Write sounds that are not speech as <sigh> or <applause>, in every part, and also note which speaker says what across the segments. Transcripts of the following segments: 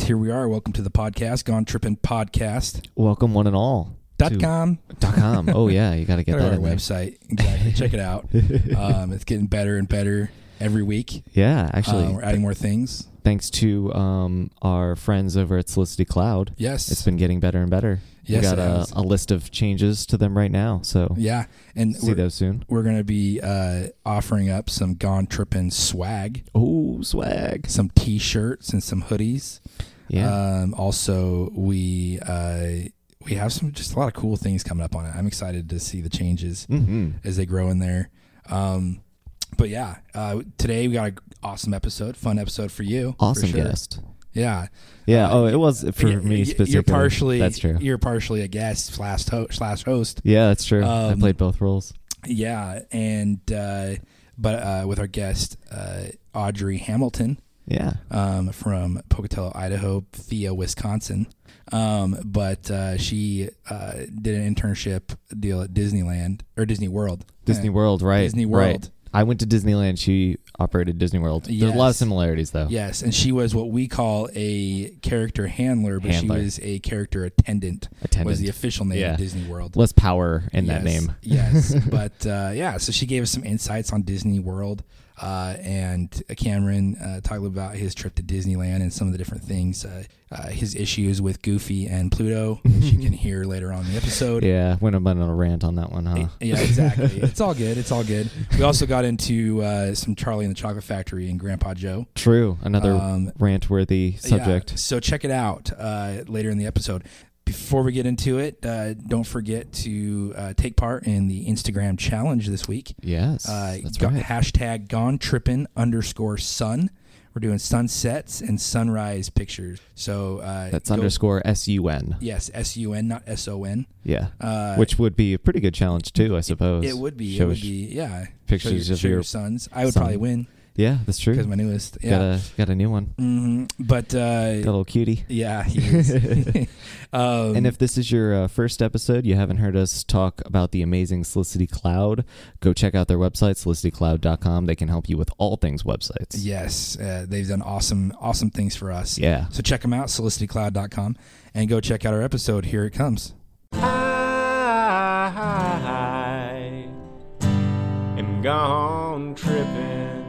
Speaker 1: Here we are. Welcome to the podcast, Gone Trippin' Podcast
Speaker 2: Welcome one and all.
Speaker 1: dot
Speaker 2: to-
Speaker 1: com.
Speaker 2: Dot com. Oh yeah, you got to get
Speaker 1: Go to
Speaker 2: that
Speaker 1: our
Speaker 2: in there.
Speaker 1: website. Exactly. Check it
Speaker 2: <laughs>
Speaker 1: out. Um, it's getting better and better every week.
Speaker 2: Yeah, actually,
Speaker 1: Uh, we're adding more things.
Speaker 2: thanks to um, our friends over at Solicity Cloud,
Speaker 1: Yes.
Speaker 2: it's been getting better and better.
Speaker 1: Yes,
Speaker 2: we got uh,
Speaker 1: it
Speaker 2: a,
Speaker 1: has.
Speaker 2: a list of changes to them right now, so
Speaker 1: yeah. And
Speaker 2: see
Speaker 1: we're,
Speaker 2: those soon.
Speaker 1: we're going to be uh, offering up some Gone Trippin' swag,
Speaker 2: Oh, swag.
Speaker 1: some t shirts, and some hoodies.
Speaker 2: Yeah,
Speaker 1: Um, also, we. Uh, we have some just a lot of cool things coming up on it. I'm excited to see the changes.
Speaker 2: hmm
Speaker 1: as they grow in there. Um, but yeah, uh, today we got an awesome episode, fun episode for you. for
Speaker 2: awesome
Speaker 1: sure.
Speaker 2: guest.
Speaker 1: Yeah.
Speaker 2: Yeah. oh, it was for
Speaker 1: Y- y-
Speaker 2: me specifically.
Speaker 1: You're partially
Speaker 2: That's true.
Speaker 1: You're partially a guest slash host, slash host.
Speaker 2: Yeah, that's true. I
Speaker 1: Um,
Speaker 2: played both roles.
Speaker 1: Yeah, and uh, but uh, with our guest uh, Audrey Hamilton
Speaker 2: Yeah.
Speaker 1: um, from Pocatello, Idaho, Theo, Wisconsin. Um, but uh, she uh, did an internship deal at Disneyland or Disney World.
Speaker 2: Disney World, right?
Speaker 1: eh, Disney
Speaker 2: Right.
Speaker 1: World.
Speaker 2: I went to Disneyland. She operated Disney World. There's a lot of
Speaker 1: Yes.
Speaker 2: similarities, though.
Speaker 1: Yes, and she was what we call a character handler, but
Speaker 2: Handler.
Speaker 1: she was a character attendant. Was
Speaker 2: Attendant.
Speaker 1: the official name
Speaker 2: Yeah.
Speaker 1: of Disney World.
Speaker 2: Less power in that
Speaker 1: Yes,
Speaker 2: name.
Speaker 1: <laughs>
Speaker 2: <laughs>
Speaker 1: yes, but uh, yeah, so she gave us some insights on Disney World, uh, and Cameron uh, talked about his trip to Disneyland and some of the different things, uh, uh, his issues with Goofy and Pluto, which you
Speaker 2: <laughs>
Speaker 1: can hear later on in the episode.
Speaker 2: Yeah, went on a rant on that one, huh?
Speaker 1: Eh, Yeah, exactly. it's all good. It's all good. We also got into uh, some Charlie and the Chocolate Factory and Grandpa Joe.
Speaker 2: <laughs> True. Another
Speaker 1: Um,
Speaker 2: rant-worthy
Speaker 1: Yeah,
Speaker 2: subject.
Speaker 1: so check it out uh, later in the episode. Before we get into it, uh, don't forget to uh, take part in the Instagram challenge this week.
Speaker 2: Yes,
Speaker 1: Uh,
Speaker 2: that's
Speaker 1: go-
Speaker 2: right.
Speaker 1: Hashtag gone trippin underscore sun. We're doing sunsets and sunrise pictures. So uh,
Speaker 2: That's
Speaker 1: go-
Speaker 2: underscore S U N.
Speaker 1: Yes, S U N, not S O N.
Speaker 2: Yeah,
Speaker 1: Uh,
Speaker 2: which would be a pretty good challenge too, I suppose.
Speaker 1: it would be.
Speaker 2: Show
Speaker 1: it would
Speaker 2: us-
Speaker 1: be. Yeah. show
Speaker 2: pictures
Speaker 1: your,
Speaker 2: of
Speaker 1: show your
Speaker 2: your
Speaker 1: sons. I would
Speaker 2: son.
Speaker 1: probably win
Speaker 2: Yeah, that's true.
Speaker 1: because my newest.
Speaker 2: Got
Speaker 1: Yeah.
Speaker 2: a got a new one.
Speaker 1: hmm But
Speaker 2: Got
Speaker 1: uh,
Speaker 2: a little cutie.
Speaker 1: yeah, he
Speaker 2: <laughs>
Speaker 1: is. <laughs> um,
Speaker 2: And if this is your uh, first episode, you haven't heard us talk about the amazing Solicity Cloud, go check out their website, solicitycloud.com. They can help you with all things websites.
Speaker 1: Yes, uh, they've done awesome, awesome things for us.
Speaker 2: Yeah.
Speaker 1: So check them out, solicitycloud.com, and go check out our episode. Here it comes.
Speaker 3: I am gone tripping.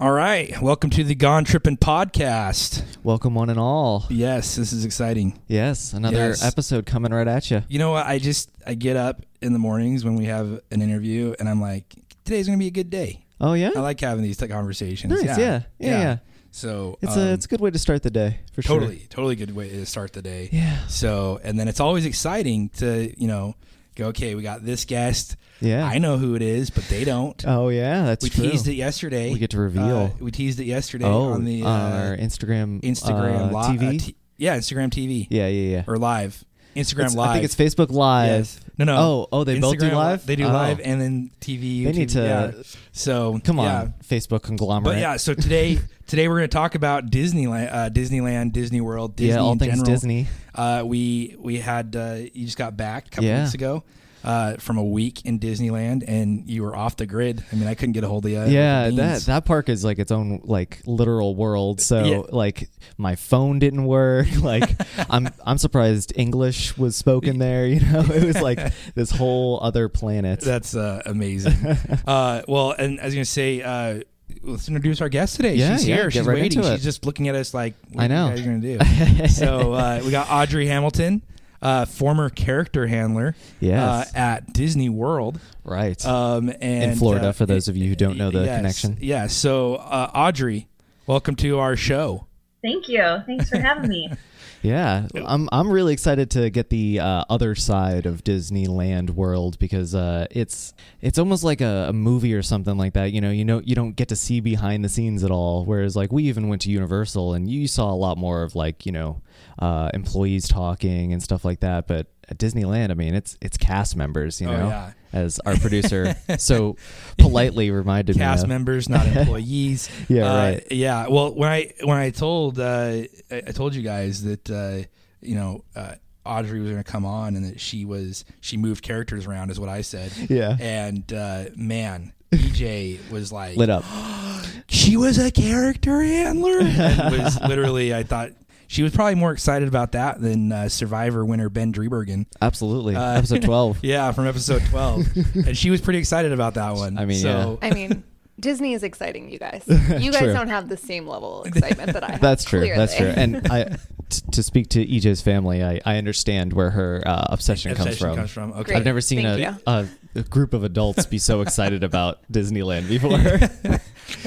Speaker 1: All right. Welcome to the Gone Trippin' podcast.
Speaker 2: Welcome, one and all.
Speaker 1: Yes, this is exciting.
Speaker 2: Yes, another
Speaker 1: Yes.
Speaker 2: episode coming right at you.
Speaker 1: You know what? I just, I get up in the mornings when we have an interview, and I'm like, today's going to be a good day.
Speaker 2: Oh, yeah?
Speaker 1: I like having these conversations.
Speaker 2: nice. Yeah. Yeah. Yeah.
Speaker 1: So
Speaker 2: It's,
Speaker 1: um,
Speaker 2: a, it's a good way to start the day, for sure.
Speaker 1: totally, totally good way to start the day.
Speaker 2: Yeah.
Speaker 1: So, and then it's always exciting to, you know, go, okay, we got this guest.
Speaker 2: Yeah.
Speaker 1: I know who it is, but they don't.
Speaker 2: Oh yeah, that's
Speaker 1: we
Speaker 2: true.
Speaker 1: teased it yesterday.
Speaker 2: We get to reveal.
Speaker 1: Uh, we teased it yesterday
Speaker 2: oh,
Speaker 1: on the uh,
Speaker 2: on our Instagram,
Speaker 1: Instagram
Speaker 2: uh,
Speaker 1: li-
Speaker 2: TV.
Speaker 1: uh, t- yeah, Instagram TV
Speaker 2: yeah, yeah, yeah.
Speaker 1: or live. Instagram
Speaker 2: It's-
Speaker 1: live.
Speaker 2: I think it's Facebook Live.
Speaker 1: Yes. No, no.
Speaker 2: Oh, oh, they both do
Speaker 1: Instagram,
Speaker 2: live.
Speaker 1: They do
Speaker 2: Oh.
Speaker 1: live and then TV.
Speaker 2: They need
Speaker 1: YouTube,
Speaker 2: to-
Speaker 1: yeah. So
Speaker 2: Come on,
Speaker 1: yeah.
Speaker 2: Facebook conglomerate.
Speaker 1: But yeah, so
Speaker 2: <laughs>
Speaker 1: today today we're going to talk about Disneyland, uh, Disneyland, Disney World, Disney
Speaker 2: yeah, all
Speaker 1: in
Speaker 2: things
Speaker 1: general.
Speaker 2: Disney.
Speaker 1: Uh, we we had uh, you just got back a couple
Speaker 2: Yeah.
Speaker 1: weeks ago uh, from a week in Disneyland, and you were off the grid. I mean, I couldn't get a hold of you.
Speaker 2: Yeah,
Speaker 1: with the
Speaker 2: that
Speaker 1: beans.
Speaker 2: that park is like its own like literal world. So
Speaker 1: Yeah.
Speaker 2: like my phone didn't work. <laughs> Like I'm I'm surprised English was
Speaker 1: <laughs>
Speaker 2: spoken there. You know, <laughs> it was like this whole
Speaker 1: <laughs>
Speaker 2: other
Speaker 1: <laughs>
Speaker 2: planet.
Speaker 1: That's uh,
Speaker 2: <laughs>
Speaker 1: amazing. uh, well, and I was gonna say, uh, let's introduce our guest today.
Speaker 2: Yeah,
Speaker 1: She's
Speaker 2: yeah,
Speaker 1: here.
Speaker 2: get
Speaker 1: She's
Speaker 2: right
Speaker 1: waiting.
Speaker 2: into it.
Speaker 1: She's just looking at us like, what
Speaker 2: I know.
Speaker 1: Are you guys gonna
Speaker 2: <laughs>
Speaker 1: do? so uh, we got Audrey Hamilton, uh, former character handler,
Speaker 2: Yes.
Speaker 1: uh, at Disney World,
Speaker 2: right.
Speaker 1: um, and
Speaker 2: in Florida,
Speaker 1: uh,
Speaker 2: for those of you who don't know the
Speaker 1: yes,
Speaker 2: connection.
Speaker 1: Yeah. So uh, Audrey, welcome to our show.
Speaker 4: Thank you. Thanks for having me.
Speaker 2: Yeah, I'm I'm really excited to get the uh, other side of Disneyland World because uh, it's it's almost like a, a movie or something like that. You know, you know, you don't get to see behind the scenes at all. Whereas like we even went to Universal and you saw a lot more of like you know uh, employees talking and stuff like that. But at Disneyland, I mean, it's it's cast members. You
Speaker 1: Oh,
Speaker 2: know,
Speaker 1: yeah.
Speaker 2: as our
Speaker 1: <laughs>
Speaker 2: producer so politely reminded
Speaker 1: cast
Speaker 2: me. of.
Speaker 1: members,
Speaker 2: <laughs>
Speaker 1: not employees.
Speaker 2: Yeah,
Speaker 1: Uh,
Speaker 2: right.
Speaker 1: Yeah. Well, when I when I told uh, I, I told you guys that uh, you know uh, Audrey was going to come on and that she was she moved characters around is what I said.
Speaker 2: Yeah.
Speaker 1: And uh, man, EJ E was like
Speaker 2: Lit up.
Speaker 1: she was a character
Speaker 2: <laughs>
Speaker 1: handler. And was literally, I thought she was probably more excited about that than uh, Survivor winner Ben Drebergen.
Speaker 2: Absolutely.
Speaker 1: Uh,
Speaker 2: Episode 12.
Speaker 1: <laughs> Yeah, from episode 12. and she was pretty excited about that one.
Speaker 2: I mean,
Speaker 1: so,
Speaker 5: I mean, Disney is exciting, you <laughs> guys. You guys
Speaker 2: True.
Speaker 5: don't have the same level of excitement <laughs> that I
Speaker 2: <laughs>
Speaker 5: have.
Speaker 2: That's true. That's true.
Speaker 5: clearly.
Speaker 2: And I,
Speaker 5: <laughs>
Speaker 2: t- to speak to EJ's family, I, I understand where her uh, obsession, comes
Speaker 1: obsession
Speaker 2: from.
Speaker 1: comes from. Okay. <laughs>
Speaker 2: I've never seen
Speaker 5: Thank
Speaker 2: a, a, a group of adults be
Speaker 5: <laughs>
Speaker 2: so excited about Disneyland before.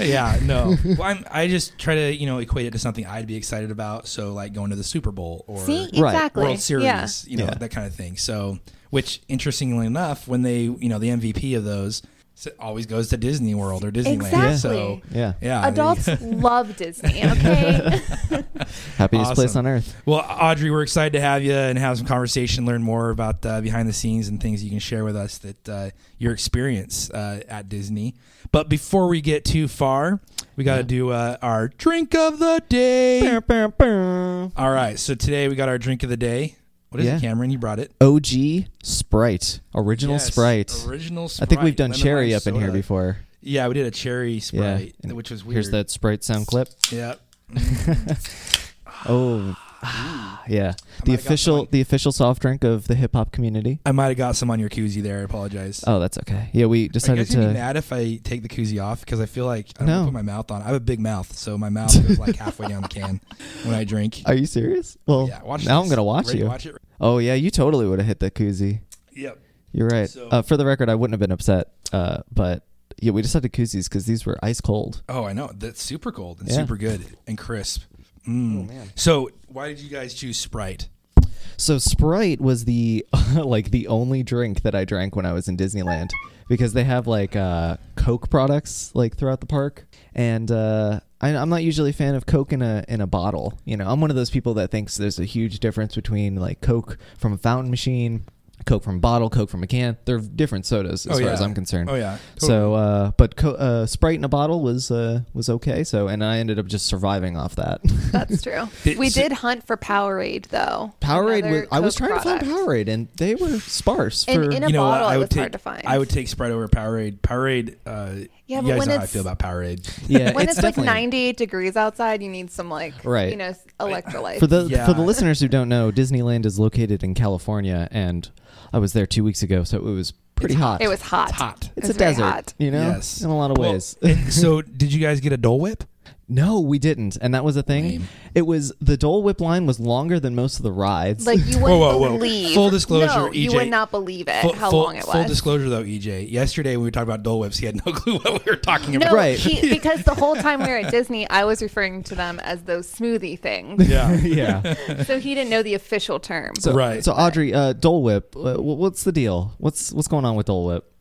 Speaker 1: yeah, no. Well, I'm, I just try to, you know, equate it to something I'd be excited about. So, like going to the Super Bowl or
Speaker 5: See,
Speaker 2: Right.
Speaker 5: exactly.
Speaker 1: World Series,
Speaker 5: Yeah.
Speaker 1: you know,
Speaker 2: Yeah.
Speaker 1: that kind of thing. So, which interestingly enough, when they, you know, the MVP of those s- always goes to Disney World or Disneyland.
Speaker 5: Exactly.
Speaker 1: So,
Speaker 2: yeah.
Speaker 1: yeah. they- <laughs>
Speaker 5: Adults
Speaker 2: <laughs>
Speaker 5: love Disney, okay?
Speaker 2: Happiest place
Speaker 1: Awesome.
Speaker 2: on earth.
Speaker 1: Well, Audrey, we're excited to have you and have some conversation, learn more about uh, behind the scenes and things you can share with us that uh, your experience uh, at Disney. But before we get too far, we got to do uh, our drink of the day. All right, so today we got our drink of the day. What is
Speaker 2: Yeah.
Speaker 1: it, Cameron? You brought it.
Speaker 2: OG Sprite. Original
Speaker 1: Yes,
Speaker 2: Sprite.
Speaker 1: Original Sprite.
Speaker 2: I think we've done
Speaker 1: lemon
Speaker 2: cherry
Speaker 1: lime
Speaker 2: up in here
Speaker 1: soda.
Speaker 2: before.
Speaker 1: Yeah, we did a cherry Sprite,
Speaker 2: yeah.
Speaker 1: which was weird.
Speaker 2: Here's that Sprite
Speaker 1: <sighs>
Speaker 2: sound clip.
Speaker 1: Yeah.
Speaker 2: Oh. yeah. The
Speaker 1: got
Speaker 2: official
Speaker 1: mine.
Speaker 2: the official soft drink of the hip hop community.
Speaker 1: I might have got some on your koozie there. I apologize.
Speaker 2: Oh, that's okay. Yeah, we
Speaker 1: Are you
Speaker 2: decided
Speaker 1: guys gonna be
Speaker 2: to
Speaker 1: mad if I take the koozie off? Because I feel like I don't wanna
Speaker 2: No.
Speaker 1: put my mouth on. I have a big mouth, so
Speaker 2: <laughs>
Speaker 1: my mouth goes like halfway down the can when I drink.
Speaker 2: Are you serious? Well,
Speaker 1: yeah, watch
Speaker 2: now
Speaker 1: this.
Speaker 2: I'm going to watch
Speaker 1: Ready to
Speaker 2: you.
Speaker 1: Watch it.
Speaker 2: Oh yeah, you totally would have hit the koozie.
Speaker 1: Yep.
Speaker 2: You're right.
Speaker 1: So-
Speaker 2: uh, for the record, I wouldn't have been upset. Uh, but yeah, we just had the koozies because these were ice cold.
Speaker 1: Oh, I know. That's super cold and
Speaker 2: Yeah.
Speaker 1: super good and crisp.
Speaker 5: Oh,
Speaker 1: Mm. So, why did you guys choose Sprite?
Speaker 2: So Sprite was the <laughs> like the only drink that I drank when I was in Disneyland because they have like uh, Coke products like throughout the park, and uh, I, I'm not usually a fan of Coke in a in a bottle. You know, I'm one of those people that thinks there's a huge difference between like Coke from a fountain machine. Coke from a bottle, Coke from a can. They're different sodas as
Speaker 1: Oh,
Speaker 2: far
Speaker 1: yeah.
Speaker 2: as I'm concerned.
Speaker 1: Oh, yeah.
Speaker 2: So, uh, but co- uh, Sprite in a bottle was uh, was okay. So, and I ended up just surviving off that.
Speaker 5: That's true.
Speaker 1: Did-
Speaker 5: we
Speaker 1: so-
Speaker 5: did hunt for Powerade, though.
Speaker 2: Powerade,
Speaker 5: Another
Speaker 2: was, I was
Speaker 5: Coke
Speaker 2: trying to
Speaker 5: product.
Speaker 2: find Powerade, and they were sparse.
Speaker 5: And
Speaker 2: for,
Speaker 5: in a
Speaker 1: You know what?
Speaker 5: bottle,
Speaker 1: I
Speaker 5: it
Speaker 1: would
Speaker 5: was
Speaker 1: take,
Speaker 5: hard to find.
Speaker 1: I would take Sprite over Powerade. Powerade. Uh, you
Speaker 5: Yeah, but
Speaker 1: guys
Speaker 5: when
Speaker 1: know how I
Speaker 5: it's-
Speaker 1: feel about Powerade.
Speaker 2: yeah,
Speaker 5: when it's, like
Speaker 2: definitely-
Speaker 5: 98 degrees outside, you need some like
Speaker 2: Right.
Speaker 5: you know s- electrolytes.
Speaker 2: For the
Speaker 1: Yeah.
Speaker 2: for the listeners who don't know, Disneyland is located in California, and I was there two weeks ago, so it was pretty hot.
Speaker 5: it was hot.
Speaker 1: hot.
Speaker 5: It
Speaker 2: It's
Speaker 5: was
Speaker 2: a
Speaker 5: very
Speaker 2: desert,
Speaker 5: hot.
Speaker 2: you know,
Speaker 1: Yes.
Speaker 2: in a lot of
Speaker 1: Well,
Speaker 2: ways. <laughs>
Speaker 1: and so, did you guys get a Dole Whip?
Speaker 2: no, we didn't, and that was a thing.
Speaker 1: Lame.
Speaker 2: It was the Dole Whip line was longer than most of the rides.
Speaker 5: Like you wouldn't
Speaker 1: Whoa, whoa, whoa.
Speaker 5: believe.
Speaker 1: Full disclosure,
Speaker 5: no, you
Speaker 1: EJ
Speaker 5: would not believe it. how long it was.
Speaker 1: Full disclosure, though, EJ. Yesterday when we talked about Dole Whips, he had no <laughs> clue what we were talking
Speaker 5: no,
Speaker 1: about.
Speaker 2: Right. <laughs>
Speaker 5: he, because the whole time we were at Disney, I was referring to them as those smoothie things.
Speaker 1: Yeah.
Speaker 2: <laughs> yeah.
Speaker 5: <laughs> So he didn't know the official term.
Speaker 2: So,
Speaker 1: Right.
Speaker 2: So Audrey, uh, Dole Whip, uh, wh- what's the deal? What's what's going on with Dole Whip?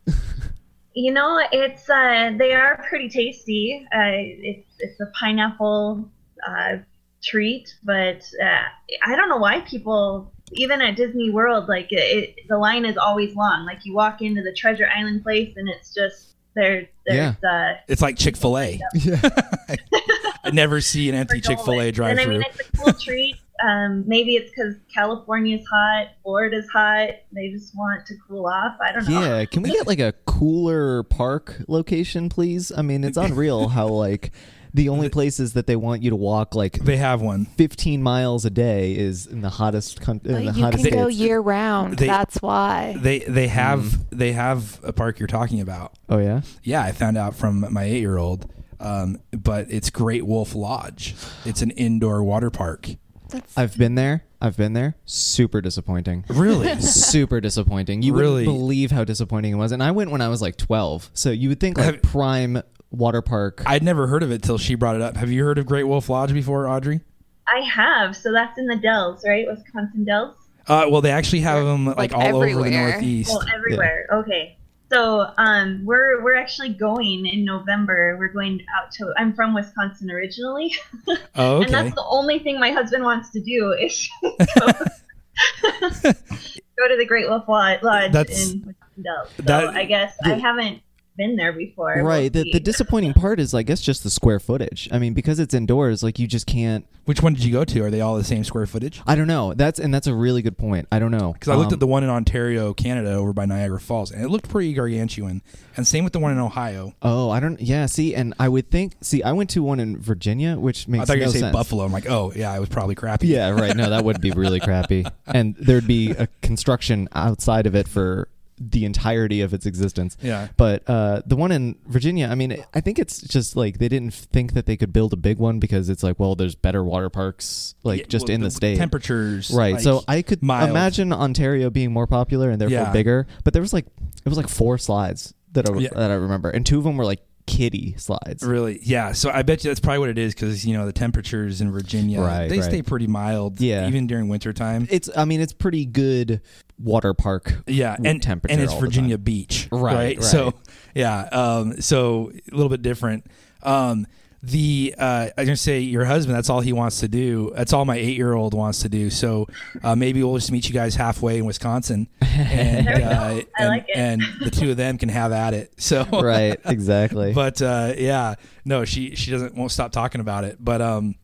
Speaker 4: You know, it's uh, they are pretty tasty. Uh, it's it's a pineapple uh, treat, but uh, I don't know why people, even at Disney World, like it, it, the line is always long. Like you walk into the Treasure Island place, and it's just there. There's uh,
Speaker 1: <laughs> It's like Chick fil A.
Speaker 2: Yeah.
Speaker 1: <laughs> I never see an empty
Speaker 4: for
Speaker 1: Chick fil A
Speaker 4: Dulwich.
Speaker 1: drive
Speaker 4: And I
Speaker 1: through.
Speaker 4: mean, it's a cool treat. Um, maybe it's because California's hot, Florida's hot. They just want to cool off. I don't know.
Speaker 2: Yeah, can we get like a cooler park location, please? I mean,
Speaker 1: <laughs>
Speaker 2: it's unreal how like the only places that they want you to walk like
Speaker 1: They have one.
Speaker 2: 15 miles a day is in the hottest country.
Speaker 5: but
Speaker 2: In the
Speaker 5: Oh, you
Speaker 2: hottest
Speaker 5: can go
Speaker 2: states.
Speaker 5: year round.
Speaker 1: They-
Speaker 5: That's why.
Speaker 1: They they have they have a park you're talking about.
Speaker 2: Oh yeah,
Speaker 1: Yeah, I found out from my eight year old. Um, but it's Great Wolf Lodge. It's an indoor water park.
Speaker 2: I've been there. I've been there. Super disappointing.
Speaker 4: <laughs>
Speaker 1: Really?
Speaker 2: Super disappointing. You
Speaker 1: Really?
Speaker 2: wouldn't believe how disappointing it was. And I went when I was like 12, so you would think like
Speaker 1: Have-
Speaker 2: prime water park.
Speaker 1: I'd never heard of it till she brought it up. Have you heard of Great Wolf Lodge before, Audrey?
Speaker 4: I have. So that's in the Dells, right? Wisconsin Dells.
Speaker 1: Uh, well, they actually have them like,
Speaker 5: Like
Speaker 1: all over the
Speaker 5: everywhere.
Speaker 1: Northeast.
Speaker 4: Well, Oh, everywhere. Okay. So um, we're we're actually going in November. We're going out to. I'm from Wisconsin originally, <laughs>
Speaker 1: oh,
Speaker 4: and
Speaker 1: okay.
Speaker 4: that's the only thing my husband wants to do is <laughs>
Speaker 1: <laughs>
Speaker 4: go, go to the Great Wolf Lodge Lodge
Speaker 1: That's-
Speaker 4: in Wisconsin Dells. So
Speaker 1: that-
Speaker 4: I guess I
Speaker 1: the-
Speaker 4: haven't been there before. we'll
Speaker 2: Right. The,
Speaker 4: see.
Speaker 2: the disappointing part is, I guess, just the square footage. I mean, because it's indoors, like you just can't.
Speaker 1: Which one did you go to? Are they all the same square footage?
Speaker 2: I don't know. That's and that's a really good point. I don't know. Um,
Speaker 1: Because I looked at the one in Ontario, Canada, over by Niagara Falls, and it looked pretty gargantuan. And same with the one in Ohio.
Speaker 2: Oh, I don't. Yeah. See, and I would think. See, I went to one in Virginia, which makes
Speaker 1: I thought you were
Speaker 2: no
Speaker 1: gonna say
Speaker 2: sense.
Speaker 1: Buffalo. I'm like, oh yeah, it was probably crappy.
Speaker 2: Yeah, right. No, that would be
Speaker 1: <laughs>
Speaker 2: really crappy. And there'd be a construction outside of it for the entirety of its existence.
Speaker 1: Yeah.
Speaker 2: But uh, the one in Virginia, I mean, I think it's just like they didn't think that they could build a big one because it's like, well, there's better water parks, like
Speaker 1: Yeah,
Speaker 2: just
Speaker 1: well,
Speaker 2: in the, state.
Speaker 1: temperatures.
Speaker 2: Right.
Speaker 1: like,
Speaker 2: so I could
Speaker 1: mild.
Speaker 2: imagine Ontario being more popular and therefore
Speaker 1: Yeah.
Speaker 2: bigger, but there was like it was like four slides that I,
Speaker 1: Yeah.
Speaker 2: that I remember, and two of them were like kiddie slides.
Speaker 1: Really? Yeah. So I bet you that's probably what it is because you know the temperatures in Virginia
Speaker 2: Right,
Speaker 1: they
Speaker 2: right.
Speaker 1: stay pretty mild.
Speaker 2: Yeah.
Speaker 1: Even during wintertime.
Speaker 2: It's I mean it's pretty good water park.
Speaker 1: <laughs> yeah, and
Speaker 2: temperature
Speaker 1: and it's
Speaker 2: all the
Speaker 1: Virginia
Speaker 2: time.
Speaker 1: Beach,
Speaker 2: Right,
Speaker 1: So
Speaker 2: right.
Speaker 1: yeah, um, so a little bit different. Um, the uh, I was gonna say your husband. That's all he wants to do. That's all my eight year old wants to do. So uh, maybe we'll just meet you guys halfway in
Speaker 2: <laughs>
Speaker 1: Wisconsin, and
Speaker 4: There we go.
Speaker 1: uh,
Speaker 4: I
Speaker 1: and,
Speaker 4: like it.
Speaker 1: and the two of them can have at it. So
Speaker 2: right. Exactly.
Speaker 1: but uh, yeah, no, she she doesn't won't stop talking about it. But um,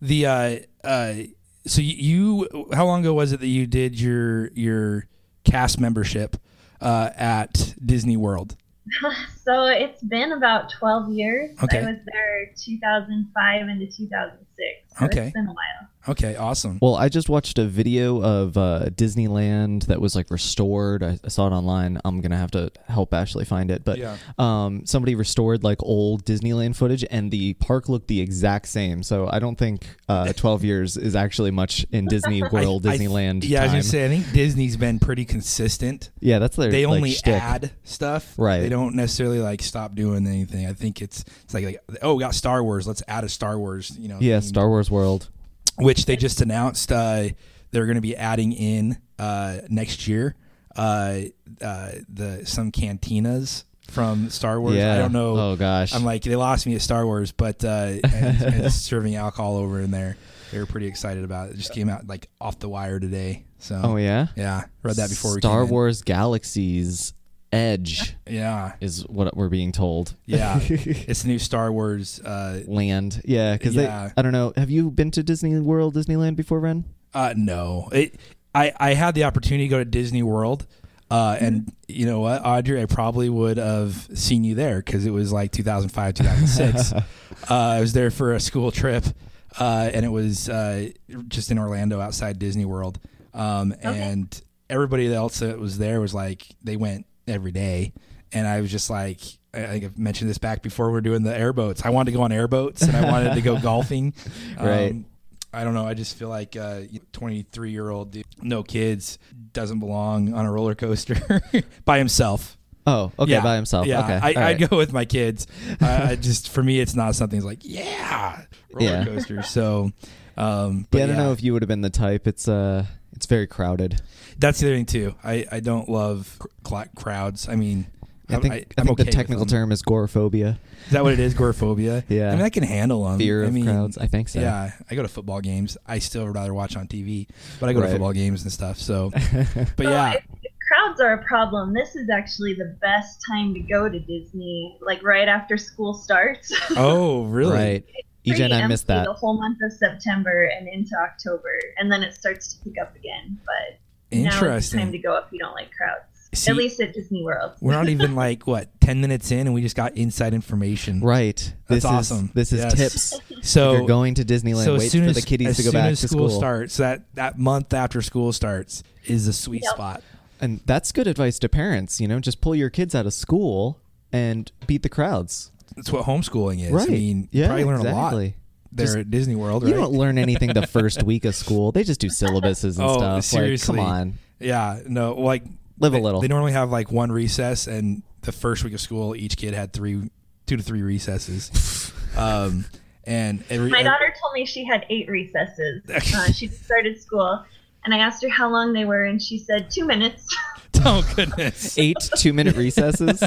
Speaker 1: the uh, uh, so you, you how long ago was it that you did your your cast membership uh, at Disney World?
Speaker 4: So it's been about 12 years.
Speaker 1: Okay.
Speaker 4: I was there 2005 into 2006. So
Speaker 1: Okay.
Speaker 4: It's been a while.
Speaker 1: Okay, awesome.
Speaker 2: Well, I just watched a video of uh, Disneyland that was like restored. I, I saw it online. I'm gonna have to help Ashley find it, but
Speaker 1: Yeah.
Speaker 2: um, somebody restored like old Disneyland footage, and the park looked the exact same. So I don't think
Speaker 1: <laughs>
Speaker 2: uh, 12 years is actually much in Disney World,
Speaker 1: I- I-
Speaker 2: Disneyland.
Speaker 1: yeah, I was
Speaker 2: time.
Speaker 1: gonna say I think Disney's been pretty consistent.
Speaker 2: Yeah, that's their.
Speaker 1: They
Speaker 2: like,
Speaker 1: only
Speaker 2: shtick.
Speaker 1: add stuff,
Speaker 2: Right.
Speaker 1: They don't necessarily like stop doing anything. I think it's it's like, like oh, we got Star Wars. Let's add a Star Wars. You know,
Speaker 2: Yeah,
Speaker 1: theme.
Speaker 2: Star Wars World.
Speaker 1: which they just announced uh, they're going to be adding in uh, next year uh, uh, the some cantinas from Star Wars.
Speaker 2: Yeah.
Speaker 1: I don't know.
Speaker 2: Oh gosh.
Speaker 1: I'm like they lost me at Star Wars, but uh,
Speaker 2: <laughs>
Speaker 1: and, and serving alcohol over in there. They were pretty excited about it. It just came out like off the wire today. So
Speaker 2: oh yeah.
Speaker 1: yeah, read that before we
Speaker 2: Star
Speaker 1: came in.
Speaker 2: Wars Galaxy's Edge
Speaker 1: Yeah,
Speaker 2: is what we're being told. <laughs>
Speaker 1: yeah. it's the new Star Wars. Uh,
Speaker 2: land. Yeah, because
Speaker 1: Yeah.
Speaker 2: they. I don't know. Have you been to Disney World, Disneyland before, Ren?
Speaker 1: Uh, no, it. I I had the opportunity to go to Disney World, uh, and you know what, Audrey, I probably would have seen you there because it was like 2005, 2006. uh, I was there for a school trip, uh, and it was uh, just in Orlando outside Disney World, um, and everybody else that was there was like they went every day, and I was just like. I I think I've mentioned this back before. We're doing the airboats. I wanted to go on airboats and I wanted to go golfing. Um,
Speaker 2: Right.
Speaker 1: I don't know. I just feel like uh, a 23 year old dude, no kids, doesn't belong on a roller coaster <laughs> by himself.
Speaker 2: Oh, okay,
Speaker 1: yeah.
Speaker 2: by himself.
Speaker 1: Yeah.
Speaker 2: Okay,
Speaker 1: I,
Speaker 2: all right.
Speaker 1: I'd go with my kids. I, I just, for me, it's not something that's like, yeah, roller
Speaker 2: Yeah.
Speaker 1: coaster. So, um, but
Speaker 2: Yeah, I don't know if you would have been the type. It's uh, it's very crowded.
Speaker 1: that's the other thing, too. I, I don't love cl- crowds. I mean,
Speaker 2: I think I,
Speaker 1: I'm
Speaker 2: think
Speaker 1: okay
Speaker 2: the
Speaker 1: with
Speaker 2: technical
Speaker 1: them.
Speaker 2: term is agoraphobia,
Speaker 1: Is that what it is? Agoraphobia.
Speaker 2: <laughs> Yeah.
Speaker 1: I mean, I can handle them.
Speaker 2: fear
Speaker 1: Um, I
Speaker 2: of
Speaker 1: mean,
Speaker 2: crowds. I think so.
Speaker 1: Yeah, I go to football games. I still would rather watch on TV, but I go to
Speaker 2: Right.
Speaker 1: football games and stuff. So,
Speaker 2: <laughs>
Speaker 1: but
Speaker 4: So
Speaker 1: yeah,
Speaker 4: if, if crowds are a problem, this is actually the best time to go to Disney, like right after school starts.
Speaker 1: <laughs>
Speaker 4: <laughs>
Speaker 1: Oh, really?
Speaker 2: Right. EJ
Speaker 4: Pretty
Speaker 2: E and I
Speaker 4: empty
Speaker 2: missed that.
Speaker 4: The whole month of September and into October, and then it starts to pick up again. But now it's
Speaker 1: Interesting.
Speaker 4: time to go if you don't like crowds.
Speaker 1: See-
Speaker 4: At least at Disney World.
Speaker 1: We're not even like what ten minutes in, and we just got inside information.
Speaker 2: Right. this
Speaker 1: awesome.
Speaker 2: Is, this is
Speaker 1: Yes.
Speaker 4: <laughs>
Speaker 2: tips. if
Speaker 1: So,
Speaker 2: you're going to Disneyland,
Speaker 1: so as
Speaker 2: wait
Speaker 1: soon
Speaker 2: for
Speaker 1: as
Speaker 2: the kiddies
Speaker 1: as
Speaker 2: to go
Speaker 1: soon
Speaker 2: back
Speaker 1: as
Speaker 2: to
Speaker 1: school,
Speaker 2: school.
Speaker 1: starts, that that month after school starts is the sweet
Speaker 4: Yep.
Speaker 1: spot.
Speaker 2: And that's good advice to parents. You know, just pull your kids out of school and beat the crowds.
Speaker 1: That's what homeschooling is.
Speaker 2: Right.
Speaker 1: I mean,
Speaker 2: yeah.
Speaker 1: you probably learn a lot
Speaker 2: exactly.
Speaker 1: there
Speaker 2: Just-
Speaker 1: at Disney World, right?
Speaker 2: You don't learn
Speaker 1: <laughs>
Speaker 2: anything the first week of school. They just do syllabuses and
Speaker 1: Oh,
Speaker 2: stuff. Like,
Speaker 1: seriously.
Speaker 2: come on.
Speaker 1: yeah, no, like
Speaker 2: Live a
Speaker 1: they,
Speaker 2: little.
Speaker 1: They normally have like one recess, and the first week of school, each kid had three, two to three
Speaker 2: <laughs>
Speaker 1: recesses. um, and every <laughs>
Speaker 4: My daughter told me she had
Speaker 2: <laughs>
Speaker 4: eight recesses. Uh, she just started school, and I asked her how long they were, and she said two minutes. <laughs>
Speaker 1: oh goodness, <laughs>
Speaker 2: Eight two minute recesses.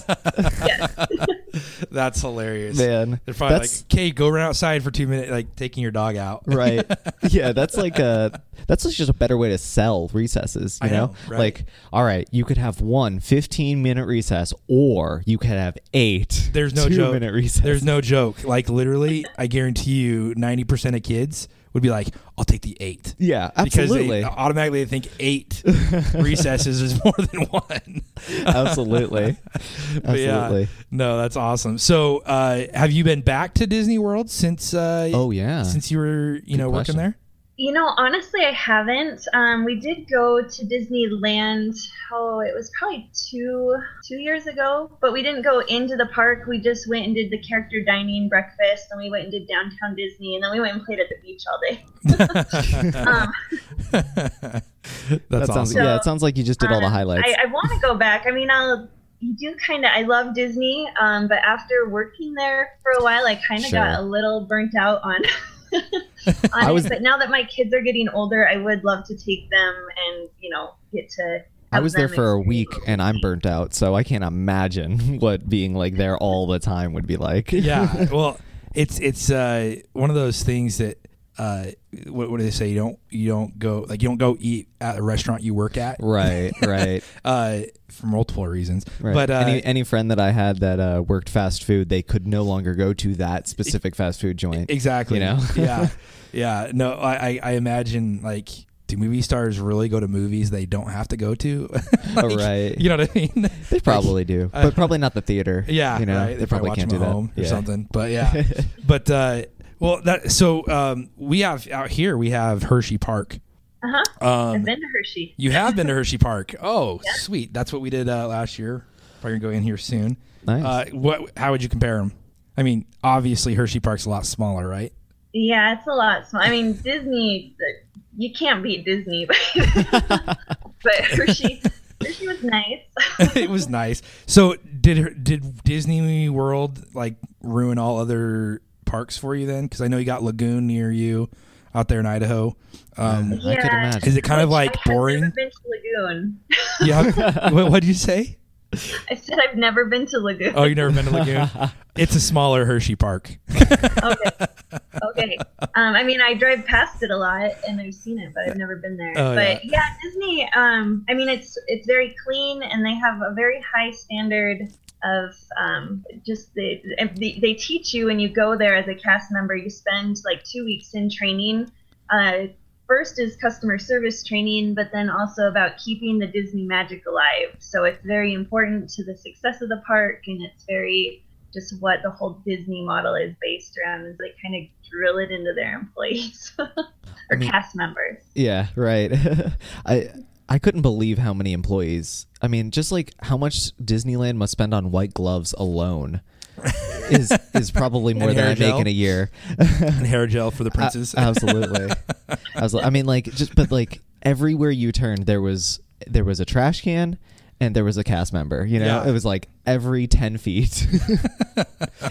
Speaker 1: That's hilarious.
Speaker 2: Man,
Speaker 1: They're probably
Speaker 2: that's-
Speaker 1: like, "Okay, go run outside for two minutes," like taking your dog out. <laughs>
Speaker 2: right yeah that's like a that's just a better way to sell recesses you
Speaker 1: I know,
Speaker 2: know,
Speaker 1: right.
Speaker 2: like all right you could have one 15 minute recess or you could have eight
Speaker 1: There's no
Speaker 2: two
Speaker 1: joke.
Speaker 2: minute recess
Speaker 1: There's no joke. Like literally, I guarantee you, ninety percent of kids would be like, "I'll take the eight.
Speaker 2: <laughs> yeah
Speaker 1: Because
Speaker 2: absolutely
Speaker 1: they <laughs> automatically think
Speaker 2: <laughs>
Speaker 1: eight recesses is more than one.
Speaker 2: absolutely
Speaker 1: But yeah.
Speaker 2: absolutely
Speaker 1: No, that's awesome. So, uh, have you been back to Disney World since? Uh,
Speaker 2: oh yeah
Speaker 1: since you were you
Speaker 2: Good
Speaker 1: know working
Speaker 2: question.
Speaker 1: there.
Speaker 4: You know, honestly, I haven't. Um, we did go to Disneyland. Oh, it was probably two two years ago, but we didn't go into the park. We just went and did the character dining breakfast, and we went and did downtown Disney, and then we went and played at the beach all day. Um,
Speaker 1: <laughs> That's
Speaker 2: that sounds
Speaker 1: awesome.
Speaker 2: yeah it sounds like you just did all the
Speaker 4: Um,
Speaker 2: highlights
Speaker 4: I, I want to go back. I mean, I'll. You do kind of. I love Disney, um, but after working there for a while, I kind of got
Speaker 2: Sure.
Speaker 4: a little burnt out on. <laughs> on
Speaker 2: I was-
Speaker 4: it. But now that my kids are getting older, I would love to take them and you know get to.
Speaker 2: I
Speaker 4: have
Speaker 2: was there
Speaker 4: them
Speaker 2: for a
Speaker 4: experience
Speaker 2: week and I'm burnt out, so I can't imagine <laughs> what being like there all the time would be like.
Speaker 1: yeah. Well, it's it's uh, one of those things that uh, what, what do they say? You don't you don't go like you don't go eat at a restaurant you work at
Speaker 2: <laughs> right,
Speaker 1: <laughs>
Speaker 2: right.
Speaker 1: uh, for multiple reasons.
Speaker 2: Right.
Speaker 1: But uh,
Speaker 2: any any friend that I had that uh, worked fast food, they could no longer go to
Speaker 1: E-,
Speaker 2: that specific fast food joint.
Speaker 1: exactly.
Speaker 2: you know?
Speaker 1: <laughs>
Speaker 2: <laughs>
Speaker 1: yeah. Yeah. No, I I, I imagine like. Do movie stars really go to movies they don't have to go to? <laughs> Like,
Speaker 2: Oh, right.
Speaker 1: You know what I mean?
Speaker 2: They probably do,
Speaker 1: uh,
Speaker 2: but probably not the theater.
Speaker 1: <laughs> Yeah,
Speaker 2: you know,
Speaker 1: right.
Speaker 2: they probably
Speaker 1: watch
Speaker 2: can't
Speaker 1: them
Speaker 2: do
Speaker 1: at
Speaker 2: that
Speaker 1: home or
Speaker 2: Yeah.
Speaker 1: something. But
Speaker 2: <laughs>
Speaker 1: yeah, but uh, well, that so um, we have out here we have Hershey Park.
Speaker 4: Uh-huh.
Speaker 1: Um,
Speaker 4: I've been to Hershey.
Speaker 1: you have
Speaker 2: <laughs>
Speaker 1: been to Hershey Park. Oh, sweet. That's what we did uh, last year. Probably gonna go in here soon. Uh,
Speaker 2: Nice.
Speaker 1: what? How would you compare them? I mean, obviously Hershey Park's a lot smaller, right?
Speaker 4: Yeah, it's a lot. Small. I mean, Disney. You can't beat Disney, <laughs> but, but Hershey. Hershey was nice.
Speaker 1: <laughs> it was nice. So did her- did Disney World like ruin all other parks for you then? Because I know you got Lagoon near you out there in Idaho. Um,
Speaker 2: I could
Speaker 4: Yeah.
Speaker 2: imagine.
Speaker 1: is it kind of like
Speaker 4: <laughs> I have
Speaker 1: boring?
Speaker 4: Never been to Lagoon. <laughs>
Speaker 1: Yeah. <laughs> what did you say?
Speaker 4: I said I've never been to Lagoon.
Speaker 1: Oh, you've never been to Lagoon? <laughs> it's a smaller Hershey Park.
Speaker 4: okay. Um, I mean, I drive past it a lot, and I've seen it, but I've never been there.
Speaker 1: Oh,
Speaker 4: but yeah. Disney. Um, I mean, it's it's very clean, and they have a very high standard of um, just the, and the. They teach you when you go there as a cast member. You spend like two weeks in training. Uh, First is customer service training, but then also about keeping the Disney magic alive. So it's very important to the success of the park, and it's very just what the whole Disney model is based around is they kind of drill it into their <laughs> employees or
Speaker 2: mean-
Speaker 4: cast members.
Speaker 2: Yeah, right. <laughs> I I couldn't believe how many employees. I mean, just like how much Disneyland must spend on white gloves
Speaker 1: <laughs>
Speaker 2: alone is is probably more
Speaker 1: And
Speaker 2: than
Speaker 1: hair
Speaker 2: I
Speaker 1: gel.
Speaker 2: make in a year.
Speaker 1: <laughs> And hair gel for the princes. <laughs>
Speaker 2: A- absolutely. Absolutely. I mean, like, just but like everywhere you turned, there was there was a trash can, and there was a cast member. You know,
Speaker 1: Yeah.
Speaker 2: it was like every ten feet. <laughs>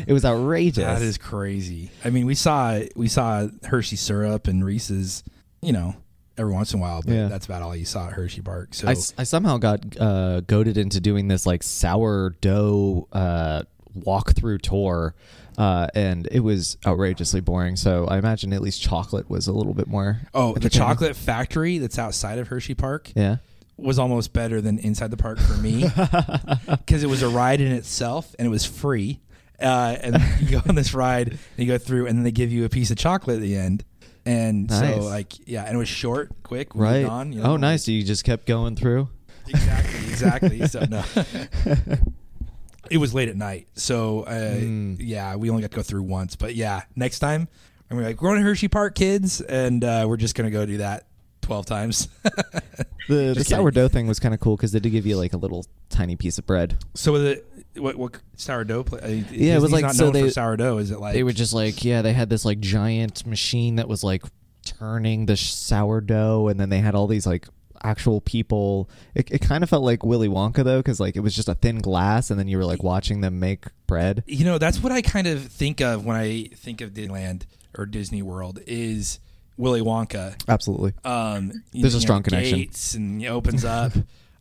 Speaker 2: it was outrageous.
Speaker 1: that is crazy. I mean, we saw we saw Hershey syrup and Reese's, you know, every once in a while, but
Speaker 2: Yeah.
Speaker 1: that's about all you saw at Hershey Park. So
Speaker 2: I, s- I somehow got uh, goaded into doing this like sourdough uh, walkthrough tour, uh, and it was outrageously boring. So I imagine at least chocolate was a little bit more.
Speaker 1: Oh, the
Speaker 2: entertaining.
Speaker 1: chocolate factory that's outside of Hershey Park
Speaker 2: Yeah.
Speaker 1: was almost better than inside the park for
Speaker 2: <laughs>
Speaker 1: me because it was a ride in itself and it was free. Uh, and <laughs> you go on this ride and you go through, and then they give you a piece of chocolate at the end. And
Speaker 2: Nice.
Speaker 1: so, like, yeah, and it was short, quick, moved
Speaker 2: Right.
Speaker 1: On, you know,
Speaker 2: oh, nice. You just kept going through.
Speaker 1: Exactly, exactly. so
Speaker 2: <laughs>
Speaker 1: no, it was late at night. So uh,
Speaker 2: Hmm.
Speaker 1: yeah, we only got to go through once, but yeah, next time I'm gonna be like, we're going to Hershey Park, kids, and uh, we're just gonna go do that twelve times. <laughs>
Speaker 2: The, the
Speaker 1: Just kidding.
Speaker 2: sourdough thing was kind of cool because they did give you like a little tiny piece of bread.
Speaker 1: So with it, what what sourdough? Play, uh, yeah,
Speaker 2: it was like-
Speaker 1: not
Speaker 2: so
Speaker 1: known for
Speaker 2: they-
Speaker 1: sourdough. Is it like
Speaker 2: They were just like, yeah, they had this like giant machine that was like turning the sh- sourdough, and then they had all these like actual people. It, it kind of felt like Willy Wonka though, because like it was just a thin glass, and then you were like watching them make bread.
Speaker 1: you know that's what I kind of think of when I think of Disneyland or Disney World is Willy Wonka.
Speaker 2: Absolutely.
Speaker 1: Um, you
Speaker 2: There's a
Speaker 1: know,
Speaker 2: strong connection. <laughs>
Speaker 1: Gates and he opens up.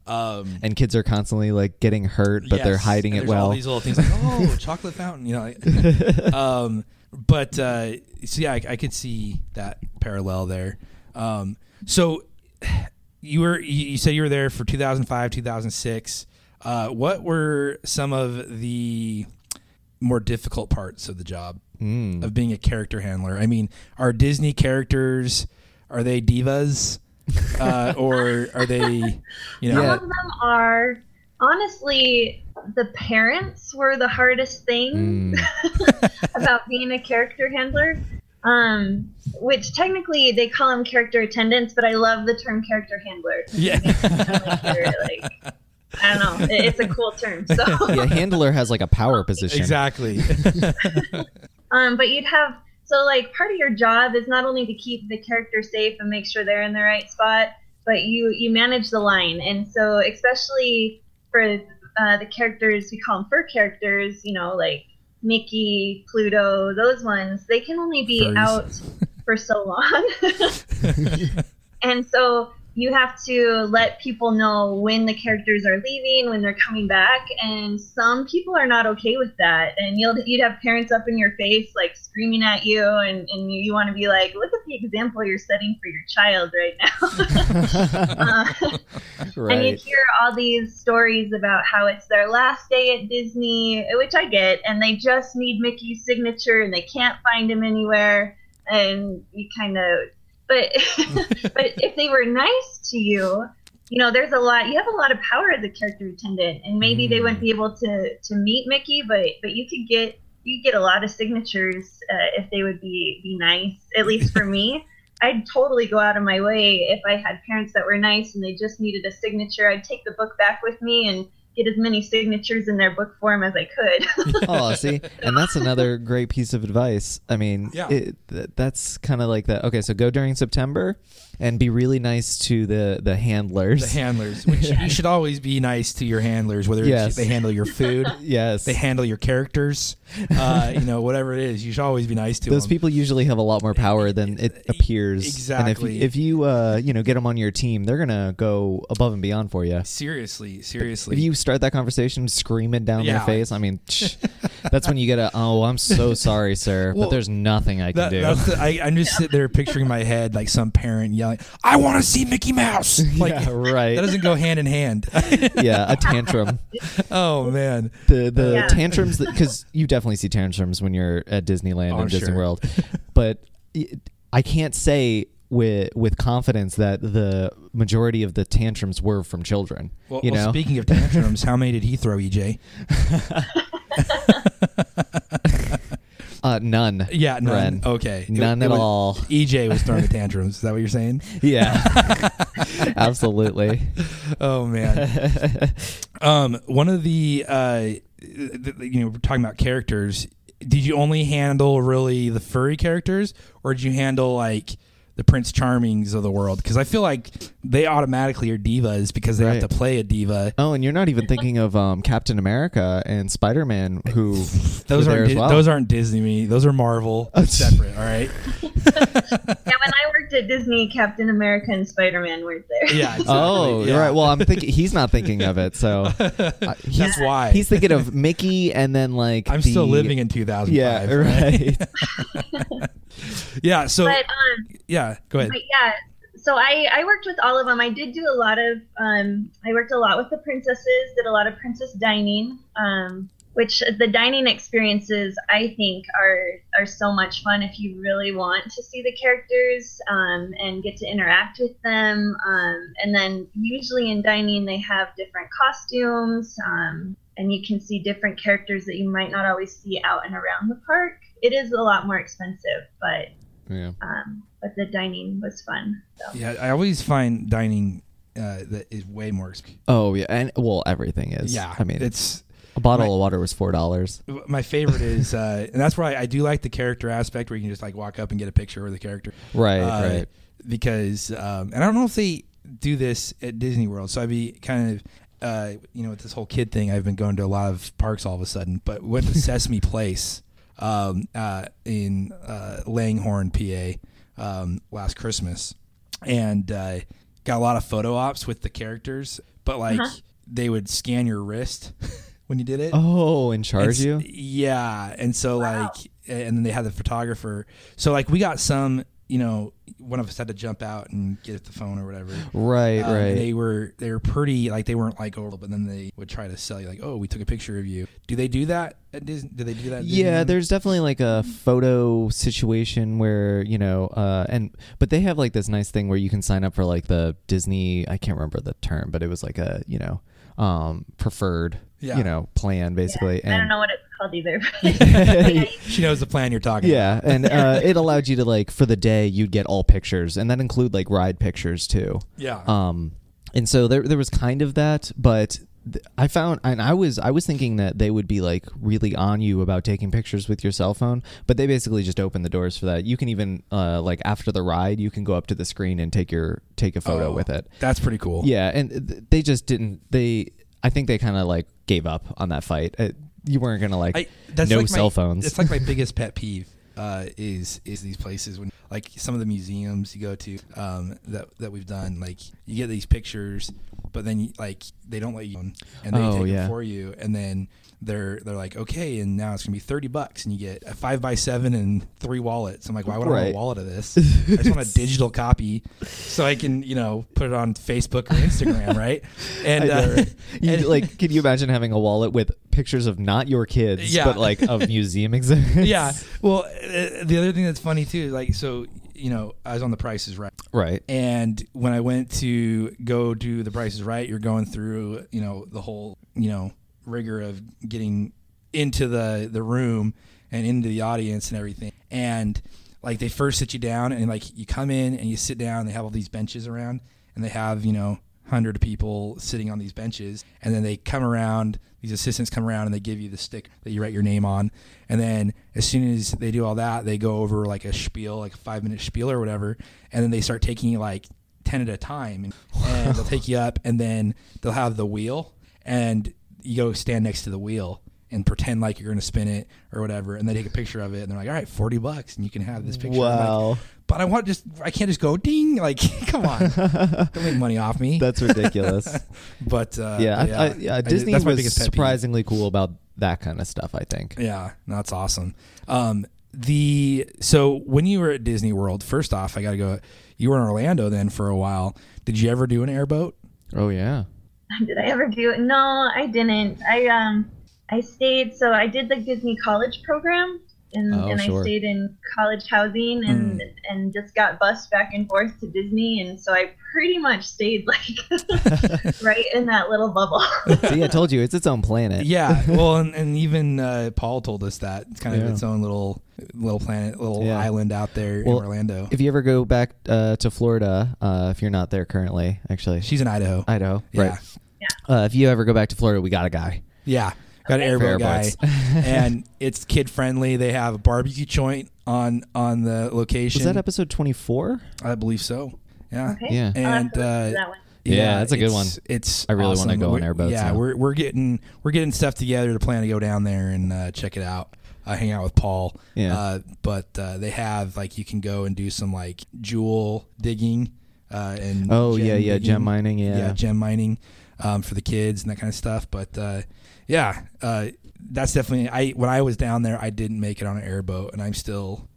Speaker 1: Um,
Speaker 2: and kids are constantly like getting hurt, but they're
Speaker 1: yes,
Speaker 2: hiding
Speaker 1: and
Speaker 2: it
Speaker 1: there's All
Speaker 2: well.
Speaker 1: these little things
Speaker 2: <laughs>
Speaker 1: like oh, chocolate fountain, you know. like- um, <laughs> but uh, so yeah, I, I could see that parallel there. Um, so you were you you said you were there for 2005, 2006. Uh, what were some of the more difficult parts of the job
Speaker 2: Hmm.
Speaker 1: of being a character handler? I mean, are Disney characters are they
Speaker 2: <laughs>
Speaker 1: divas? uh, or are they, you know,
Speaker 4: Some of them are honestly the parents were the hardest thing <laughs> about being a character handler. Um, which technically they call them character attendants, but I love the term character handler.
Speaker 1: yeah.
Speaker 4: <laughs>
Speaker 1: <laughs>
Speaker 4: like, I don't know. It- It's a cool term. So,
Speaker 2: yeah, handler has like a power position.
Speaker 1: Exactly.
Speaker 4: um, but you'd have so like part of your job is not only to keep the character safe and make sure they're in the right spot, but you you manage the line. And so, especially for uh, the characters we call them fur characters, you know, like Mickey, Pluto, those ones, they can only be
Speaker 1: Furries.
Speaker 4: out for so long. <laughs> and so you have to let people know when the characters are leaving, when they're coming back, and some people are not okay with that. And you'll you'd have parents up in your face, like screaming at you, and and you, you want to be like, look at the example you're setting for your child right now. Uh, and
Speaker 2: <laughs>
Speaker 4: you
Speaker 2: right.
Speaker 4: hear all these stories about how it's their last day at Disney, which I get, and they just need Mickey's signature and they can't find him anywhere. And you kind of, but <laughs> but if they were nice to you, you know, there's a lot. You have a lot of power as a character attendant, and maybe they wouldn't be able to to meet Mickey, but but you could get you could get a lot of signatures uh, if they would be be nice. At least for me. I'd totally go out of my way if I had parents that were nice and they just needed a signature. I'd take the book back with me and get as many signatures in their book form as I could. <laughs>
Speaker 2: oh, see, and that's another great piece of advice. I mean,
Speaker 1: Yeah.
Speaker 2: it, th- that's kind of like that. Okay, so go during September and be really nice to the the handlers.
Speaker 1: the handlers, which you should always be nice to your handlers, whether
Speaker 2: Yes.
Speaker 1: it's, they handle your
Speaker 2: <laughs>
Speaker 1: food,
Speaker 2: yes,
Speaker 1: they handle your characters, uh, you know, whatever it is, you should always be nice to
Speaker 2: those
Speaker 1: them. E-,
Speaker 2: people usually have a lot more power than it appears.
Speaker 1: exactly.
Speaker 2: And if, if you uh, you know get them on your team, they're gonna go above and beyond for you.
Speaker 1: seriously, seriously.
Speaker 2: If you start that conversation screaming down
Speaker 1: Yeah.
Speaker 2: their face,
Speaker 1: <laughs>
Speaker 2: I mean, tch, that's when you get a oh, I'm so sorry, sir,
Speaker 1: Well,
Speaker 2: but there's nothing I can
Speaker 1: That- that's
Speaker 2: do.
Speaker 1: the, I, I'm just sitting there picturing in my head like some parent yelling, "I want to see Mickey
Speaker 2: <laughs>
Speaker 1: Mouse!" Like
Speaker 2: <laughs> yeah, right.
Speaker 1: that doesn't go hand in
Speaker 2: <laughs>
Speaker 1: hand.
Speaker 2: yeah, a
Speaker 1: <laughs>
Speaker 2: tantrum.
Speaker 1: oh man,
Speaker 2: the the
Speaker 4: Yeah.
Speaker 2: tantrums because you definitely see tantrums when you're at Disneyland
Speaker 1: Oh,
Speaker 2: and
Speaker 1: I'm
Speaker 2: Disney
Speaker 1: sure. <laughs>
Speaker 2: World, but it- I can't say with with confidence that the majority of the tantrums were from children.
Speaker 1: Well,
Speaker 2: you
Speaker 1: well,
Speaker 2: know,
Speaker 1: speaking of tantrums, how many did he throw, E EJ?
Speaker 2: uh, none.
Speaker 1: Yeah, none.
Speaker 2: Ren.
Speaker 1: Okay, It-
Speaker 2: None
Speaker 1: it
Speaker 2: at
Speaker 1: was-
Speaker 2: all.
Speaker 1: EJ was throwing the tantrums. Is that what you're saying?
Speaker 2: <laughs> Yeah,
Speaker 1: <laughs>
Speaker 2: <laughs> absolutely. <laughs>
Speaker 1: Oh man. Um, one of the, uh, th- th- you know, we're talking about characters. Did you only handle really the furry characters, or did you handle like the Prince Charmings of the world? Because I feel like they automatically are divas because they
Speaker 2: Right.
Speaker 1: have to play a diva.
Speaker 2: Oh, and you're not even thinking of um, Captain America and Spider Man, who
Speaker 1: Those
Speaker 2: were there
Speaker 1: aren't
Speaker 2: as
Speaker 1: Di-
Speaker 2: well.
Speaker 1: those aren't Disney. Those are
Speaker 2: <laughs>
Speaker 1: Marvel. It's separate. All right.
Speaker 4: yeah, when I worked at Disney, Captain America and Spider Man weren't there. <laughs>
Speaker 1: Yeah. Exactly.
Speaker 2: Oh,
Speaker 1: yeah.
Speaker 2: right. Well, I'm thinking he's not thinking of
Speaker 1: <laughs>
Speaker 2: it, so uh, he's,
Speaker 1: That's why.
Speaker 2: he's thinking of Mickey, and then like
Speaker 1: I'm
Speaker 2: the-
Speaker 1: still living in 2005.
Speaker 2: Yeah, right.
Speaker 1: <laughs> Yeah. So
Speaker 4: But um,
Speaker 1: yeah. Go ahead.
Speaker 4: But yeah, so I, I worked with all of them. I did do a lot of, um, I worked a lot with the princesses, did a lot of princess dining, um, which the dining experiences I think are, are so much fun if you really want to see the characters um, and get to interact with them. Um, and then usually in dining, they have different costumes. Um, and you can see different characters that you might not always see out and around the park. It is a lot more expensive, but
Speaker 2: yeah.
Speaker 4: um, but the dining was fun. So.
Speaker 1: Yeah. I always find dining uh, that is way more. exp-
Speaker 2: Oh yeah, and well, everything is.
Speaker 1: Yeah.
Speaker 2: I mean,
Speaker 1: it's
Speaker 2: a bottle
Speaker 1: my-
Speaker 2: of water was four dollars.
Speaker 1: my favorite is, uh, <laughs> and that's why I do like the character aspect where you can just like walk up and get a picture with the character.
Speaker 2: Right,
Speaker 1: Uh,
Speaker 2: right.
Speaker 1: Because, um, and I don't know if they do this at Disney World. So I'd be kind of, uh, you know, with this whole kid thing, I've been going to a lot of parks all of a sudden, but we went to
Speaker 2: <laughs>
Speaker 1: Sesame Place um, uh, in uh, Langhorne, PA um, last Christmas. And, uh, got a lot of photo ops with the characters, but like
Speaker 2: Uh-huh.
Speaker 1: they would scan your wrist <laughs> when you did it.
Speaker 2: Oh, and
Speaker 1: It's-
Speaker 2: charge you?
Speaker 1: Yeah, and so like, and then they had the photographer. So like, we got some. You know, one of us had to jump out and get the phone or whatever.
Speaker 2: Right,
Speaker 1: Um,
Speaker 2: right.
Speaker 1: They were they were pretty like they weren't like over, but then they would try to sell you like, oh, we took a picture of you. Do they do that at Disney? Do they do that? At
Speaker 2: yeah
Speaker 1: Disneyland?
Speaker 2: there's definitely like a photo situation where you know uh and but they have like this nice thing where you can sign up for like the disney i can't remember the term but it was like a you know um preferred
Speaker 1: Yeah.
Speaker 2: you know plan basically
Speaker 4: I don't
Speaker 2: and
Speaker 4: know what it's called either.
Speaker 2: <laughs>
Speaker 4: <laughs> but-
Speaker 1: <laughs> she knows the plan you're talking.
Speaker 2: yeah
Speaker 1: <laughs>
Speaker 2: and uh it allowed you to like for the day you'd get all pictures and that include like ride pictures too
Speaker 1: about. yeah.
Speaker 2: um, and so there there was kind of that, but th- I found and I was I was thinking that they would be like really on you about taking pictures with your cell phone, but they basically just opened the doors for that. You can even uh, like after the ride, you can go up to the screen and take your take a photo
Speaker 1: Oh,
Speaker 2: with it.
Speaker 1: That's pretty cool.
Speaker 2: Yeah, and th- they just didn't. They I think they kind of like gave up on that fight. Uh you weren't gonna like
Speaker 1: I, that's
Speaker 2: no
Speaker 1: like my-
Speaker 2: cell phones.
Speaker 1: It's like
Speaker 2: <laughs>
Speaker 1: my biggest pet peeve uh, is is these places when like some of the museums you go to um, that that we've done like you get these pictures, but then you, like they don't let you own, and they
Speaker 2: Oh,
Speaker 1: take
Speaker 2: yeah.
Speaker 1: it for you, and then they're they're like okay, and now it's gonna be thirty bucks, and you get a five by seven and three wallets. I'm like, why would I want
Speaker 2: Right.
Speaker 1: a wallet of
Speaker 2: <laughs>
Speaker 1: this? I just want a digital copy so I can you know put it on Facebook or Instagram, right? And
Speaker 2: <laughs> I know,
Speaker 1: uh, <laughs>
Speaker 2: right? You-
Speaker 1: and-
Speaker 2: like, can you imagine having a wallet with pictures of not your kids,
Speaker 1: Yeah.
Speaker 2: but
Speaker 1: <laughs>
Speaker 2: like of museum exhibits?
Speaker 1: yeah. Well, uh, the other thing that's funny too, like, so you know, I was on The Price Is Right,
Speaker 2: right.
Speaker 1: and when I went to go do The Price Is Right, you're going through, you know, the whole, you know, rigor of getting into the the room and into the audience and everything, and like they first sit you down and like you come in and you sit down and they have all these benches around and they have you know hundred people sitting on these benches, and then they come around. These assistants come around and they give you the stick that you write your name on, and then as soon as they do all that, they go over like a spiel, like a five minute spiel or whatever, and then they start taking you like ten at a time, and, and they'll take you up, and then they'll have the wheel, and you go stand next to the wheel and pretend like you're going to spin it or whatever, and they take a picture of it, and they're like, "All right, forty bucks, and you can have this picture." I'm like,
Speaker 2: Wow.
Speaker 1: but I want just I can't just go ding like <laughs> come
Speaker 2: <laughs>
Speaker 1: on, don't make money off me. <laughs>
Speaker 2: That's ridiculous.
Speaker 1: But uh,
Speaker 2: yeah, I-
Speaker 1: yeah,
Speaker 2: I, yeah
Speaker 1: I-
Speaker 2: Disney
Speaker 1: that's my
Speaker 2: was
Speaker 1: biggest pet peeve.
Speaker 2: surprisingly cool about that kind of stuff. I think.
Speaker 1: Yeah, that's awesome. Um, the so when you were at Disney World, first off, I gotta go. You were in Orlando then for a while. Did you ever do an airboat?
Speaker 2: Oh yeah.
Speaker 4: did I ever do it? No, I didn't. I um I stayed so I did the Disney college program and,
Speaker 2: Oh,
Speaker 4: and
Speaker 2: sure. Hmm.
Speaker 4: I stayed in college housing and and just got bused back and forth to Disney and so I pretty much stayed
Speaker 2: <laughs>
Speaker 4: <laughs> like right in that little bubble.
Speaker 2: See, I told you it's its own planet.
Speaker 1: Yeah. <laughs> well, and, and even uh, Paul told us that it's kind of
Speaker 2: Yeah.
Speaker 1: its own little little planet, little
Speaker 2: Yeah.
Speaker 1: island out there
Speaker 2: Well,
Speaker 1: in Orlando.
Speaker 2: If you ever go back uh, to Florida, uh, if you're not there currently, actually,
Speaker 1: She's in Idaho.
Speaker 2: Idaho,
Speaker 1: Yeah.
Speaker 2: right? Uh, if you ever go back to Florida, we got a guy.
Speaker 1: Yeah. Got an
Speaker 2: For
Speaker 1: airboat guy,
Speaker 2: airboats.
Speaker 1: <laughs>
Speaker 2: <laughs>
Speaker 1: and it's kid friendly. They have a barbecue joint on on the location.
Speaker 2: Was that episode 24?
Speaker 1: I believe so. Yeah.
Speaker 4: Okay.
Speaker 2: Yeah.
Speaker 4: I'll have to
Speaker 1: And,
Speaker 4: listen to
Speaker 1: uh,
Speaker 4: that one.
Speaker 2: Yeah, that's a good
Speaker 1: it's-
Speaker 2: one.
Speaker 1: It's
Speaker 2: I really wanna
Speaker 1: awesome.
Speaker 2: go on
Speaker 1: We're-
Speaker 2: airboats
Speaker 1: Yeah,
Speaker 2: now.
Speaker 1: we're we're getting we're getting stuff together to plan to go down there and uh, check it out. Uh, hang out with Paul.
Speaker 2: Yeah.
Speaker 1: Uh, but uh, they have like you can go and do some like jewel digging. Uh, and
Speaker 2: Oh,
Speaker 1: gem
Speaker 2: yeah, yeah,
Speaker 1: digging.
Speaker 2: gem mining, yeah.
Speaker 1: gem mining um, for the kids and that kind of stuff. But uh, yeah, uh, that's definitely. I when I was down there, I didn't make it on an airboat, and I'm
Speaker 2: <laughs>
Speaker 1: still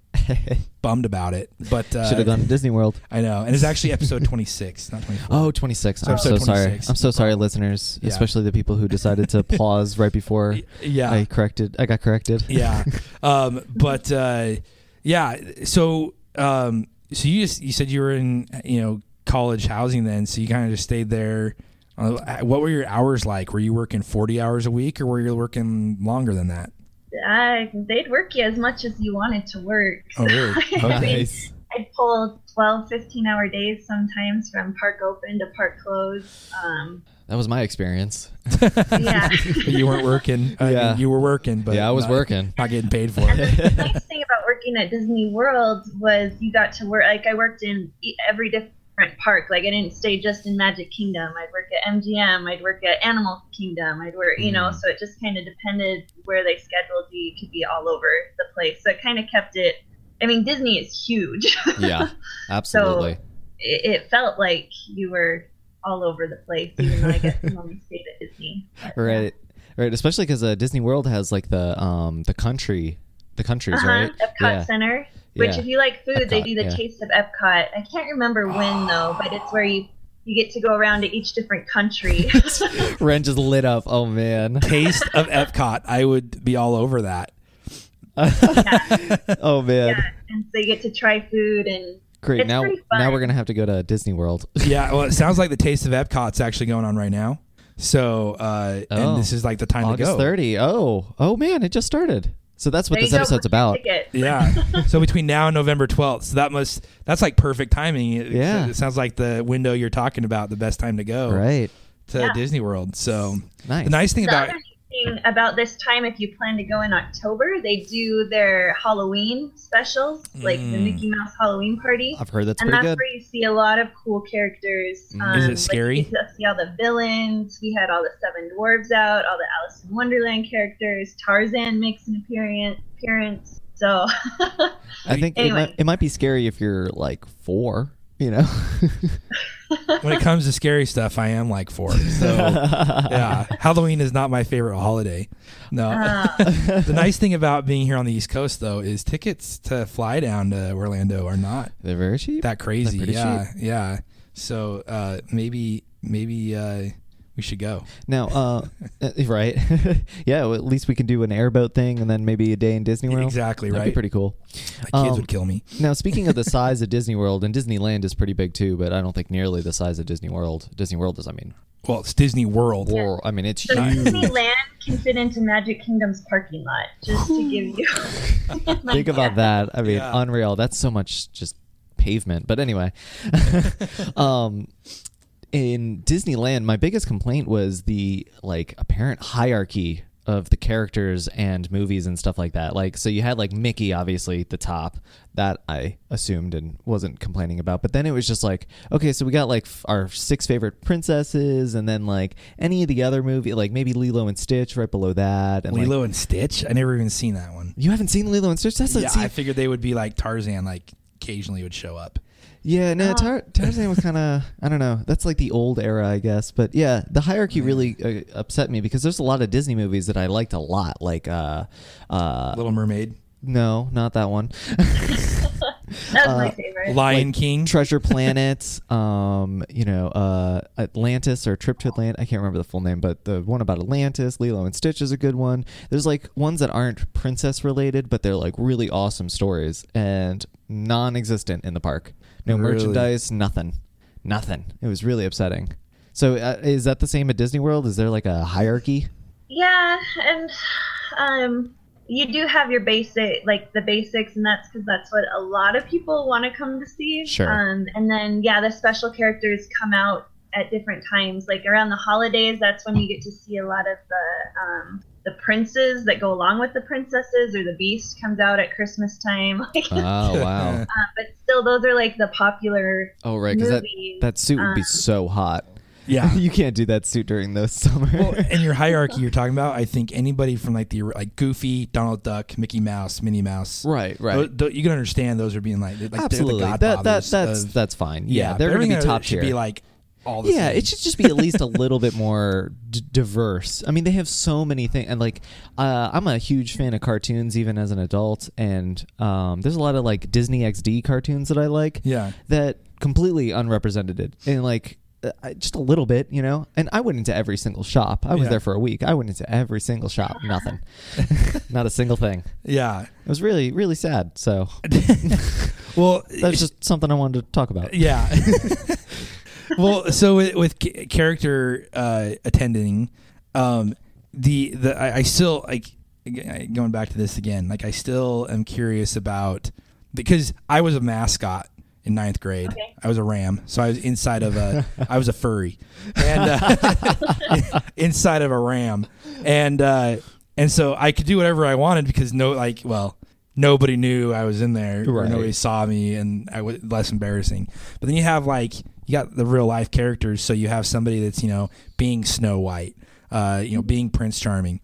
Speaker 1: bummed about it. But uh,
Speaker 2: Should have gone to Disney World.
Speaker 1: I know, and it's actually
Speaker 2: <laughs>
Speaker 1: episode 26, not 24.
Speaker 2: Oh, 26. I'm so
Speaker 1: episode
Speaker 2: sorry.
Speaker 1: 26.
Speaker 2: I'm so sorry, listeners,
Speaker 1: Yeah.
Speaker 2: especially the people who decided
Speaker 4: <laughs>
Speaker 2: to pause right before
Speaker 1: yeah.
Speaker 2: I corrected. I got corrected. <laughs>
Speaker 1: yeah um but uh yeah so um so you just you said you were in you know college housing then so you kind of just stayed there Uh, what were your hours like were you working 40 hours a week or were you working longer than that
Speaker 4: I, they'd work you as much as you wanted to work.
Speaker 1: oh really
Speaker 4: <laughs> I mean,
Speaker 2: Nice.
Speaker 4: I'd pull 12, 15 hour days sometimes from park open to park close. Um,
Speaker 2: That was my experience.
Speaker 4: yeah.
Speaker 1: <laughs> you weren't working I
Speaker 2: Yeah.
Speaker 1: mean, you were working but
Speaker 2: yeah, I was
Speaker 1: not-
Speaker 4: <laughs>
Speaker 2: working.
Speaker 1: not getting paid for
Speaker 2: <laughs>
Speaker 1: it
Speaker 4: the nice thing about working at Disney World was you got to work. Like I worked in e- every different park. Like I didn't stay just in Magic Kingdom. I'd work at MGM. I'd work at Animal Kingdom. I'd work, you know. So it just kind of depended where they scheduled you. You could be all over the place. So it kind of kept it. I mean, Disney is huge. <laughs>
Speaker 2: Yeah, absolutely.
Speaker 4: it, it felt like you were all over the place, even though I guess you only stayed at Disney. But,
Speaker 2: Right. Right. Especially because uh, Disney World has like the um the country the countries
Speaker 4: Uh-huh,
Speaker 2: right.
Speaker 4: Epcot
Speaker 2: Yeah.
Speaker 4: Center. Which,
Speaker 2: Yeah.
Speaker 4: if you like food, they
Speaker 2: Epcot,
Speaker 4: do the
Speaker 2: yeah.
Speaker 4: Taste of Epcot. I can't remember
Speaker 2: <gasps>
Speaker 4: when though, but it's where you you get to go around to each different
Speaker 2: <laughs>
Speaker 4: country. <laughs>
Speaker 2: Ren just lit up. Oh man.
Speaker 1: Taste of Epcot. I would be all over that.
Speaker 2: Oh man.
Speaker 4: and so you get to try food and
Speaker 2: Great.
Speaker 4: It's
Speaker 2: now
Speaker 4: pretty fun.
Speaker 2: now we're gonna have to go to Disney
Speaker 4: <laughs>
Speaker 2: World. <laughs>
Speaker 1: Yeah, well, it sounds like the Taste of Epcot's actually going on right now. So, uh,
Speaker 2: Oh.
Speaker 1: and this is like the time to
Speaker 2: August
Speaker 1: go.
Speaker 2: thirty. Oh. Oh man, it just started. So that's what
Speaker 4: there
Speaker 2: this
Speaker 4: you go,
Speaker 2: episode's
Speaker 4: book your
Speaker 2: about.
Speaker 4: ticket.
Speaker 2: <laughs>
Speaker 1: Yeah. so between now and November 12th. So that must that's like perfect timing. It,
Speaker 2: Yeah.
Speaker 1: It sounds like the window you're talking about, the best time to go
Speaker 2: Right.
Speaker 1: to Disney World. So
Speaker 2: Nice.
Speaker 1: the nice thing
Speaker 4: The <laughs>
Speaker 1: about
Speaker 4: other thing about this time, if you plan to go in October, they do their Halloween specials, like
Speaker 1: Mm.
Speaker 4: the Mickey Mouse Halloween party.
Speaker 2: I've heard that's
Speaker 4: and
Speaker 2: pretty
Speaker 4: that's
Speaker 2: good.
Speaker 4: where you see a lot of cool characters. Um,
Speaker 1: Mm. Is it
Speaker 4: like,
Speaker 1: scary?
Speaker 4: you get to see all the villains. We had all the Seven Dwarves out, all the Alice in Wonderland characters. Tarzan makes an appearance. appearance. So, <laughs>
Speaker 2: I think
Speaker 4: Anyway.
Speaker 2: it, might, it might be scary if you're like four, you know? <laughs>
Speaker 1: when it comes to scary stuff, I am like four.
Speaker 2: <laughs>
Speaker 1: So yeah, Halloween is not my favorite holiday. No. <laughs> the nice thing about being here on the East Coast though is tickets to fly down to Orlando are not
Speaker 2: They're very cheap.
Speaker 1: that crazy.
Speaker 2: pretty
Speaker 1: Yeah, yeah. So uh, maybe maybe uh, we should go.
Speaker 2: now,
Speaker 1: <laughs>
Speaker 2: uh, uh, right. <laughs> yeah, well, at least we can do an airboat thing and then maybe a day in Disney World.
Speaker 1: Exactly
Speaker 2: That'd
Speaker 1: right.
Speaker 2: be pretty cool.
Speaker 1: My kids
Speaker 2: Um,
Speaker 1: would kill me.
Speaker 2: Now, speaking of the size of Disney World, and Disneyland is pretty big too, but I don't think nearly the size of Disney World. Disney World is, I mean,
Speaker 1: Well, it's Disney World.
Speaker 2: war. I mean, it's
Speaker 4: so
Speaker 2: huge.
Speaker 4: Disneyland can fit into Magic Kingdom's parking lot, just to give you. <laughs>
Speaker 2: Think about that. I mean,
Speaker 1: Yeah.
Speaker 2: unreal. That's so much just pavement.
Speaker 1: <laughs>
Speaker 2: But anyway, <laughs> um, in Disneyland, my biggest complaint was the like apparent hierarchy of the characters and movies and stuff like that. Like, so you had like Mickey, obviously, at the top that I assumed and wasn't complaining about. But then it was just like, okay, so we got like f- our six favorite princesses, and then like any of the other movie, like maybe Lilo and Stitch right below that. And like-
Speaker 1: Lilo and Stitch. I never even seen that one.
Speaker 2: you haven't seen Lilo and Stitch? That's a
Speaker 1: yeah,
Speaker 2: see,
Speaker 1: I figured they would be like Tarzan, like occasionally would show up.
Speaker 2: Yeah, no, Tar- Tarzan was kind of I don't know. That's like the old era, I guess. But yeah, the hierarchy really uh, upset me because there's a lot of Disney movies that I liked a lot. Like, uh, uh,
Speaker 1: Little Mermaid,
Speaker 2: no, not that one. <laughs>
Speaker 4: That was
Speaker 1: Uh,
Speaker 4: my favorite.
Speaker 1: Lion King.
Speaker 2: Treasure Planet, <laughs> um, you know, uh, Atlantis or Trip to Atlantis. I can't remember the full name, but the one about Atlantis, Lilo and Stitch is a good one. There's like ones that aren't princess related, but they're like really awesome stories and non existent in the park. No
Speaker 1: Really?
Speaker 2: merchandise, nothing. Nothing. It was really upsetting. So uh, is that the same at Disney World? Is there like
Speaker 1: <laughs>
Speaker 2: a hierarchy?
Speaker 4: Yeah, and um, you do have your basic, like the basics, and that's because that's what a lot of people want to come to see.
Speaker 2: Sure.
Speaker 4: Um, and then yeah, the special characters come out at different times, like around the holidays. That's when you get to see a lot of the um, the princes that go along with the princesses, or the Beast comes out at Christmas time. <laughs> Like,
Speaker 2: Oh wow.
Speaker 4: but still, those are like the popular.
Speaker 2: Oh right, because that
Speaker 4: Movies,
Speaker 2: that suit would be
Speaker 4: um,
Speaker 2: so hot.
Speaker 1: Yeah.
Speaker 2: <laughs> you can't do that suit during the summer.
Speaker 1: well, and your hierarchy you're talking about, I think anybody from like the like Goofy, Donald Duck, Mickey Mouse, Minnie Mouse.
Speaker 2: <laughs> right, right.
Speaker 1: Tho- tho- you can understand those are being like, they're- like
Speaker 2: Absolutely.
Speaker 1: They're the
Speaker 2: that that
Speaker 1: godfathers
Speaker 2: that's
Speaker 1: of-
Speaker 2: that's fine. Yeah,
Speaker 1: but
Speaker 2: they're going to
Speaker 1: everything
Speaker 2: be
Speaker 1: other
Speaker 2: top
Speaker 1: should
Speaker 2: tier.
Speaker 1: be like all the
Speaker 2: yeah,
Speaker 1: same.
Speaker 2: it should just be at least a little bit more d- diverse. I mean, they have so many things, and like, uh, I'm a huge fan of cartoons, even as an adult. And um, there's a lot of like Disney XD cartoons that I like.
Speaker 1: Yeah.
Speaker 2: that completely unrepresented, and like uh, I- just a little bit, you know. And I went into every single shop. I was
Speaker 1: Yeah.
Speaker 2: there for a week. I went into every single shop. Nothing, <laughs> not a single thing.
Speaker 1: yeah.
Speaker 2: It was really, really sad. So
Speaker 1: Well,
Speaker 2: that's just something I wanted to talk
Speaker 1: <laughs>
Speaker 2: about.
Speaker 1: Yeah. <laughs> well, so with, with ca- character uh, attending, um, the the I, I still like ag- going back to this again. Like I still am curious about because I was a mascot in ninth grade.
Speaker 4: Okay.
Speaker 1: I was a ram, so I was inside of a
Speaker 2: <laughs>
Speaker 1: I was a furry, and uh, <laughs> inside of a ram, and uh, and so I could do whatever I wanted because no like well. Nobody knew I was in there. or
Speaker 2: Right.
Speaker 1: Nobody saw me and I was less embarrassing. But then you have like you got the real life characters, so you have somebody that's you know being Snow White, uh, you know being Prince Charming.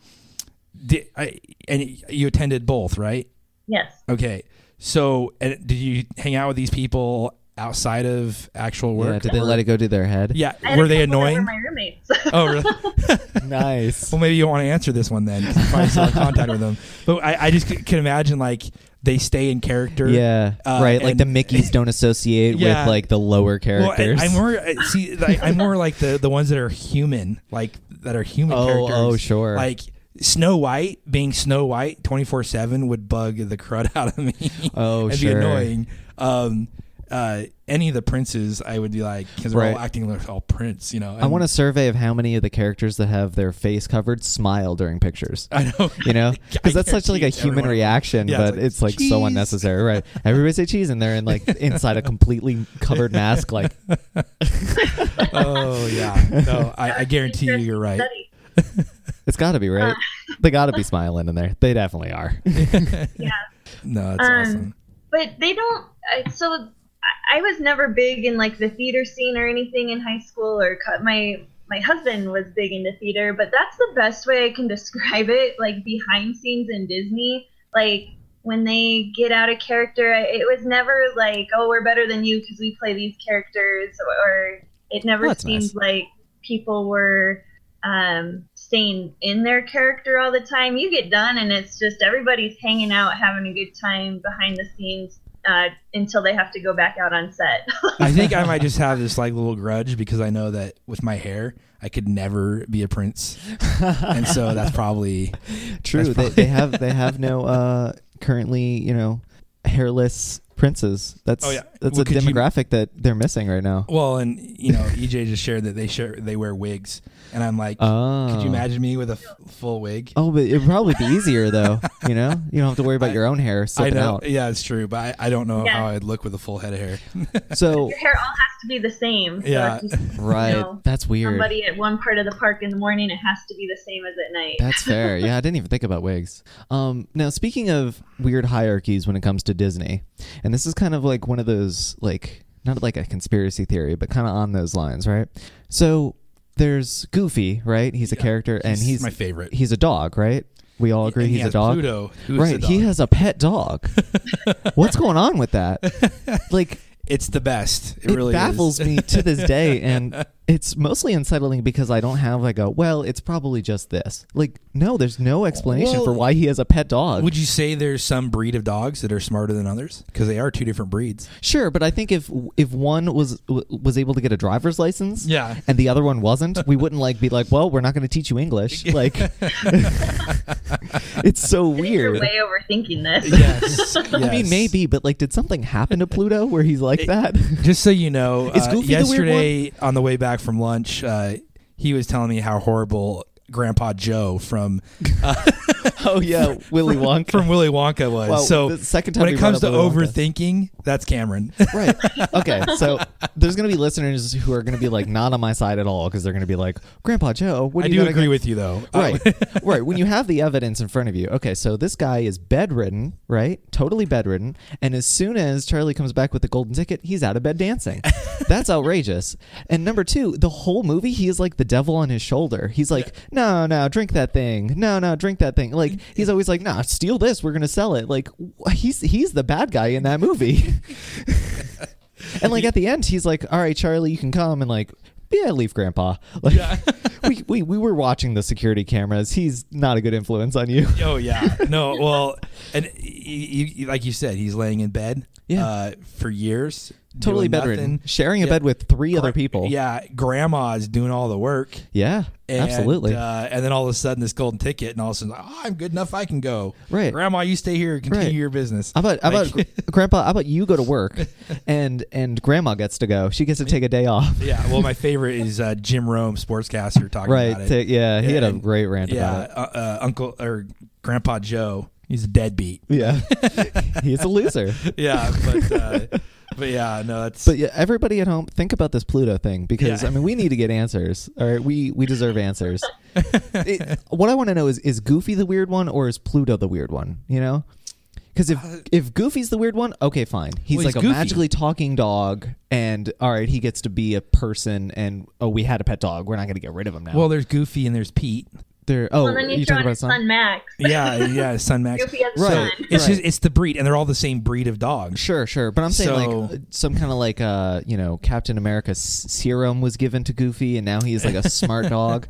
Speaker 1: Di I, and you attended both, right?
Speaker 4: Yes.
Speaker 1: Okay, so and did you hang out with these people outside of actual
Speaker 2: Yeah,
Speaker 1: work?
Speaker 2: did they let it go to their head?
Speaker 1: <laughs> Yeah,
Speaker 4: I had
Speaker 1: were
Speaker 4: a
Speaker 1: they
Speaker 4: couple that
Speaker 1: annoying?
Speaker 4: were my roommates. <laughs>
Speaker 1: oh, really? <laughs>
Speaker 2: Nice.
Speaker 1: Well, maybe you don't want to answer this one then. 'cause You probably still have contact with them, but I, I just c- can imagine like they stay in character.
Speaker 2: Yeah,
Speaker 1: Uh,
Speaker 2: right. Like the
Speaker 1: and- <laughs>
Speaker 2: Mickeys don't associate
Speaker 1: Yeah.
Speaker 2: with like the lower
Speaker 1: Well, I,
Speaker 2: characters.
Speaker 1: I'm more I- see. Like, I'm more like the the ones that are human, like that are human
Speaker 2: Oh,
Speaker 1: characters.
Speaker 2: oh, sure.
Speaker 1: Like Snow White being Snow White, twenty four seven would bug the crud <laughs> out of me.
Speaker 2: Oh,
Speaker 1: and
Speaker 2: sure.
Speaker 1: be annoying. Um, uh, any of the princes, I would be like, because we're all
Speaker 2: Right.
Speaker 1: acting like all prince, you know.
Speaker 2: I want a survey of how many of the characters that have their face covered smile during pictures.
Speaker 1: <laughs> Uh, I know. <laughs>
Speaker 2: You know, because that's such like a
Speaker 1: guarantee it's
Speaker 2: human
Speaker 1: everyone.
Speaker 2: reaction,
Speaker 1: Yeah,
Speaker 2: but
Speaker 1: it's
Speaker 2: it's
Speaker 1: like,
Speaker 2: like, so
Speaker 1: "Cheese." <laughs>
Speaker 2: unnecessary, right? Everybody say cheese, and they're in like inside a completely covered
Speaker 1: <laughs>
Speaker 2: mask. Like,
Speaker 1: oh yeah. No, I, I guarantee you, you're right.
Speaker 4: <laughs> Study.
Speaker 2: it's got to be right. They got to be smiling in there. They definitely are.
Speaker 1: No, that's
Speaker 4: Um,
Speaker 1: awesome.
Speaker 4: but they don't I- so I- i was never big in like the theater scene or anything in high school or co- my my husband was big into theater but that's the best way i can <laughs> describe it like behind scenes in disney like when they get out of character I- it was never like oh we're better than you because we play these characters or it never
Speaker 2: Oh, that's
Speaker 4: seemed
Speaker 2: nice.
Speaker 4: like people were um, staying in their character all the time. You get done, and it's just everybody's hanging out, having a good time behind the scenes uh, until they have to go back out on set. <laughs>
Speaker 1: I think I might just have this like little grudge because I know that with my hair, I could never be a prince, and so that's probably
Speaker 2: True. They, they have they have no uh, currently you know hairless princes. That's
Speaker 1: Oh, yeah.
Speaker 2: that's
Speaker 1: Well,
Speaker 2: a
Speaker 1: could you- Oh.
Speaker 2: demographic that they're missing right now.
Speaker 1: well. And you know, EJ just shared that they share they wear wigs, and I'm like,
Speaker 2: Oh.
Speaker 1: could you imagine me with a f- full wig?
Speaker 2: Oh, but it'd probably be
Speaker 1: <laughs>
Speaker 2: easier though. You know, you don't have to worry about your own hair
Speaker 1: I
Speaker 2: slipping
Speaker 1: know,
Speaker 2: out.
Speaker 1: yeah, it's true, but I, I don't know
Speaker 4: Yeah.
Speaker 1: how I'd look with a full head of hair.
Speaker 4: <laughs>
Speaker 2: So
Speaker 4: Your hair all has to be the same. So
Speaker 1: Yeah.
Speaker 2: <laughs>
Speaker 4: if you see,
Speaker 2: right,
Speaker 4: You know,
Speaker 2: that's weird.
Speaker 4: somebody at one part of the park in the morning, it has to be the same as at night.
Speaker 2: That's fair. Yeah, I didn't even think about wigs. Um, now, speaking of weird hierarchies when it comes to Disney, and this is kind of like one of those, like, not like a conspiracy theory, but kind of on those lines, right? So there's Goofy, right? He's a character, and
Speaker 1: he's
Speaker 2: he's
Speaker 1: my favorite.
Speaker 2: He's a dog, right? We all agree
Speaker 1: And he
Speaker 2: he's a
Speaker 1: has
Speaker 2: dog.
Speaker 1: Pluto, who's
Speaker 2: right?
Speaker 1: a dog.
Speaker 2: He has a
Speaker 1: <laughs>
Speaker 2: pet dog. What's going on with that? Like,
Speaker 1: It's the best. It,
Speaker 2: it
Speaker 1: really
Speaker 2: baffles
Speaker 1: is.
Speaker 2: me to this day
Speaker 1: <laughs>
Speaker 2: and it's mostly unsettling because i don't have like a well it's probably just this like no there's no explanation
Speaker 1: Well-
Speaker 2: for why he has a pet dog
Speaker 1: <laughs> Would you say there's some breed of dogs that are smarter than others? Because they are two different
Speaker 2: <laughs>
Speaker 1: breeds. <laughs>
Speaker 2: sure but i think if if one was w- was able to get a driver's license
Speaker 1: Yeah.
Speaker 2: and the other one wasn't we wouldn't like be like well we're not going to teach
Speaker 1: <laughs>
Speaker 2: you english like it's so
Speaker 4: You're
Speaker 2: weird
Speaker 4: way overthinking this.
Speaker 1: Yes.
Speaker 4: <laughs>
Speaker 2: i mean
Speaker 1: yes.
Speaker 2: maybe but like did something happen to pluto where he's like
Speaker 1: <laughs>
Speaker 2: that
Speaker 1: Just so you know,
Speaker 2: Is
Speaker 1: uh,
Speaker 2: Goofy the weird
Speaker 1: yesterday on the way back from lunch, uh, he was telling me how horrible Grandpa Joe
Speaker 2: <laughs>
Speaker 1: from
Speaker 2: oh yeah willy wonka
Speaker 1: from Willy Wonka was.
Speaker 2: Well,
Speaker 1: so
Speaker 2: the second time
Speaker 1: when
Speaker 2: we
Speaker 1: it
Speaker 2: brought
Speaker 1: comes
Speaker 2: up
Speaker 1: to
Speaker 2: Willy Wonka.
Speaker 1: overthinking, that's Cameron.
Speaker 2: Right. Okay. So there's going to be listeners who are going to be like not on my side at all because they're going to be like, Grandpa Joe,
Speaker 1: <laughs>
Speaker 2: what
Speaker 1: I
Speaker 2: are you
Speaker 1: do
Speaker 2: gonna
Speaker 1: agree
Speaker 2: get-"
Speaker 1: with you though. Uh,
Speaker 2: <laughs> Right. Oh, right. When you have the evidence in front of you. Okay. So this guy is bedridden, right? Totally bedridden. And as soon as Charlie comes back with the golden ticket, he's out of bed dancing. That's outrageous. And number two, the whole movie, he is like the devil on his shoulder. He's like, no, no, drink that thing. No, no, drink that thing. Like, he's always like, nah, steal this. We're going to sell it. Like, wh- he's, he's the bad guy in that movie. And like at the end, he's like, "All right, Charlie, you can come." And like, yeah, leave Grandpa. <laughs> Like, we, we we were watching the security cameras. He's not a good influence on
Speaker 1: <laughs>
Speaker 2: you.
Speaker 1: <laughs> Oh yeah, no. Well, and he, he, like you said, he's laying in bed,
Speaker 2: Yeah.
Speaker 1: uh, for years,
Speaker 2: <laughs> Totally
Speaker 1: doing
Speaker 2: bedridden,
Speaker 1: nothing.
Speaker 2: sharing a
Speaker 1: Yeah.
Speaker 2: bed with three other
Speaker 1: Gra-
Speaker 2: people.
Speaker 1: Yeah, grandma's doing all the work.
Speaker 2: yeah,
Speaker 1: And,
Speaker 2: absolutely.
Speaker 1: Uh, and then all of a sudden, this golden ticket, and all of a sudden, oh, I'm good enough. I can go.
Speaker 2: Right.
Speaker 1: Grandma, you stay here. Continue
Speaker 2: Right.
Speaker 1: your business.
Speaker 2: how about how about
Speaker 1: Like- <laughs>
Speaker 2: gr- Grandpa? How about you go to work, and and Grandma gets to go. She gets to take a day off.
Speaker 1: yeah. Well, my favorite is uh, Jim Rome, sportscaster, talking
Speaker 2: Right.
Speaker 1: about it.
Speaker 2: take- yeah, he had a
Speaker 1: and-
Speaker 2: great rant
Speaker 1: yeah.
Speaker 2: about it.
Speaker 1: Uh, uh, Uncle or Grandpa Joe, he's a deadbeat.
Speaker 2: Yeah, <laughs> he's
Speaker 1: <laughs>
Speaker 2: a loser.
Speaker 1: Yeah. But uh, <laughs> but yeah, no, that's
Speaker 2: But yeah, everybody at home, think about this Pluto thing because
Speaker 1: Yeah.
Speaker 2: I mean, we need to get answers. All right, we we deserve
Speaker 1: <laughs>
Speaker 2: answers. It- what I want to know is is Goofy the weird one or is Pluto the weird one? You know, because if if Goofy's the weird one, okay, fine. He's
Speaker 1: Uh, Well, he's
Speaker 2: like a
Speaker 1: Goofy.
Speaker 2: magically talking dog, and all right, he gets to be a person. And oh, we had a pet dog. We're not going to get rid of him now.
Speaker 1: well, there's Goofy and there's Pete.
Speaker 2: They're oh,
Speaker 4: well, then you,
Speaker 2: you talking
Speaker 4: throw in
Speaker 2: about
Speaker 4: his son
Speaker 2: Sun?
Speaker 4: Max.
Speaker 1: yeah, yeah, Sun Max.
Speaker 4: Goofy as
Speaker 1: So
Speaker 2: Right.
Speaker 4: son.
Speaker 1: it's just
Speaker 2: Right.
Speaker 1: it's the breed, and they're all the same breed of dogs.
Speaker 2: Sure, sure, but I'm saying
Speaker 1: So-
Speaker 2: like some kind of like uh you know Captain America's serum was given to Goofy and now he's like
Speaker 1: <laughs>
Speaker 2: a smart dog,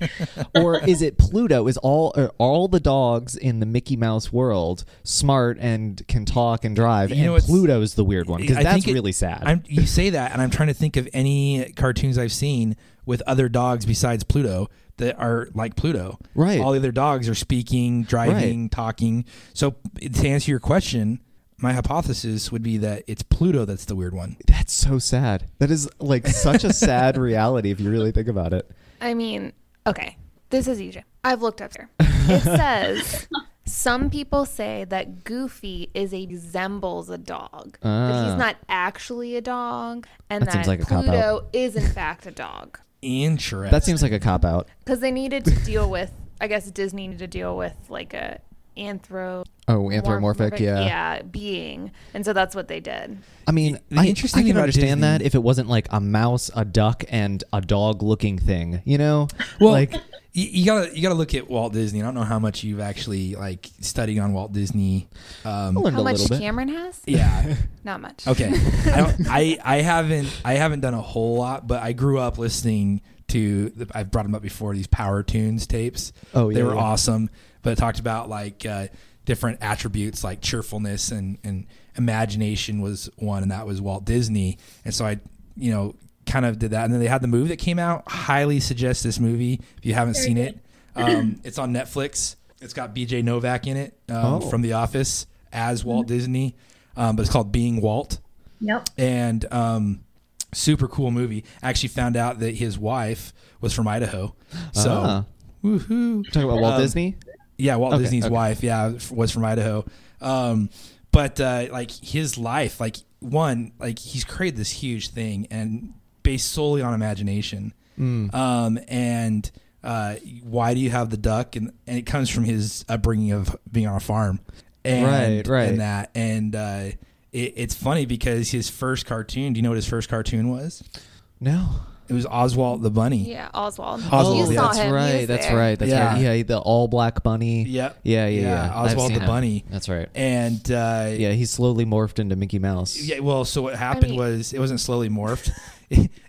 Speaker 2: or is it Pluto? Is all are all the dogs in the Mickey Mouse world smart and can talk and drive?
Speaker 1: You
Speaker 2: and
Speaker 1: know, it's-
Speaker 2: Pluto's the weird one because
Speaker 1: I
Speaker 2: that's
Speaker 1: think it-
Speaker 2: really sad.
Speaker 1: I'm, you say that, and I'm trying to think of any cartoons I've seen with other dogs besides Pluto that are like Pluto.
Speaker 2: Right.
Speaker 1: All the other dogs are speaking, driving, talking. So to answer your question, my hypothesis would be that it's Pluto that's the weird one.
Speaker 2: that's so sad. That is like such a
Speaker 1: <laughs>
Speaker 2: sad reality if you really think about it.
Speaker 5: I mean, okay, this is EJ. I've looked <laughs> up here. It says some people say that Goofy is a resembles a dog, that
Speaker 2: Ah.
Speaker 5: he's not actually a dog, and
Speaker 2: That
Speaker 5: that,
Speaker 2: seems like a cop-out.
Speaker 5: Pluto is in fact a dog.
Speaker 1: Interesting.
Speaker 2: That seems like a cop out.
Speaker 5: Because they needed to
Speaker 2: <laughs>
Speaker 5: deal with, I guess Disney needed to deal with like a anthro
Speaker 2: Oh, anthropomorphic, yeah.
Speaker 5: yeah being, and so that's what they did.
Speaker 2: I mean,
Speaker 1: The
Speaker 2: I,
Speaker 1: interesting
Speaker 2: I
Speaker 1: thing
Speaker 2: can
Speaker 1: about
Speaker 2: understand
Speaker 1: Disney-
Speaker 2: that if it wasn't like a mouse, a duck, and a dog-looking thing, you know?
Speaker 1: Well,
Speaker 2: like,
Speaker 1: y you, gotta you gotta look at Walt Disney. I don't know how much you've actually like studied on Walt Disney. Um,
Speaker 2: I learned
Speaker 5: How
Speaker 2: a
Speaker 5: much
Speaker 2: little bit.
Speaker 5: Cameron has?
Speaker 2: <laughs>
Speaker 1: yeah.
Speaker 5: Not
Speaker 1: <laughs>
Speaker 5: much. <laughs>
Speaker 1: Okay. I, don't, I I haven't I haven't done a whole lot, but I grew up listening to the, I've brought them up before these Power Tunes tapes.
Speaker 2: Oh,
Speaker 1: they
Speaker 2: yeah,
Speaker 1: were
Speaker 2: yeah.
Speaker 1: awesome. But it talked about like uh, different attributes like cheerfulness and and imagination was one, and that was Walt Disney. And so I you know kind of did that, and then they had the movie that came out. Highly suggest this movie if you haven't seen it. Um, <clears throat> it's on Netflix. It's got B.J. Novak in it um,
Speaker 2: Oh.
Speaker 1: from The Office as Walt Disney, um, but it's called Being Walt
Speaker 4: Yep.
Speaker 1: and um, super cool movie. I actually found out that his wife was from Idaho. So,
Speaker 2: Ah.
Speaker 1: woohoo!
Speaker 2: Talking about Walt
Speaker 1: Um,
Speaker 2: Disney?
Speaker 1: Yeah, Walt
Speaker 2: Okay,
Speaker 1: Disney's
Speaker 2: okay.
Speaker 1: wife, yeah, f- was from Idaho. Um, but uh, like his life, like one, like he's created this huge thing and based solely on imagination.
Speaker 2: Hmm.
Speaker 1: Um, and uh, why do you have the duck? And, and it comes from his upbringing of being on a farm. And,
Speaker 2: Right, right.
Speaker 1: And that, and uh, it, it's funny because his first cartoon. Do you know what his first cartoon was?
Speaker 2: No.
Speaker 1: It was Oswald the Bunny.
Speaker 5: Yeah, Oswald.
Speaker 1: Oswald,
Speaker 5: you
Speaker 1: yeah.
Speaker 5: saw
Speaker 2: that's
Speaker 5: him. He was
Speaker 2: right. That's
Speaker 5: there.
Speaker 2: right. That's
Speaker 1: Yeah.
Speaker 2: right. Yeah, the all-black bunny.
Speaker 1: Yep.
Speaker 2: Yeah, yeah, yeah.
Speaker 1: Yeah,
Speaker 2: I've
Speaker 1: Oswald
Speaker 2: seen
Speaker 1: the
Speaker 2: him.
Speaker 1: Bunny.
Speaker 2: That's right.
Speaker 1: And uh,
Speaker 2: yeah, he slowly morphed into Mickey Mouse.
Speaker 1: Yeah, well, so what happened
Speaker 5: mean-
Speaker 1: was it wasn't slowly morphed. <laughs>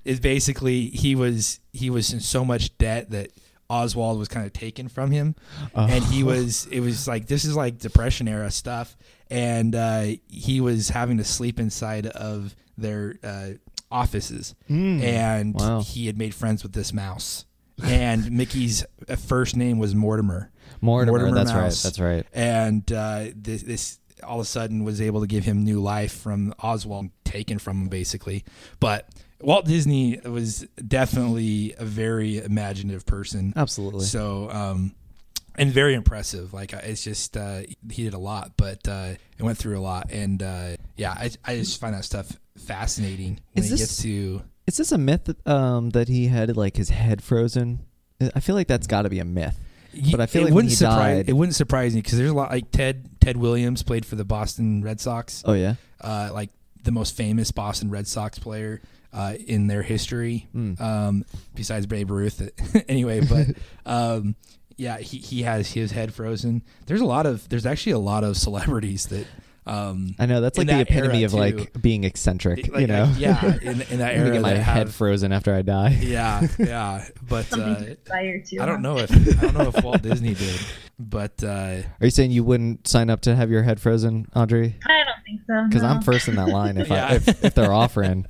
Speaker 1: Is basically he was he was in so much debt that Oswald was kind of taken from him, and
Speaker 2: Oh.
Speaker 1: he was it was like this is like depression era stuff, and uh, he was having to sleep inside of their uh, offices, and
Speaker 2: Mm. Wow.
Speaker 1: he had made friends with this mouse. and Mickey's uh, first name was Mortimer.
Speaker 2: Mortimer, that's right, that's right.
Speaker 1: And uh, this, this all of a sudden was able to give him new life from Oswald taken from him, basically. But Walt Disney was definitely a very imaginative person.
Speaker 2: Absolutely.
Speaker 1: So, um, and very impressive. Like I- it's just uh, he did a lot, but uh, it went through a lot, and uh, yeah, I, I just find that stuff fascinating when
Speaker 2: Is
Speaker 1: it
Speaker 2: this-
Speaker 1: gets to
Speaker 2: Is this a myth that, um, that he had like his head frozen? I feel like that's got to be a myth. But I feel
Speaker 1: it
Speaker 2: like when
Speaker 1: wouldn't
Speaker 2: he
Speaker 1: surprise
Speaker 2: died.
Speaker 1: it wouldn't surprise me because there's a lot like Ted Ted Williams played for the Boston Red Sox,
Speaker 2: oh yeah.
Speaker 1: uh, like the most famous Boston Red Sox player uh, in their history,
Speaker 2: Hmm.
Speaker 1: um, besides Babe Ruth. <laughs> anyway,
Speaker 2: <laughs>
Speaker 1: but um, yeah, he, he has his head frozen. There's a lot of there's actually a lot of celebrities that um,
Speaker 2: I know that's like
Speaker 1: in
Speaker 2: the
Speaker 1: that era,
Speaker 2: epitome of
Speaker 1: too.
Speaker 2: like being eccentric.
Speaker 1: Like,
Speaker 2: you know?
Speaker 1: I- yeah, in, in that
Speaker 2: <laughs> I'm gonna
Speaker 1: era,
Speaker 2: get my
Speaker 1: that
Speaker 2: head
Speaker 1: have-
Speaker 2: frozen after I die.
Speaker 1: Yeah, yeah, but
Speaker 4: Something
Speaker 1: uh,
Speaker 4: to aspire to. <laughs>
Speaker 1: I don't know if I don't know if Walt Disney did, but uh,
Speaker 2: <laughs> Are you saying you wouldn't sign up to have your head frozen, Audrey?
Speaker 4: I don't think so.
Speaker 2: Because
Speaker 4: no.
Speaker 2: I'm first in that line <laughs> if,
Speaker 1: Yeah.
Speaker 2: I, if if they're offering.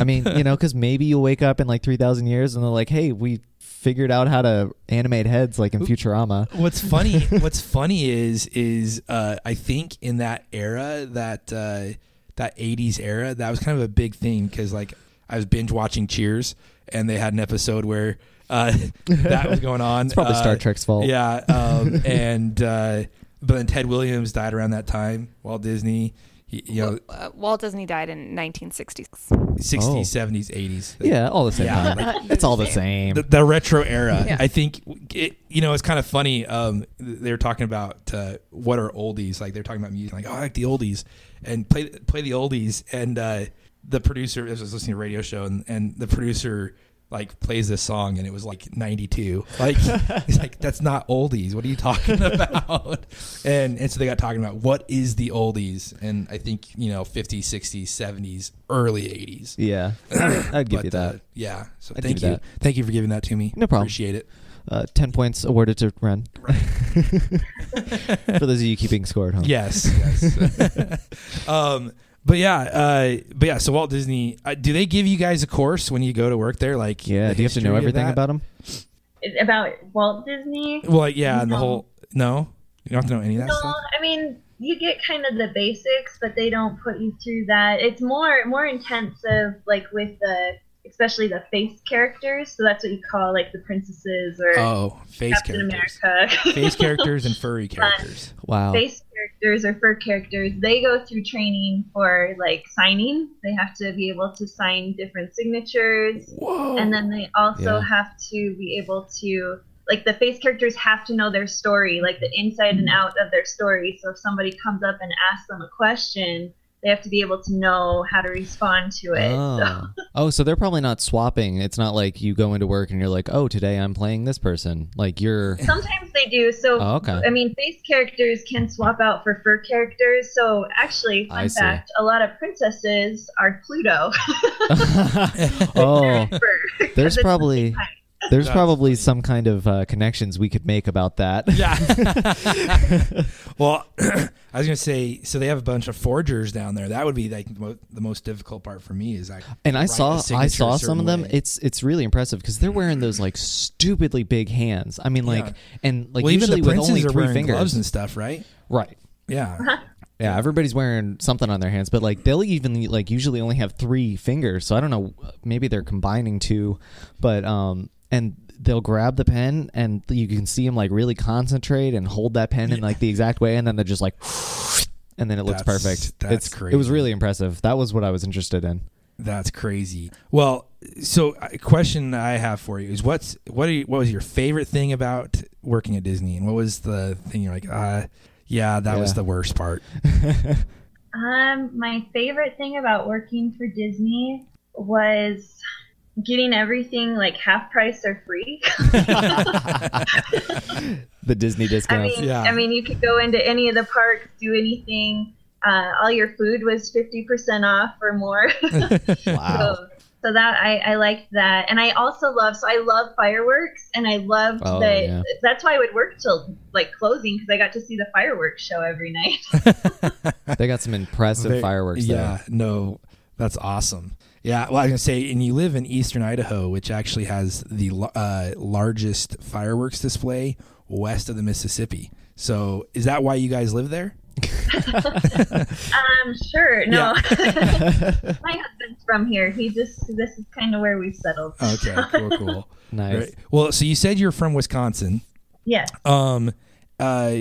Speaker 2: I mean, you know, because maybe you'll wake up in like three thousand years and they're like, "Hey, we figured out how to animate heads like in Futurama." <laughs>
Speaker 1: what's funny what's funny is is uh, I think in that era that uh, that 80s era that was kind of a big thing because like I was binge watching Cheers and they had an episode where
Speaker 2: <laughs>
Speaker 1: uh, that was going on
Speaker 2: It's probably
Speaker 1: Uh,
Speaker 2: Star Trek's fault.
Speaker 1: yeah um,
Speaker 2: <laughs>
Speaker 1: and uh, but then Ted Williams died around that time Walt Disney he, you know
Speaker 5: Uh, Walt Disney died in 1966.
Speaker 1: 60s
Speaker 2: Oh.
Speaker 1: 70s 80s
Speaker 2: Yeah, all the same.
Speaker 1: Yeah,
Speaker 2: time.
Speaker 5: like-
Speaker 2: it's all the same.
Speaker 1: the, the retro era.
Speaker 5: Yeah.
Speaker 1: I think it, you know it's kind of funny. Um, they're talking about uh, what are oldies? Like they're talking about music. Like oh, I like the oldies, and play play the oldies. And uh, the producer, I was listening to a radio show, and, and the producer like plays this song and it was like 92 like <laughs> it's like that's not oldies what are you talking <laughs> about and and so they got talking about what is the oldies and i think you know 50s 60s 70s early 80s
Speaker 2: Yeah, <coughs> I'd give you
Speaker 1: But, uh,
Speaker 2: that.
Speaker 1: yeah so
Speaker 2: I'd
Speaker 1: thank
Speaker 2: give you
Speaker 1: you thank you for giving that to me
Speaker 2: No problem.
Speaker 1: appreciate it
Speaker 2: Uh, Ten points awarded to Ren. <laughs> For those of you keeping score at home.
Speaker 1: Yes.
Speaker 2: <laughs>
Speaker 1: yes. <laughs> um, but yeah, uh, but yeah. So Walt Disney, uh, do they give you guys a course when you go to work there? Like,
Speaker 2: Yeah.
Speaker 1: the
Speaker 2: Do you have to
Speaker 1: history
Speaker 2: know
Speaker 1: of
Speaker 2: everything
Speaker 1: that?
Speaker 2: about them?
Speaker 4: about Walt Disney.
Speaker 1: Well, like, yeah, and the
Speaker 4: No.
Speaker 1: whole no, you don't have to know any of that
Speaker 4: No,
Speaker 1: stuff.
Speaker 4: I mean you get kind of the basics, but they don't put you through that. It's more more intensive, like with the especially the face characters. So that's what you call like the princesses or
Speaker 1: Oh, face
Speaker 4: Captain
Speaker 1: characters,
Speaker 4: America.
Speaker 1: face characters, and furry characters.
Speaker 2: Wow.
Speaker 4: <laughs> face characters or fur characters, they go through training for like signing. They have to be able to sign different signatures.
Speaker 1: Whoa.
Speaker 4: And then they also
Speaker 2: Yeah.
Speaker 4: have to be able to like the face characters have to know their story, like the inside and out of their story. So if somebody comes up and asks them a question, they have to be able to know how to respond to it. So
Speaker 2: Oh. oh, so they're probably not swapping. It's not like you go into work and you're like, oh, today I'm playing this person.
Speaker 1: <laughs>
Speaker 2: Like you're.
Speaker 4: sometimes they do. So
Speaker 2: Oh, okay.
Speaker 4: I mean, face characters can swap out for fur characters. So actually, fun
Speaker 2: I see.
Speaker 4: fact: a lot of princesses are Pluto. <laughs>
Speaker 2: oh,
Speaker 4: fur.
Speaker 2: there's probably. There's
Speaker 1: That's
Speaker 2: probably some kind of uh, connections we could make about that.
Speaker 1: yeah. well, <clears throat> I was gonna say, so they have a bunch of forgers down there. That would be like the mo- the most difficult part for me is like.
Speaker 2: <laughs> And I
Speaker 1: write a
Speaker 2: saw I
Speaker 1: signature
Speaker 2: saw
Speaker 1: a
Speaker 2: some of them.
Speaker 1: certain way.
Speaker 2: It's it's really impressive because they're wearing those like stupidly big hands. I mean, like
Speaker 1: Yeah.
Speaker 2: and like
Speaker 1: well, even
Speaker 2: usually
Speaker 1: the
Speaker 2: with
Speaker 1: princes
Speaker 2: only
Speaker 1: are
Speaker 2: three
Speaker 1: wearing gloves
Speaker 2: fingers.
Speaker 1: and stuff, right?
Speaker 2: right.
Speaker 1: Yeah.
Speaker 2: Yeah, everybody's wearing something on their hands, but like they'll even like usually only have three fingers. So I don't know, maybe they're combining two, but um, and they'll grab the pen and you can see them like really concentrate and hold that pen in like the exact way, and then they're just like, and then it looks
Speaker 1: That's-
Speaker 2: perfect.
Speaker 1: that's
Speaker 2: it's, It was
Speaker 1: crazy.
Speaker 2: really impressive. That was what I was interested in. <laughs>
Speaker 1: That's crazy. Well, so a question I have for you is what's what are you, what was your favorite thing about working at Disney, and what was the thing you're like, uh, yeah, that was
Speaker 2: Yeah.
Speaker 1: the worst part.
Speaker 4: Um, my favorite thing about working for Disney was getting everything like half price or free. <laughs>
Speaker 2: The Disney
Speaker 4: I
Speaker 2: discounts.
Speaker 4: mean,
Speaker 1: yeah.
Speaker 4: I mean, you could go into any of the parks, do anything. Uh, all your food was fifty percent off or more. <laughs>
Speaker 2: <laughs> wow.
Speaker 4: So, so that I, I liked that, and I also love. So I love fireworks, and I loved
Speaker 2: Oh,
Speaker 4: that.
Speaker 2: yeah.
Speaker 4: That's why I would work till like closing because I got to see the fireworks show every night.
Speaker 2: They got some impressive
Speaker 1: Very-
Speaker 2: fireworks
Speaker 1: Yeah,
Speaker 2: there.
Speaker 1: no, that's awesome. Yeah, well, I was gonna say, and you live in Eastern Idaho, which actually has the la- uh, largest fireworks display west of the Mississippi. So, is that why you guys live there?
Speaker 4: Um, sure. No,
Speaker 1: Yeah.
Speaker 4: <laughs>
Speaker 1: <laughs>
Speaker 4: my husband's from here. He just this is kind of where we've settled.
Speaker 1: Okay, cool, cool.
Speaker 2: <laughs> Nice.
Speaker 1: Right. Well, so you said you're from Wisconsin.
Speaker 4: Yes.
Speaker 1: Um, uh,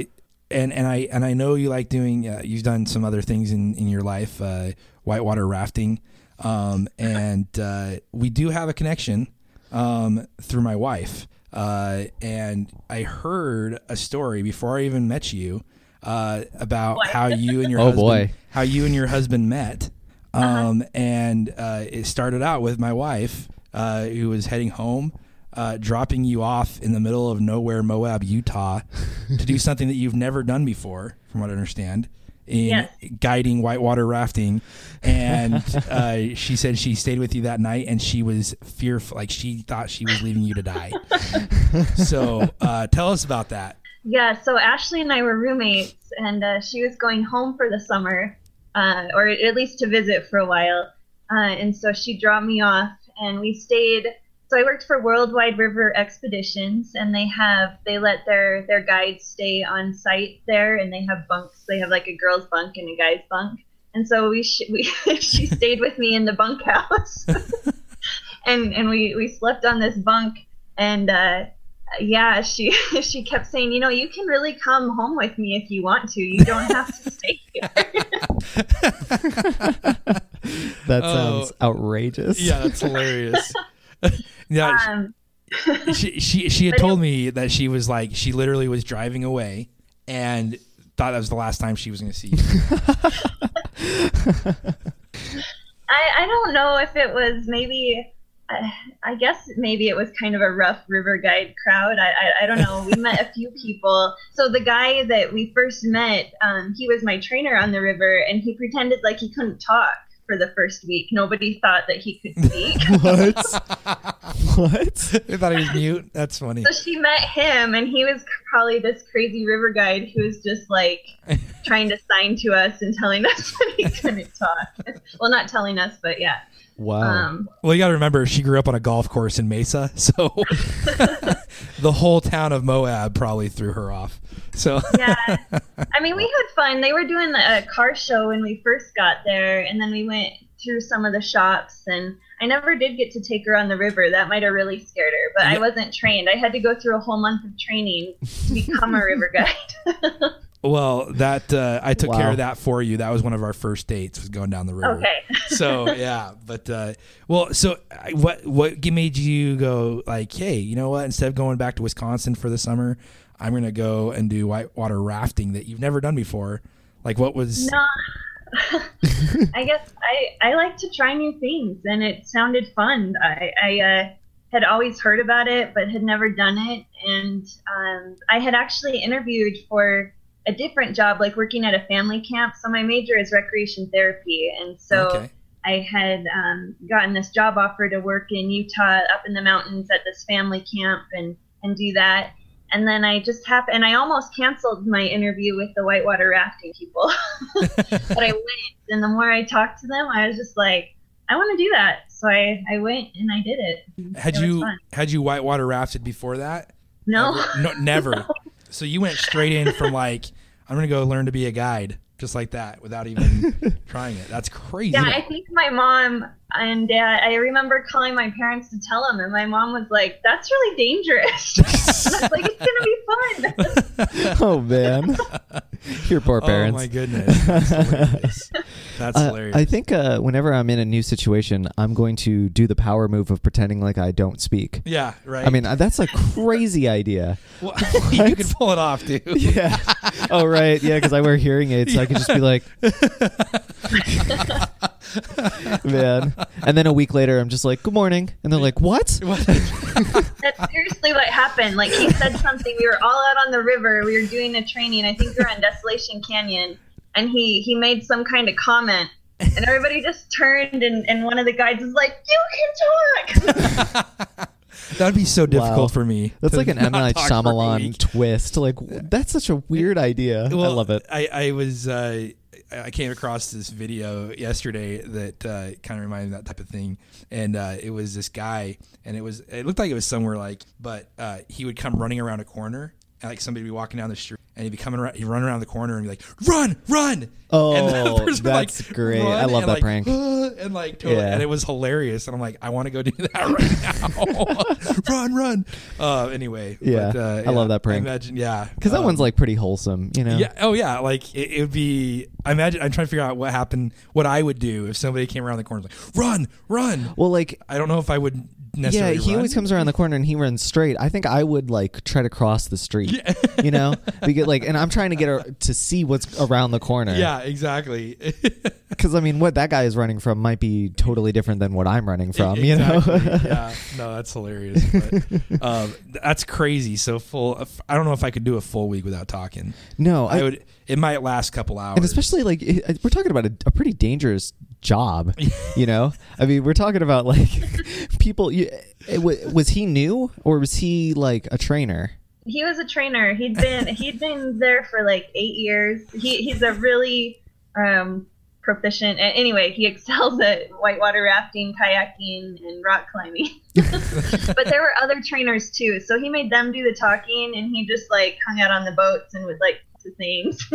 Speaker 1: and and I and I know you like doing. Uh, you've done some other things in in your life, uh, whitewater rafting. Um, and uh, we do have a connection um, through my wife. Uh, and I heard a story before I even met you uh, about how you and your
Speaker 2: Oh,
Speaker 1: husband,
Speaker 2: boy.
Speaker 1: how you and your husband met. Um, And uh, it started out with my wife, uh, who was heading home, uh, dropping you off in the middle of nowhere, Moab, Utah, to do something that you've never done before, from what I understand, in
Speaker 4: Yes.
Speaker 1: guiding whitewater rafting. And uh, she said she stayed with you that night and she was fearful, like she thought she was leaving you to die. so uh, tell us about that.
Speaker 4: Yeah, so Ashley and I were roommates, and uh, she was going home for the summer, uh, or at least to visit for a while. Uh, and so she dropped me off, and we stayed. So I worked for Worldwide River Expeditions, and they have they let their their guides stay on site there, and they have bunks. They have like a girls' bunk and a guys' bunk. And so we, sh- we <laughs> she stayed with me in the bunkhouse, <laughs> and and we we slept on this bunk, and. Uh, yeah, she <laughs> she kept saying, you know, you can really come home with me if you want to. You don't have to stay here.
Speaker 2: That
Speaker 1: Oh.
Speaker 2: sounds outrageous.
Speaker 1: that's hilarious. <laughs> yeah,
Speaker 4: Um,
Speaker 1: she she she had
Speaker 4: <laughs> But it-
Speaker 1: told me that she was like she literally was driving away and thought that was the last time she was going to see you.
Speaker 4: I I don't know if it was maybe I, I guess maybe it was kind of a rough river guide crowd. I, I, I don't know. We met a few people. So the guy that we first met, um, he was my trainer on the river, and he pretended like he couldn't talk for the first week. Nobody thought that he could speak.
Speaker 2: <laughs> What? what?
Speaker 1: They thought he was mute. That's
Speaker 4: <laughs>
Speaker 1: funny.
Speaker 4: so she met him, and he was probably this crazy river guide who was just like trying to sign to us and telling us <laughs> that he couldn't talk. well, not telling us, but yeah.
Speaker 2: Wow.
Speaker 4: Um,
Speaker 1: Well, you got to remember, she grew up on a golf course in Mesa,
Speaker 4: <laughs>
Speaker 1: so <laughs> the whole town of Moab probably threw her off. So <laughs>
Speaker 4: yeah. I mean, we had fun. They were doing a car show when we first got there, and then we went through some of the shops. And I never did get to take her on the river. That might have really scared her, but I wasn't trained. I had to go through a whole month of training to become a river guide. <laughs>
Speaker 1: Well, that uh, I took
Speaker 2: Wow.
Speaker 1: care of that for you. That was one of our first dates was going down the river.
Speaker 4: Okay. <laughs>
Speaker 1: so yeah, but uh, well, so I- what what g- made you go like, hey, you know what? Instead of going back to Wisconsin for the summer, I'm gonna go and do whitewater rafting that you've never done before. Like, what was?
Speaker 4: no. I guess I, I like to try new things, and it sounded fun. I, I uh, had always heard about it, but had never done it. And um, I had actually interviewed for a different job, like working at a family camp. So my major is recreation therapy, and so
Speaker 1: Okay.
Speaker 4: I had um, gotten this job offer to work in Utah, up in the mountains at this family camp, and and do that. And then I just happened, and I almost canceled my interview with the whitewater rafting people. <laughs> but I went, and the more I talked to them, I was just like, I want to do that. So I, I went and I did it.
Speaker 1: Had
Speaker 4: it was
Speaker 1: you
Speaker 4: fun.
Speaker 1: had you whitewater rafted before that?
Speaker 4: No,
Speaker 1: Ever? no, never. So you went straight in from like, I'm gonna go learn to be a guide, just like that, without
Speaker 4: <laughs>
Speaker 1: even trying it. That's crazy.
Speaker 4: <laughs> yeah, I think my mom and dad. I remember calling my parents to tell them, and my mom was like, "That's really dangerous." <laughs> and I was like, "It's gonna be fun."
Speaker 2: <laughs> Oh
Speaker 1: <laughs>
Speaker 2: man. Your poor parents.
Speaker 1: Oh my goodness. That's
Speaker 2: <laughs>
Speaker 1: hilarious. That's
Speaker 2: Uh,
Speaker 1: hilarious.
Speaker 2: I think uh, whenever I'm in a new situation, I'm going to do the power move of pretending like I don't speak.
Speaker 1: yeah, right.
Speaker 2: I mean, uh, that's a
Speaker 1: <laughs>
Speaker 2: crazy idea.
Speaker 1: Well, <laughs> you can pull it off, dude.
Speaker 2: Yeah. oh right. Yeah, because I wear hearing aids, so I can just be like, <laughs> man. And then a week later, I'm just like, "Good morning," and they're like, <laughs> "What?"
Speaker 4: That's seriously what happened. Like he said something. We were all out on the river. We were doing a training. I think we were on Desolation Canyon, and he he made some kind of comment, and everybody just turned, and and one of the guides was like, "You can talk."
Speaker 1: That'd be so difficult
Speaker 2: Wow.
Speaker 1: for me.
Speaker 2: That's
Speaker 1: to
Speaker 2: like an
Speaker 1: not
Speaker 2: M Night
Speaker 1: talk for a
Speaker 2: Shyamalan
Speaker 1: week.
Speaker 2: twist. Like w- that's such a weird idea. I
Speaker 1: Well,
Speaker 2: love it.
Speaker 1: I, I was uh, I came across this video yesterday that uh, kind of reminded me of that type of thing, and uh, it was this guy, and it was it looked like it was somewhere like, but uh, he would come running around a corner, and like somebody would be walking down the street, and he'd be coming around, he'd run around the corner and be like, run, run. and
Speaker 2: Oh,
Speaker 1: the <laughs> person would,
Speaker 2: that's great. I
Speaker 1: run,
Speaker 2: love
Speaker 1: and,
Speaker 2: that
Speaker 1: like,
Speaker 2: prank.
Speaker 1: <laughs> and like totally,
Speaker 2: Yeah.
Speaker 1: and it was hilarious. And I'm like, I want to go do <laughs> that right now. <laughs> run, run. Uh, anyway,
Speaker 2: Yeah,
Speaker 1: but, uh,
Speaker 2: I love that prank.
Speaker 1: imagine, yeah,
Speaker 2: Because that
Speaker 1: um,
Speaker 2: one's like pretty wholesome, you know.
Speaker 1: yeah. Oh, yeah. Like it, it would be. I imagine. I'm trying to figure out what happened. What I would do if somebody came around the corner, like run, run.
Speaker 2: Well, like
Speaker 1: I don't know if I would
Speaker 2: Yeah,
Speaker 1: necessarily.
Speaker 2: he
Speaker 1: run.
Speaker 2: always comes around the corner and he runs straight. I think I would like try to cross the street, <laughs> you know, because like, and I'm trying to get her to see what's around the corner.
Speaker 1: Yeah, exactly. <laughs>
Speaker 2: because I mean, what that guy is running from might be totally different than what I'm running from, you know.
Speaker 1: Exactly. yeah. No, that's hilarious. But, um, that's crazy. So full. uh, I don't know if I could do a full week without talking.
Speaker 2: <laughs> no,
Speaker 1: I,
Speaker 2: I,
Speaker 1: would. It might last a couple hours.
Speaker 2: and
Speaker 1: <laughs>
Speaker 2: especially <laughs> like it- we're talking about a, a pretty dangerous
Speaker 1: <laughs>
Speaker 2: job, you know. I mean, we're talking about like <laughs> people. You, it, wa- was he new or was he like a trainer?
Speaker 4: he was a trainer. He'd been he'd been there for like eight years. He he's a really um, proficient. a- Anyway, he excels at whitewater rafting, kayaking, and rock climbing. but there were other trainers too, so he made them do the talking, and he just like hung out on the boats and would like to things.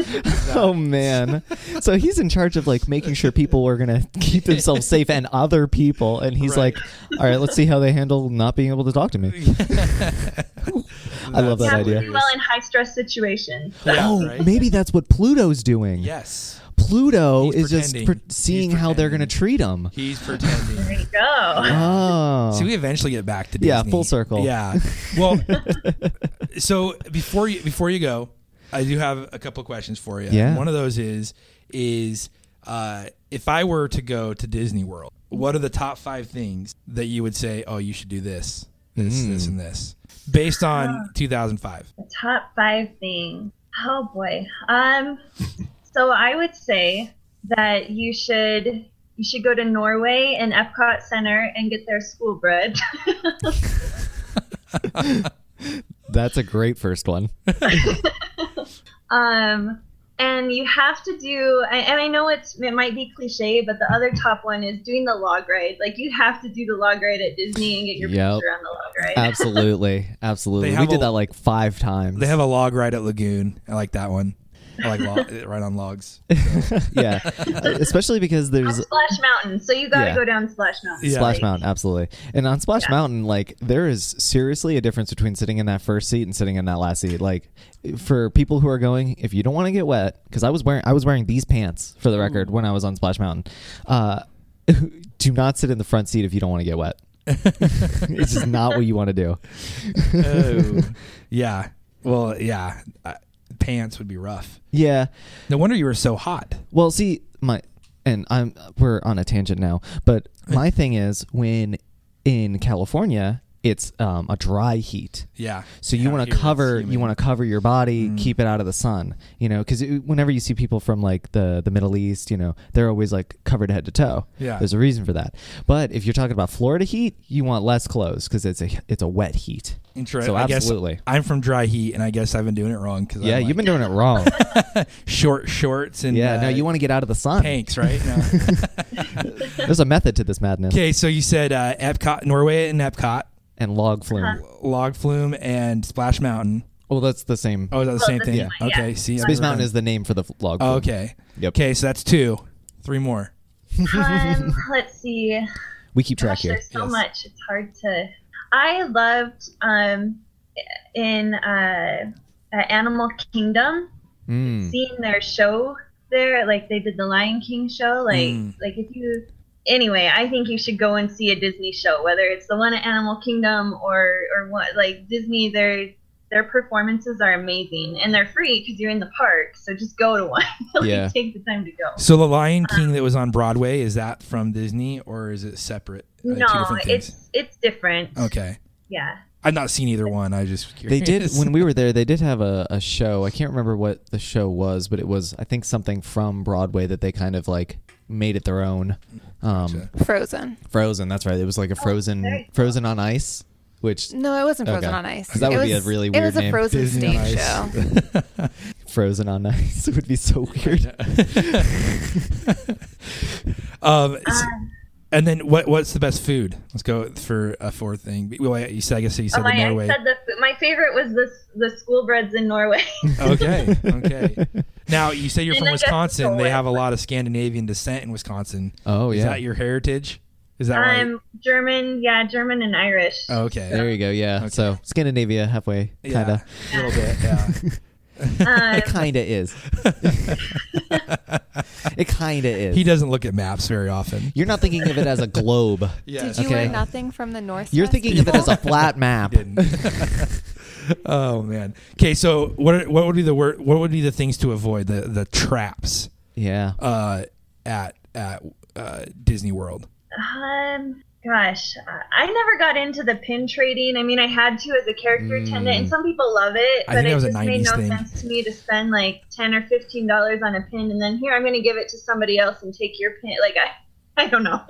Speaker 2: Oh man! So he's in charge of like making sure people were gonna keep themselves safe and other people, and he's
Speaker 1: Right.
Speaker 2: like, "All right, let's see how they handle not being able to talk
Speaker 1: <laughs>
Speaker 2: to me." I love that
Speaker 1: That's
Speaker 4: <laughs> Yeah,
Speaker 2: idea.
Speaker 4: really well in high stress situations.
Speaker 1: Yeah,
Speaker 2: oh,
Speaker 1: right?
Speaker 2: maybe that's what Pluto's doing.
Speaker 1: Yes.
Speaker 2: Pluto
Speaker 1: He's
Speaker 2: is just
Speaker 1: pretending.
Speaker 2: pre- seeing
Speaker 1: He's
Speaker 2: how they're gonna
Speaker 1: pretending.
Speaker 2: treat him.
Speaker 1: He's pretending.
Speaker 4: There you go.
Speaker 2: Oh,
Speaker 1: So we eventually get back to Disney.
Speaker 2: Yeah, full circle.
Speaker 1: Yeah. Well, <laughs> so before you before you go, I do have a couple of questions for you.
Speaker 2: Yeah.
Speaker 1: One of those is is uh, if I were to go to Disney World, what are the top five things that you would say, oh, you should do this, this,
Speaker 2: Mm.
Speaker 1: this, and this, based on 2005?
Speaker 4: The top five thing. Oh boy.
Speaker 2: <laughs>
Speaker 4: Um. so I would say that you should you should go to Norway and Epcot Center and get their school bread. <laughs>
Speaker 2: That's a great first one.
Speaker 4: Um, and you have to do, I- and I know it's it might be cliche, but the other top one is doing the log ride. Like you have to do the log ride at Disney and get your
Speaker 2: Yep.
Speaker 4: picture on the log ride.
Speaker 2: Absolutely. Absolutely.
Speaker 1: They
Speaker 2: We
Speaker 1: have
Speaker 2: did
Speaker 1: a-
Speaker 2: that like five times.
Speaker 1: They have a log ride at Lagoon. I like that one. I like log, <laughs> right on logs.
Speaker 2: <laughs>
Speaker 1: <laughs>
Speaker 2: yeah. Especially because there's
Speaker 4: Splash Mountain. So you got to
Speaker 2: Yeah.
Speaker 4: go down Splash Mountain.
Speaker 1: Yeah.
Speaker 2: Splash
Speaker 4: Like,
Speaker 2: Mountain, absolutely. And on Splash Mountain, like there is seriously a difference between sitting in that first seat and sitting in that last seat. Like for people who are going, if you don't want to get wet, because I was wearing I was wearing these pants for the record when I was on Splash Mountain. Uh, <laughs> do not sit in the front seat if you don't want to get wet. it's just not what you want to do.
Speaker 1: Oh, <laughs> yeah. Well, yeah. Uh, pants would be rough.
Speaker 2: Yeah.
Speaker 1: No wonder you were so hot.
Speaker 2: Well, see, my and I'm we're on a tangent now, but my thing is when in California it's um, a dry heat.
Speaker 1: Yeah.
Speaker 2: So you
Speaker 1: Out
Speaker 2: want
Speaker 1: here,
Speaker 2: to
Speaker 1: it's
Speaker 2: cover
Speaker 1: humid.
Speaker 2: you want to cover your body,
Speaker 1: Mm.
Speaker 2: keep it out of the sun, you know, because whenever you see people from like the the Middle East, you know, they're always like covered head to toe.
Speaker 1: Yeah.
Speaker 2: there's a reason for that. But if you're talking about Florida heat, you want less clothes because it's a it's a wet heat.
Speaker 1: Interesting.
Speaker 2: So
Speaker 1: I guess
Speaker 2: absolutely.
Speaker 1: I'm from dry heat, and I guess I've been doing it wrong because
Speaker 2: Yeah,
Speaker 1: like,
Speaker 2: you've been doing it
Speaker 1: <laughs>
Speaker 2: wrong.
Speaker 1: short shorts and
Speaker 2: yeah,
Speaker 1: uh,
Speaker 2: no, you want to get out of the
Speaker 1: <laughs>
Speaker 2: sun.
Speaker 1: tanks, right? No.
Speaker 2: <laughs> There's a method to this madness.
Speaker 1: okay, so you said uh, Epcot, Norway, and Epcot,
Speaker 2: And log flume.
Speaker 1: Log Flume, and Splash Mountain.
Speaker 2: Well, that's the same.
Speaker 1: Oh, is that the same
Speaker 4: the
Speaker 1: thing?
Speaker 4: same one,
Speaker 1: Okay.
Speaker 4: yeah.
Speaker 1: See,
Speaker 2: Space Mountain is the name for the f- log.
Speaker 1: Oh,
Speaker 2: flume.
Speaker 1: okay.
Speaker 2: Yep.
Speaker 1: Okay, so that's two, three more.
Speaker 4: Um, let's see.
Speaker 2: We keep track
Speaker 4: Gosh,
Speaker 2: here.
Speaker 4: There's so
Speaker 1: Yes.
Speaker 4: much. It's hard to. I loved um, in uh, uh, Animal Kingdom
Speaker 1: Hmm.
Speaker 2: Mm.
Speaker 4: seeing their show there. Like they did the Lion King show. Like
Speaker 1: Mm.
Speaker 4: like if you. Anyway, I think you should go and see a Disney show, whether it's the one at Animal Kingdom or or what. Like Disney, their their performances are amazing and they're free because you're in the park. So just go to <laughs> one. like,
Speaker 2: Yeah.
Speaker 4: Take the time to go.
Speaker 1: So the
Speaker 4: Uh,
Speaker 1: Lion King that was on Broadway is that from Disney or is it separate? Uh,
Speaker 4: No,
Speaker 1: two different things.
Speaker 4: it's it's different.
Speaker 1: Okay,
Speaker 4: Yeah.
Speaker 1: I've not seen either one. I just
Speaker 2: They
Speaker 1: curious.
Speaker 2: did
Speaker 1: <laughs>
Speaker 2: when we were there. They did have a, a show. I can't remember what the show was, but it was I think something from Broadway that they kind of like made it their own. Um,
Speaker 5: Frozen.
Speaker 2: Frozen. That's right. It was like a Frozen
Speaker 4: Oh, there you go. Mm.
Speaker 2: Frozen on Ice, which
Speaker 5: No, it wasn't Frozen
Speaker 2: Okay.
Speaker 5: on Ice.
Speaker 2: 'Cause that
Speaker 5: it
Speaker 2: would
Speaker 5: was,
Speaker 2: be a really
Speaker 5: It
Speaker 2: weird
Speaker 5: was a
Speaker 2: name.
Speaker 5: Frozen
Speaker 1: Disney on
Speaker 5: stage
Speaker 1: Ice.
Speaker 5: show.
Speaker 2: <laughs> Frozen on Ice <laughs> would be so weird.
Speaker 1: um,
Speaker 4: Uh,
Speaker 1: s- and then what? What's the best food? Let's go for a fourth thing. Well, you said I guess you said
Speaker 4: Oh,
Speaker 1: the
Speaker 4: my,
Speaker 1: Norway.
Speaker 4: I said the, my favorite was the the school breads in Norway.
Speaker 1: <laughs>
Speaker 4: <laughs>
Speaker 1: okay, okay. Now you say you're
Speaker 4: And
Speaker 1: from
Speaker 4: I guess it's
Speaker 1: Wisconsin. They
Speaker 4: Norway.
Speaker 1: have a lot of Scandinavian descent in Wisconsin.
Speaker 2: Oh
Speaker 1: Is
Speaker 2: yeah.
Speaker 1: that your heritage? Is that right?
Speaker 4: I'm Um, German, yeah, German and Irish.
Speaker 1: Oh, okay.
Speaker 2: <laughs> there
Speaker 4: <laughs>
Speaker 2: you go. <laughs> Yeah.
Speaker 1: Okay.
Speaker 2: So Scandinavia halfway
Speaker 1: yeah,
Speaker 2: kind of.
Speaker 1: a little bit. Yeah.
Speaker 4: <laughs> Um,
Speaker 2: It kind of
Speaker 1: <laughs>
Speaker 2: is. <laughs> it kind of is.
Speaker 1: he doesn't look at maps very often.
Speaker 2: You're not thinking of it as
Speaker 1: <laughs>
Speaker 2: a globe.
Speaker 5: Did you
Speaker 2: Okay.
Speaker 5: learn nothing from the North?
Speaker 2: You're thinking of it
Speaker 5: <laughs>
Speaker 2: as a flat map.
Speaker 1: didn't. <laughs> oh man. Okay, so what are, what would be the word? What would be the things to avoid? The the traps
Speaker 2: <laughs> Yeah. <laughs>
Speaker 1: uh, at at uh, Disney World.
Speaker 4: um, gosh, I- I never got into the pin trading. I mean, I had to as a character attendant, and some people love it,
Speaker 1: Mm. I
Speaker 4: but
Speaker 1: think that
Speaker 4: it
Speaker 1: was a
Speaker 4: just made
Speaker 1: 90s
Speaker 4: no
Speaker 1: thing.
Speaker 4: sense to me to spend like ten or fifteen dollars on a pin, and then here I'm going to give it to somebody else and take your pin. Like I, I don't know. <laughs>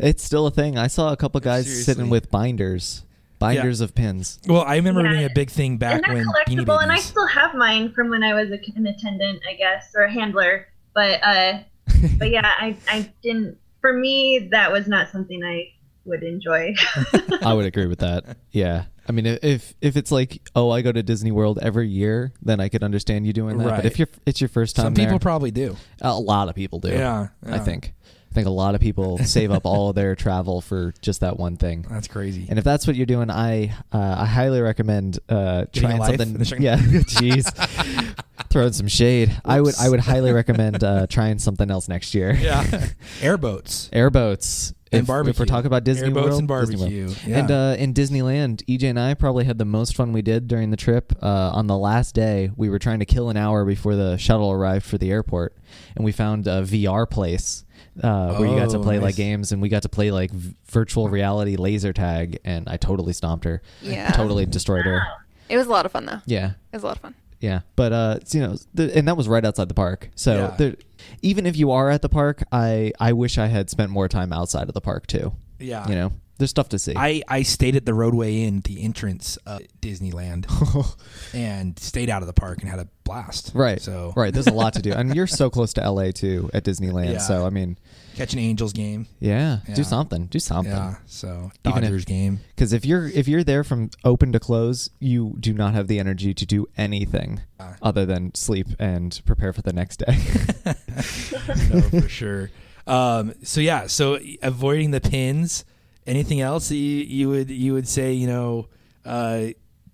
Speaker 2: it's still a thing. I saw a couple guys
Speaker 1: Seriously.
Speaker 2: sitting with binders, binders of pins.
Speaker 1: Well, I remember
Speaker 4: Yeah.
Speaker 1: being a big thing back
Speaker 4: and they're
Speaker 1: when Beanie
Speaker 4: collectible, and I
Speaker 1: Babies.
Speaker 4: still have mine from when I was a, an attendant, I guess, or a handler. But
Speaker 1: <laughs>
Speaker 4: uh, but yeah, I I didn't. For me, that was not something I would enjoy. <laughs>
Speaker 2: I would agree
Speaker 1: <laughs>
Speaker 2: with that. Yeah. I mean, if if it's like, oh, I go to Disney World every year, then I could understand you doing that.
Speaker 1: Right.
Speaker 2: But if you're, it's your first time
Speaker 1: Some people
Speaker 2: there,
Speaker 1: probably do.
Speaker 2: a lot of people do.
Speaker 1: Yeah,
Speaker 2: I
Speaker 1: yeah.
Speaker 2: think. I think a lot of people save up all of their travel for just that one thing.
Speaker 1: That's crazy.
Speaker 2: And if that's what you're doing, I uh, I highly recommend uh,
Speaker 1: Getting a
Speaker 2: trying
Speaker 1: life in the
Speaker 2: something.
Speaker 1: chicken- <laughs>
Speaker 2: Yeah, jeez, throwing some shade. I would I would highly recommend uh, trying something else next year.
Speaker 1: <laughs>
Speaker 2: <laughs>
Speaker 1: yeah, airboats.
Speaker 2: Airboats
Speaker 1: And
Speaker 2: if, If
Speaker 1: barbecue.
Speaker 2: we're talking about Disney
Speaker 1: Airboats
Speaker 2: World,
Speaker 1: and
Speaker 2: Disney World.
Speaker 1: barbecue, yeah.
Speaker 2: and uh, in Disneyland, EJ and I probably had the most fun we did during the trip. Uh, on the last day, we were trying to kill an hour before the shuttle arrived for the airport, and we found a VR place uh, where you got to
Speaker 1: Oh,
Speaker 2: play like
Speaker 1: nice.
Speaker 2: games, and we got to play like v- virtual reality laser tag, and I totally stomped her,
Speaker 5: Yeah.
Speaker 2: <laughs> totally destroyed her.
Speaker 5: It was a lot of fun though.
Speaker 2: Yeah,
Speaker 5: It was a lot of fun.
Speaker 2: yeah, but uh, it's, you know, the, and that was right outside the park. So
Speaker 1: Yeah.
Speaker 2: there, even if you are at the park, I I wish I had spent more time outside of the park too.
Speaker 1: Yeah.
Speaker 2: you know, there's stuff to see.
Speaker 1: Ah. I, I stayed at the roadway inn, the entrance of
Speaker 2: <laughs>
Speaker 1: Disneyland, and stayed out of the park and had a blast.
Speaker 2: right,
Speaker 1: So
Speaker 2: right, there's a lot to do, and
Speaker 1: <laughs>
Speaker 2: you're so close to LA too at Disneyland.
Speaker 1: Yeah.
Speaker 2: So I mean,
Speaker 1: catch an Angels game.
Speaker 2: yeah,
Speaker 1: Yeah.
Speaker 2: do something, do something.
Speaker 1: Yeah. So
Speaker 2: Even if-
Speaker 1: Dodgers game.
Speaker 2: Because if you're if you're there from open to close, you do not have the energy to do anything
Speaker 1: Ah.
Speaker 2: other than sleep and prepare for the next day. <laughs>
Speaker 1: no, for sure. Um, so yeah, so avoiding the pins. Anything else that you, you would you would say? You know, uh,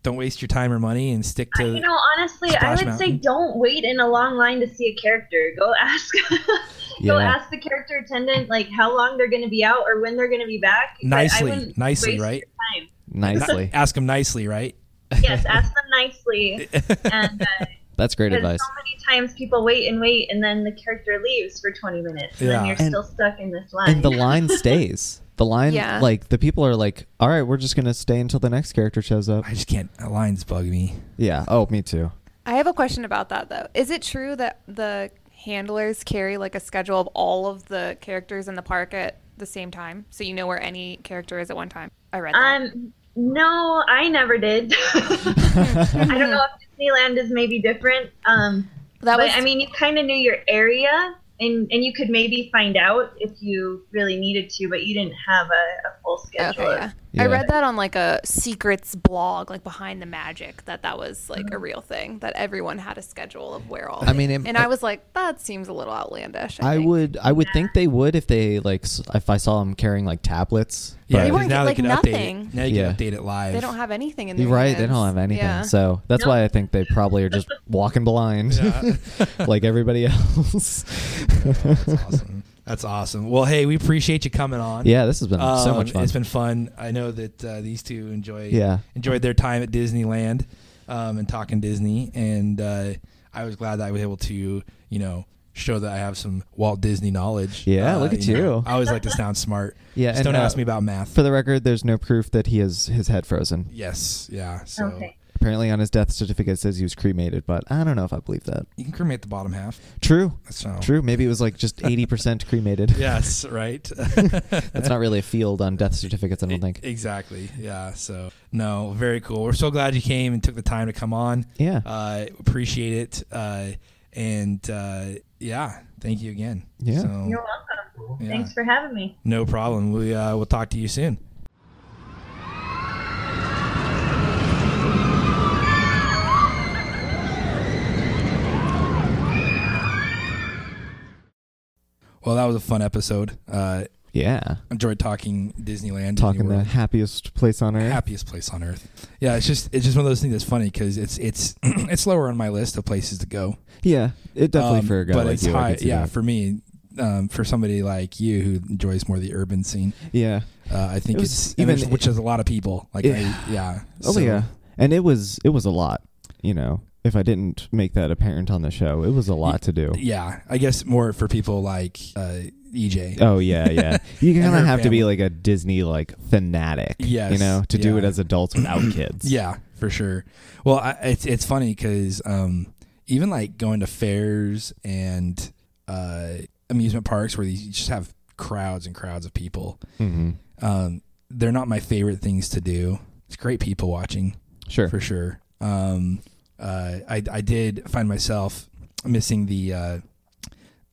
Speaker 1: don't waste your time or money and stick to.
Speaker 4: You know, honestly, I
Speaker 1: Splash
Speaker 4: would say
Speaker 1: Mountain.
Speaker 4: don't wait in a long line to see a character. Go ask, <laughs>
Speaker 2: Yeah.
Speaker 4: go ask the character attendant like how long they're going to be out or when they're going to be back. But I
Speaker 1: Nicely,
Speaker 4: wouldn't
Speaker 1: nicely,
Speaker 4: waste
Speaker 1: right?
Speaker 4: your time.
Speaker 1: <laughs>
Speaker 2: Nicely,
Speaker 1: Ask them nicely, right?
Speaker 4: Yes, ask them
Speaker 1: <laughs>
Speaker 4: nicely. And uh,
Speaker 2: that's great
Speaker 4: because
Speaker 2: advice.
Speaker 4: so many times people wait and wait, and then the character leaves for 20 minutes, and
Speaker 1: Yeah.
Speaker 4: then you're
Speaker 2: And-
Speaker 4: still stuck in this line.
Speaker 2: And
Speaker 4: <laughs>
Speaker 2: the line stays. The line,
Speaker 5: Yeah.
Speaker 2: like the people are like, all right, we're just gonna stay until the next character shows up.
Speaker 1: I just can't. That lines bug me.
Speaker 2: Yeah. Oh, me too.
Speaker 5: I have a question about that though. Is it true that the handlers carry like a schedule of all of the characters in the park at the same time, so you know where any character is at one time? I read that.
Speaker 4: um, no, I never did. <laughs> I don't know if Disneyland is maybe different. Um,
Speaker 5: that
Speaker 4: but I mean, you kind of knew your area, and and you could maybe find out if you really needed to, but you didn't have a, a full schedule.
Speaker 5: Okay, yeah.
Speaker 2: Yeah.
Speaker 5: I read that on like a secrets blog, like behind the magic, that that was like a real thing that everyone had a schedule of where all.
Speaker 2: I mean, it-
Speaker 5: and I was like, that seems a little outlandish. I,
Speaker 2: I
Speaker 5: think.
Speaker 2: would. I would think they would if they like. s- If I saw them carrying like tablets.
Speaker 1: Yeah,
Speaker 5: You
Speaker 2: but-
Speaker 1: because
Speaker 5: wouldn't
Speaker 1: now they
Speaker 5: get, like,
Speaker 1: can update. It.
Speaker 5: nothing.
Speaker 1: Now you
Speaker 2: Yeah.
Speaker 1: can update it live.
Speaker 5: They don't have anything in the.
Speaker 2: You're right. They don't have anything. So that's why
Speaker 4: No.
Speaker 2: I think they probably are just walking blind, <laughs> like everybody else. <laughs>
Speaker 1: That's awesome. That's awesome. Well, hey, we appreciate you coming on.
Speaker 2: yeah, this has been so
Speaker 1: Um,
Speaker 2: much fun.
Speaker 1: It's been fun. I know that uh, these two enjoy
Speaker 2: Yeah.
Speaker 1: enjoyed their time at Disneyland um, and talking Disney. And uh, I was glad that I was able to, you know, show that I have some Walt Disney knowledge.
Speaker 2: Yeah,
Speaker 1: Uh,
Speaker 2: look at
Speaker 1: know,
Speaker 2: you.
Speaker 1: I always like to sound smart.
Speaker 2: <laughs> Yeah,
Speaker 1: Just
Speaker 2: and,
Speaker 1: don't
Speaker 2: uh,
Speaker 1: ask me about math.
Speaker 2: For the record, there's no proof that he has his head frozen.
Speaker 1: yes. Yeah. So
Speaker 4: Okay.
Speaker 2: Apparently, on his death certificate, it says he was cremated, but I don't know if I believe that.
Speaker 1: you can cremate the bottom half.
Speaker 2: True.
Speaker 1: So
Speaker 2: True. Maybe it was like <laughs> just 80% cremated.
Speaker 1: Yes.
Speaker 2: <laughs>
Speaker 1: Right.
Speaker 2: That's not really a field on death certificates, I don't think.
Speaker 1: Exactly. Yeah. So no, very cool. We're so glad you came and took the time to come on.
Speaker 2: Yeah.
Speaker 1: Uh, appreciate it. Uh, and uh, yeah, thank you again.
Speaker 2: Yeah.
Speaker 1: So,
Speaker 4: You're welcome.
Speaker 1: Yeah.
Speaker 4: Thanks for having me.
Speaker 1: no problem. We uh, we'll talk to you soon. Well, that was a fun episode. Uh,
Speaker 2: yeah.
Speaker 1: enjoyed talking Disneyland. Disney
Speaker 2: Talking the
Speaker 1: World.
Speaker 2: happiest place on earth.
Speaker 1: happiest place on earth. Yeah, it's just it's just one of those things that's funny because it's it's <clears throat> it's lower on my list of places to go.
Speaker 2: yeah. It definitely
Speaker 1: Um,
Speaker 2: for a guy
Speaker 1: but
Speaker 2: like
Speaker 1: it's
Speaker 2: you. I
Speaker 1: high.
Speaker 2: could see
Speaker 1: Yeah,
Speaker 2: that.
Speaker 1: for me, um, for somebody like you who enjoys more the urban scene,
Speaker 2: yeah.
Speaker 1: uh, I think
Speaker 2: It was
Speaker 1: it's
Speaker 2: even-
Speaker 1: even, which is a lot of people. Like,
Speaker 2: Yeah.
Speaker 1: I, yeah.
Speaker 2: Oh
Speaker 1: so-
Speaker 2: yeah, and it was it was a lot. You know, if I didn't make that apparent on the show, it was a lot to do.
Speaker 1: yeah. I guess more for people like uh, EJ.
Speaker 2: Oh yeah,
Speaker 1: <laughs>
Speaker 2: yeah. You
Speaker 1: And
Speaker 2: kind
Speaker 1: her
Speaker 2: of have to be
Speaker 1: family.
Speaker 2: like a Disney like fanatic.
Speaker 1: Yes,
Speaker 2: you know, to do it
Speaker 1: yeah.
Speaker 2: as adults without
Speaker 1: <clears throat>
Speaker 2: kids.
Speaker 1: Yeah, for sure. Well, I, it's it's funny because um, even like going to fairs and uh, amusement parks where these, you just have crowds and crowds of people.
Speaker 2: hmm
Speaker 1: Um, they're not my favorite things to do. It's great people watching
Speaker 2: Sure.
Speaker 1: for sure. Um, uh, I I did find myself missing the uh,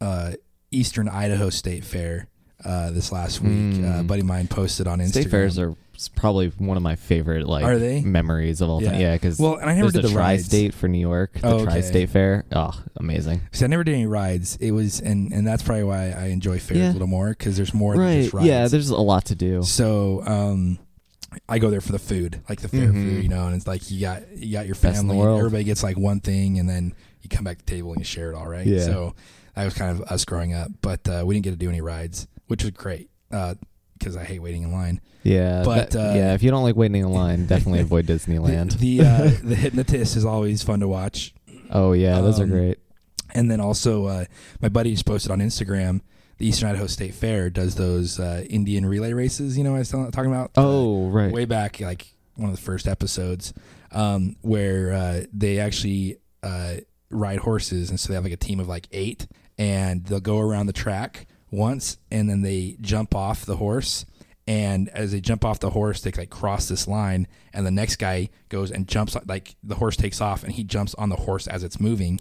Speaker 1: uh, Eastern Idaho State Fair uh, this last week.
Speaker 2: Mm.
Speaker 1: Uh, a buddy of mine posted on Instagram.
Speaker 2: State fairs are s- probably one of my favorite like
Speaker 1: Are they?
Speaker 2: memories of all
Speaker 1: Yeah.
Speaker 2: time. Yeah, because
Speaker 1: Well, and I never
Speaker 2: there's
Speaker 1: did
Speaker 2: the,
Speaker 1: the rides.
Speaker 2: tri-state for New York, the
Speaker 1: Oh, okay.
Speaker 2: tri-state fair. Oh, amazing.
Speaker 1: Because I never did any rides. It was, and and that's probably why I enjoy fairs
Speaker 2: Yeah.
Speaker 1: a little more because there's more than
Speaker 2: Right.
Speaker 1: just rides.
Speaker 2: Yeah, there's a lot to do.
Speaker 1: so um, I go there for the food, like the fair
Speaker 2: Mhm.
Speaker 1: food, you know, and it's like you got you got your
Speaker 2: Best in the
Speaker 1: family,
Speaker 2: world.
Speaker 1: and everybody gets like one thing, and then you come back to the table and you share it all, right?
Speaker 2: Yeah.
Speaker 1: So that was kind of us growing up, but uh, we didn't get to do any rides, which was great because I hate waiting in line.
Speaker 2: Yeah.
Speaker 1: But,
Speaker 2: that-
Speaker 1: uh,
Speaker 2: yeah, if you don't like waiting in line,
Speaker 1: <laughs>
Speaker 2: definitely avoid Disneyland.
Speaker 1: The the,
Speaker 2: <laughs>
Speaker 1: uh, the hypnotist is always fun to watch.
Speaker 2: oh yeah, those are
Speaker 1: um,
Speaker 2: great.
Speaker 1: And then also, uh, my buddy just posted on Instagram the Eastern Idaho State Fair does those uh, Indian relay races. You know, what I was telling- talking about.
Speaker 2: Oh, right.
Speaker 1: way back, like one of the first episodes, um, where uh, they actually uh, ride horses, and so they have like a team of like eight, and they'll go around the track once, and then they jump off the horse. And as they jump off the horse, they like cross this line, and the next guy goes and jumps. Like the horse takes off, and he jumps on the horse as it's moving,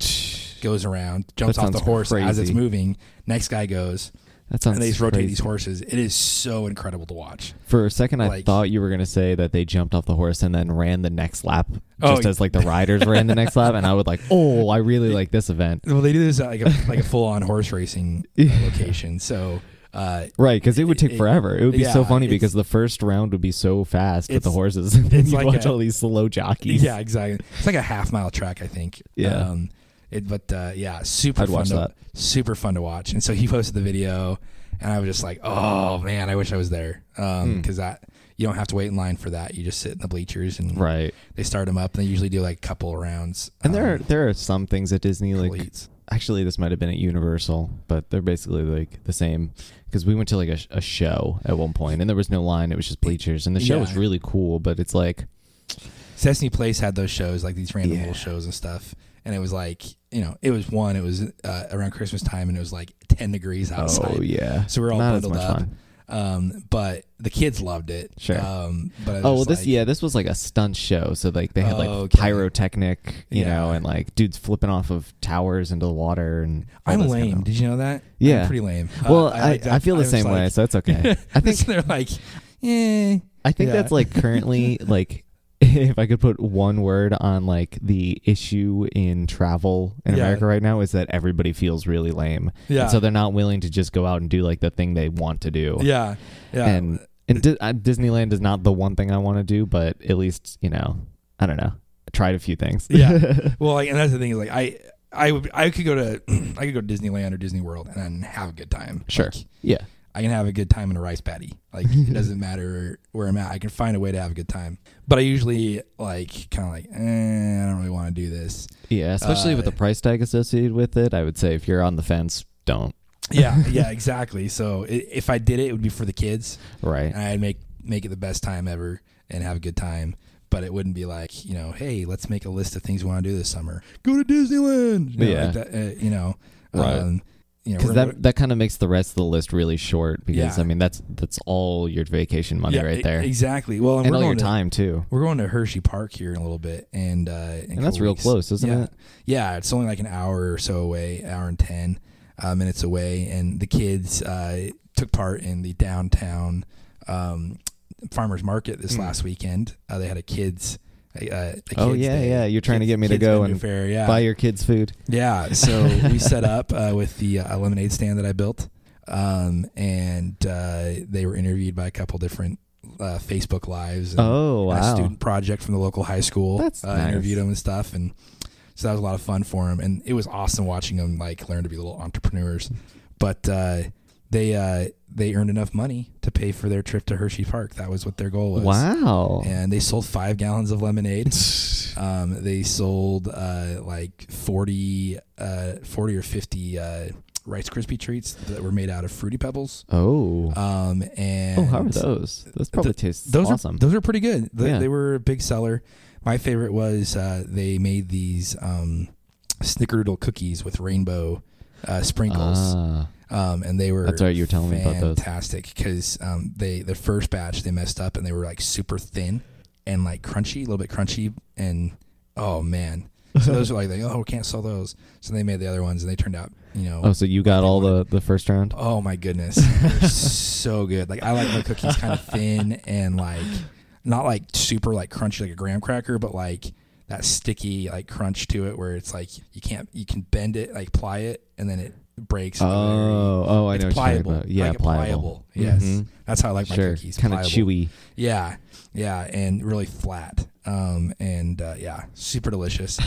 Speaker 1: goes around, jumps off the
Speaker 2: sounds
Speaker 1: horse as it's
Speaker 2: crazy.
Speaker 1: moving. Next guy goes,
Speaker 2: That sounds
Speaker 1: and they just rotate
Speaker 2: crazy.
Speaker 1: these horses. It is so incredible to watch.
Speaker 2: For a second, I
Speaker 1: Like-
Speaker 2: thought you were gonna say that they jumped off the horse and then ran the next lap,
Speaker 1: Oh,
Speaker 2: just as like the riders ran the next lap, and I
Speaker 1: <laughs>
Speaker 2: would like, oh, I really like this event,
Speaker 1: Well, they do this at like a like a full on horse
Speaker 2: <laughs>
Speaker 1: racing uh, location. So uh,
Speaker 2: right? Because it would take
Speaker 1: It-
Speaker 2: forever. It would be so
Speaker 1: yeah,
Speaker 2: funny
Speaker 1: it's-
Speaker 2: because the first round would be so fast with the
Speaker 1: It's-
Speaker 2: horses, <laughs> and then
Speaker 1: it's
Speaker 2: you
Speaker 1: like
Speaker 2: watch
Speaker 1: a-
Speaker 2: all these slow jockeys.
Speaker 1: yeah, exactly. It's like a half mile track, I think.
Speaker 2: Yeah.
Speaker 1: Um, it, but uh, yeah, super
Speaker 2: I'd
Speaker 1: fun
Speaker 2: watch
Speaker 1: to,
Speaker 2: that.
Speaker 1: Super fun to watch. And so he posted the video, and I was just like, oh man, I wish I was there because
Speaker 2: Hmm.
Speaker 1: that you don't have to wait in line for that. You just sit in the bleachers and
Speaker 2: right.
Speaker 1: they start them up, and they usually do like a couple rounds.
Speaker 2: And there
Speaker 1: um,
Speaker 2: are there are some things at Disney like
Speaker 1: elites.
Speaker 2: actually this might have been at Universal, but they're basically like the same because we went to like a, sh- a show at one point and there was no line, it was just bleachers, and the show
Speaker 1: Yeah.
Speaker 2: was really cool, but it's like
Speaker 1: Sesame Place had those shows, like these random
Speaker 2: Yeah.
Speaker 1: little shows and stuff. And it was like, you know, it was one, it was uh, around Christmas time and it was like 10 degrees outside.
Speaker 2: oh yeah,
Speaker 1: So we were all
Speaker 2: not as
Speaker 1: bundled
Speaker 2: much
Speaker 1: up.
Speaker 2: fun.
Speaker 1: Um, but the kids loved it.
Speaker 2: Sure.
Speaker 1: Um, but I was
Speaker 2: Oh well,
Speaker 1: just
Speaker 2: this
Speaker 1: like,
Speaker 2: yeah, this was like a stunt show, so like they had like
Speaker 1: Oh, okay.
Speaker 2: pyrotechnic, you
Speaker 1: Yeah.
Speaker 2: know, and like dudes flipping off of towers into the water, and all
Speaker 1: I'm
Speaker 2: this kind
Speaker 1: lame.
Speaker 2: of-
Speaker 1: Did you know that?
Speaker 2: Yeah.
Speaker 1: I'm pretty lame.
Speaker 2: well,
Speaker 1: Uh,
Speaker 2: I,
Speaker 1: like
Speaker 2: I,
Speaker 1: that-
Speaker 2: feel the
Speaker 1: was
Speaker 2: same way,
Speaker 1: like-
Speaker 2: so
Speaker 1: <laughs>
Speaker 2: it's okay. I think
Speaker 1: they're like, eh.
Speaker 2: I think
Speaker 1: Yeah.
Speaker 2: that's
Speaker 1: <laughs>
Speaker 2: like currently like <laughs> if I could put one word on like the issue in travel in
Speaker 1: Yeah.
Speaker 2: America right now is that everybody feels really lame. And
Speaker 1: Yeah.
Speaker 2: so they're not willing to just go out and do like the thing they want to do.
Speaker 1: yeah. Yeah.
Speaker 2: And and Di- uh, Disneyland is not the one thing I want to do, but at least, you know, I don't know. I tried a few things.
Speaker 1: Yeah. well, like, and that's the thing is like, I, I would, I could go to, <clears throat> I could go to Disneyland or Disney World and then have a good time.
Speaker 2: <laughs> Sure.
Speaker 1: Like,
Speaker 2: yeah.
Speaker 1: I can have a good time in a rice patty. Like it <laughs> doesn't matter where I'm at. I can find a way to have a good time. But I usually like kind of like eh, I don't really want to do this.
Speaker 2: Yeah, especially with the
Speaker 1: uh,
Speaker 2: price tag associated with it, I would say if you're on the fence, don't.
Speaker 1: Yeah, <laughs> yeah, exactly. So i if I did it, it would be for the kids,
Speaker 2: Right.
Speaker 1: and I'd make make it the best time ever and have a good time. But it wouldn't be like you know, hey, let's make a list of things we want to do this summer. Go to Disneyland. You know,
Speaker 2: Yeah.
Speaker 1: like that, uh, you know,
Speaker 2: Right.
Speaker 1: um, you know,
Speaker 2: because
Speaker 1: we're-
Speaker 2: that that kind of makes the rest of the list really short. Because
Speaker 1: Yeah.
Speaker 2: I mean, that's that's all your vacation money
Speaker 1: yeah, e-
Speaker 2: right there,
Speaker 1: Exactly. Well, and,
Speaker 2: and
Speaker 1: we're
Speaker 2: all
Speaker 1: going
Speaker 2: your
Speaker 1: to-
Speaker 2: time too.
Speaker 1: We're going to Hershey Park here in a little bit, and uh, in a
Speaker 2: And that's
Speaker 1: couple
Speaker 2: real
Speaker 1: weeks.
Speaker 2: close, isn't
Speaker 1: yeah.
Speaker 2: it?
Speaker 1: Yeah, it's only like an hour or so away, hour and ten uh, minutes away, and the kids uh, took part in the downtown um, farmers market this last weekend. Uh, they had a kids. Uh, a kids
Speaker 2: Hmm. Oh, yeah,
Speaker 1: day.
Speaker 2: yeah, you're trying to
Speaker 1: Kids-
Speaker 2: get me to
Speaker 1: kids
Speaker 2: go
Speaker 1: vendor
Speaker 2: and
Speaker 1: fair, yeah.
Speaker 2: Buy your kids food. <laughs>
Speaker 1: Yeah, so we set up uh, with the uh, lemonade stand that I built, um, and uh, they were interviewed by a couple different uh, Facebook lives. And
Speaker 2: Oh
Speaker 1: a
Speaker 2: wow,
Speaker 1: student project from the local high school.
Speaker 2: That's
Speaker 1: uh,
Speaker 2: nice.
Speaker 1: Interviewed him and stuff, and so that was a lot of fun for him. And it was awesome watching them like learn to be little entrepreneurs. But uh, they uh, they earned enough money to pay for their trip to Hershey Park. That was what their goal was.
Speaker 2: wow.
Speaker 1: And they sold five gallons of
Speaker 2: <laughs>
Speaker 1: lemonade. um, they sold uh, like 40, uh, 40 or 50 uh, Rice Krispie treats that were made out of Fruity Pebbles.
Speaker 2: Oh,
Speaker 1: Um, and
Speaker 2: oh, how are those? Those probably
Speaker 1: th-
Speaker 2: taste
Speaker 1: those
Speaker 2: awesome.
Speaker 1: are those are pretty good. They,
Speaker 2: Yeah.
Speaker 1: they were a big seller. My favorite was uh, they made these um, snickerdoodle cookies with rainbow uh, sprinkles,
Speaker 2: Ah,
Speaker 1: um, and they were
Speaker 2: That's right, you were telling me about those.
Speaker 1: fantastic because um, they the first batch they messed up and they were like super thin and like crunchy, a little bit crunchy, and oh man, so those were like they, oh we can't sell those, so they made the other ones and they turned out you know
Speaker 2: oh, so you got all the the first round.
Speaker 1: Oh my goodness, They're so good. Like I like my cookies kind of thin and like not like super like crunchy like a graham cracker, but like that sticky like crunch to it where it's like you can't you can bend it like ply it and then it breaks. at the very-
Speaker 2: Oh, oh, I
Speaker 1: it's
Speaker 2: know what you're
Speaker 1: pliable.
Speaker 2: talking about. Yeah,
Speaker 1: like a
Speaker 2: pliable.
Speaker 1: Yes,
Speaker 2: Mhm.
Speaker 1: that's how I like my
Speaker 2: Sure,
Speaker 1: cookies.
Speaker 2: kind of
Speaker 1: pliable.
Speaker 2: chewy.
Speaker 1: Yeah, yeah, and really flat. Um, and uh, yeah, super
Speaker 2: <laughs>
Speaker 1: delicious.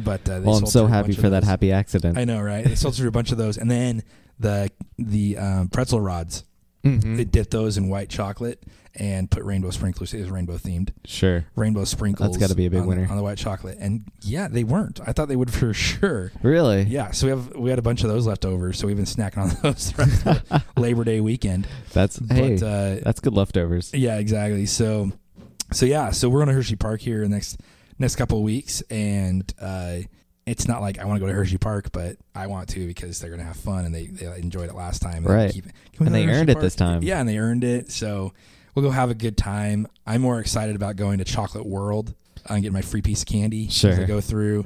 Speaker 1: But uh, they
Speaker 2: Well, I'm
Speaker 1: sold
Speaker 2: so
Speaker 1: through a
Speaker 2: happy
Speaker 1: bunch of
Speaker 2: for that
Speaker 1: those.
Speaker 2: happy accident.
Speaker 1: I know, right? They sold through a bunch of those, and then the the um, pretzel rods
Speaker 2: Mm-hmm. Mm.
Speaker 1: They dip those in white chocolate and put rainbow sprinklers. It was rainbow themed.
Speaker 2: Sure.
Speaker 1: Rainbow sprinkles.
Speaker 2: gotta be a big
Speaker 1: on-
Speaker 2: winner.
Speaker 1: on the white chocolate. And yeah, they weren't. I thought they would for sure.
Speaker 2: Really?
Speaker 1: Yeah, so we have we had a bunch of those left over, so we've been snacking on <laughs> those throughout
Speaker 2: <laughs>
Speaker 1: the Labor Day weekend.
Speaker 2: That's hey,
Speaker 1: uh,
Speaker 2: that's good leftovers.
Speaker 1: Yeah, exactly. So, so yeah, so we're going to Hershey Park here in the next next couple of weeks, and uh, it's not like I want to go to Hershey Park, but I want to because they're going to have fun and they, they enjoyed it last time. and they
Speaker 2: Right.
Speaker 1: keep it. Can we
Speaker 2: And
Speaker 1: go to
Speaker 2: they
Speaker 1: Hershey
Speaker 2: earned it this time.
Speaker 1: Yeah, and they earned it. So we'll go have a good time. I'm more excited about going to Chocolate World. and getting my free piece of candy as I
Speaker 2: Sure.
Speaker 1: go
Speaker 2: <laughs>
Speaker 1: through,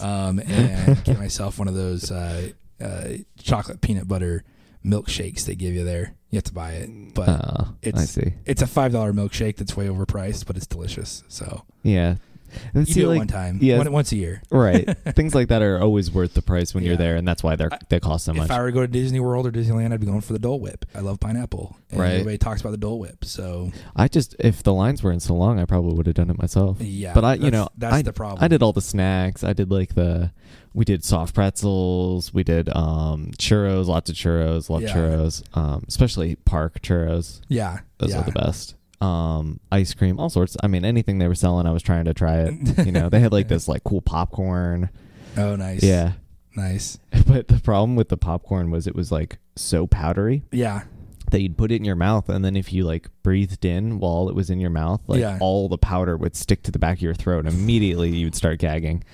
Speaker 1: um, and get myself one of those uh, uh, chocolate peanut butter milkshakes they give you there. You have to buy it, but
Speaker 2: Uh,
Speaker 1: it's
Speaker 2: I see.
Speaker 1: it's a five dollar milkshake that's way overpriced, but it's delicious. So
Speaker 2: Yeah. And
Speaker 1: you
Speaker 2: see,
Speaker 1: do
Speaker 2: like-
Speaker 1: it one time,
Speaker 2: Yeah.
Speaker 1: one, once a year.
Speaker 2: right.
Speaker 1: <laughs>
Speaker 2: Things like that are always worth the price when you're
Speaker 1: Yeah.
Speaker 2: there, and that's why they're they cost so much.
Speaker 1: If I were to go to Disney World or Disneyland, I'd be going for the Dole Whip. I love pineapple. And
Speaker 2: Right.
Speaker 1: Everybody talks about the Dole Whip, so
Speaker 2: I just if the lines weren't so long, I probably would have done it myself.
Speaker 1: Yeah,
Speaker 2: but I, you
Speaker 1: that's-
Speaker 2: know,
Speaker 1: that's
Speaker 2: I-
Speaker 1: the problem.
Speaker 2: I did all the snacks. I did like the, we did soft pretzels. We did um churros, lots of churros, love
Speaker 1: Yeah.
Speaker 2: churros, um especially park churros.
Speaker 1: yeah,
Speaker 2: Those
Speaker 1: yeah.
Speaker 2: are the best. Um, ice cream, all sorts. I mean, anything they were selling, I was trying to try it. You know,
Speaker 1: <laughs>
Speaker 2: they had like this like cool popcorn.
Speaker 1: Oh, nice.
Speaker 2: Yeah,
Speaker 1: nice.
Speaker 2: <laughs> but the problem with the popcorn was it was like so powdery
Speaker 1: Yeah,
Speaker 2: that you'd put it in your mouth and then if you like breathed in while it was in your mouth like
Speaker 1: Yeah.
Speaker 2: all the powder would stick to the back of your throat and immediately you'd start gagging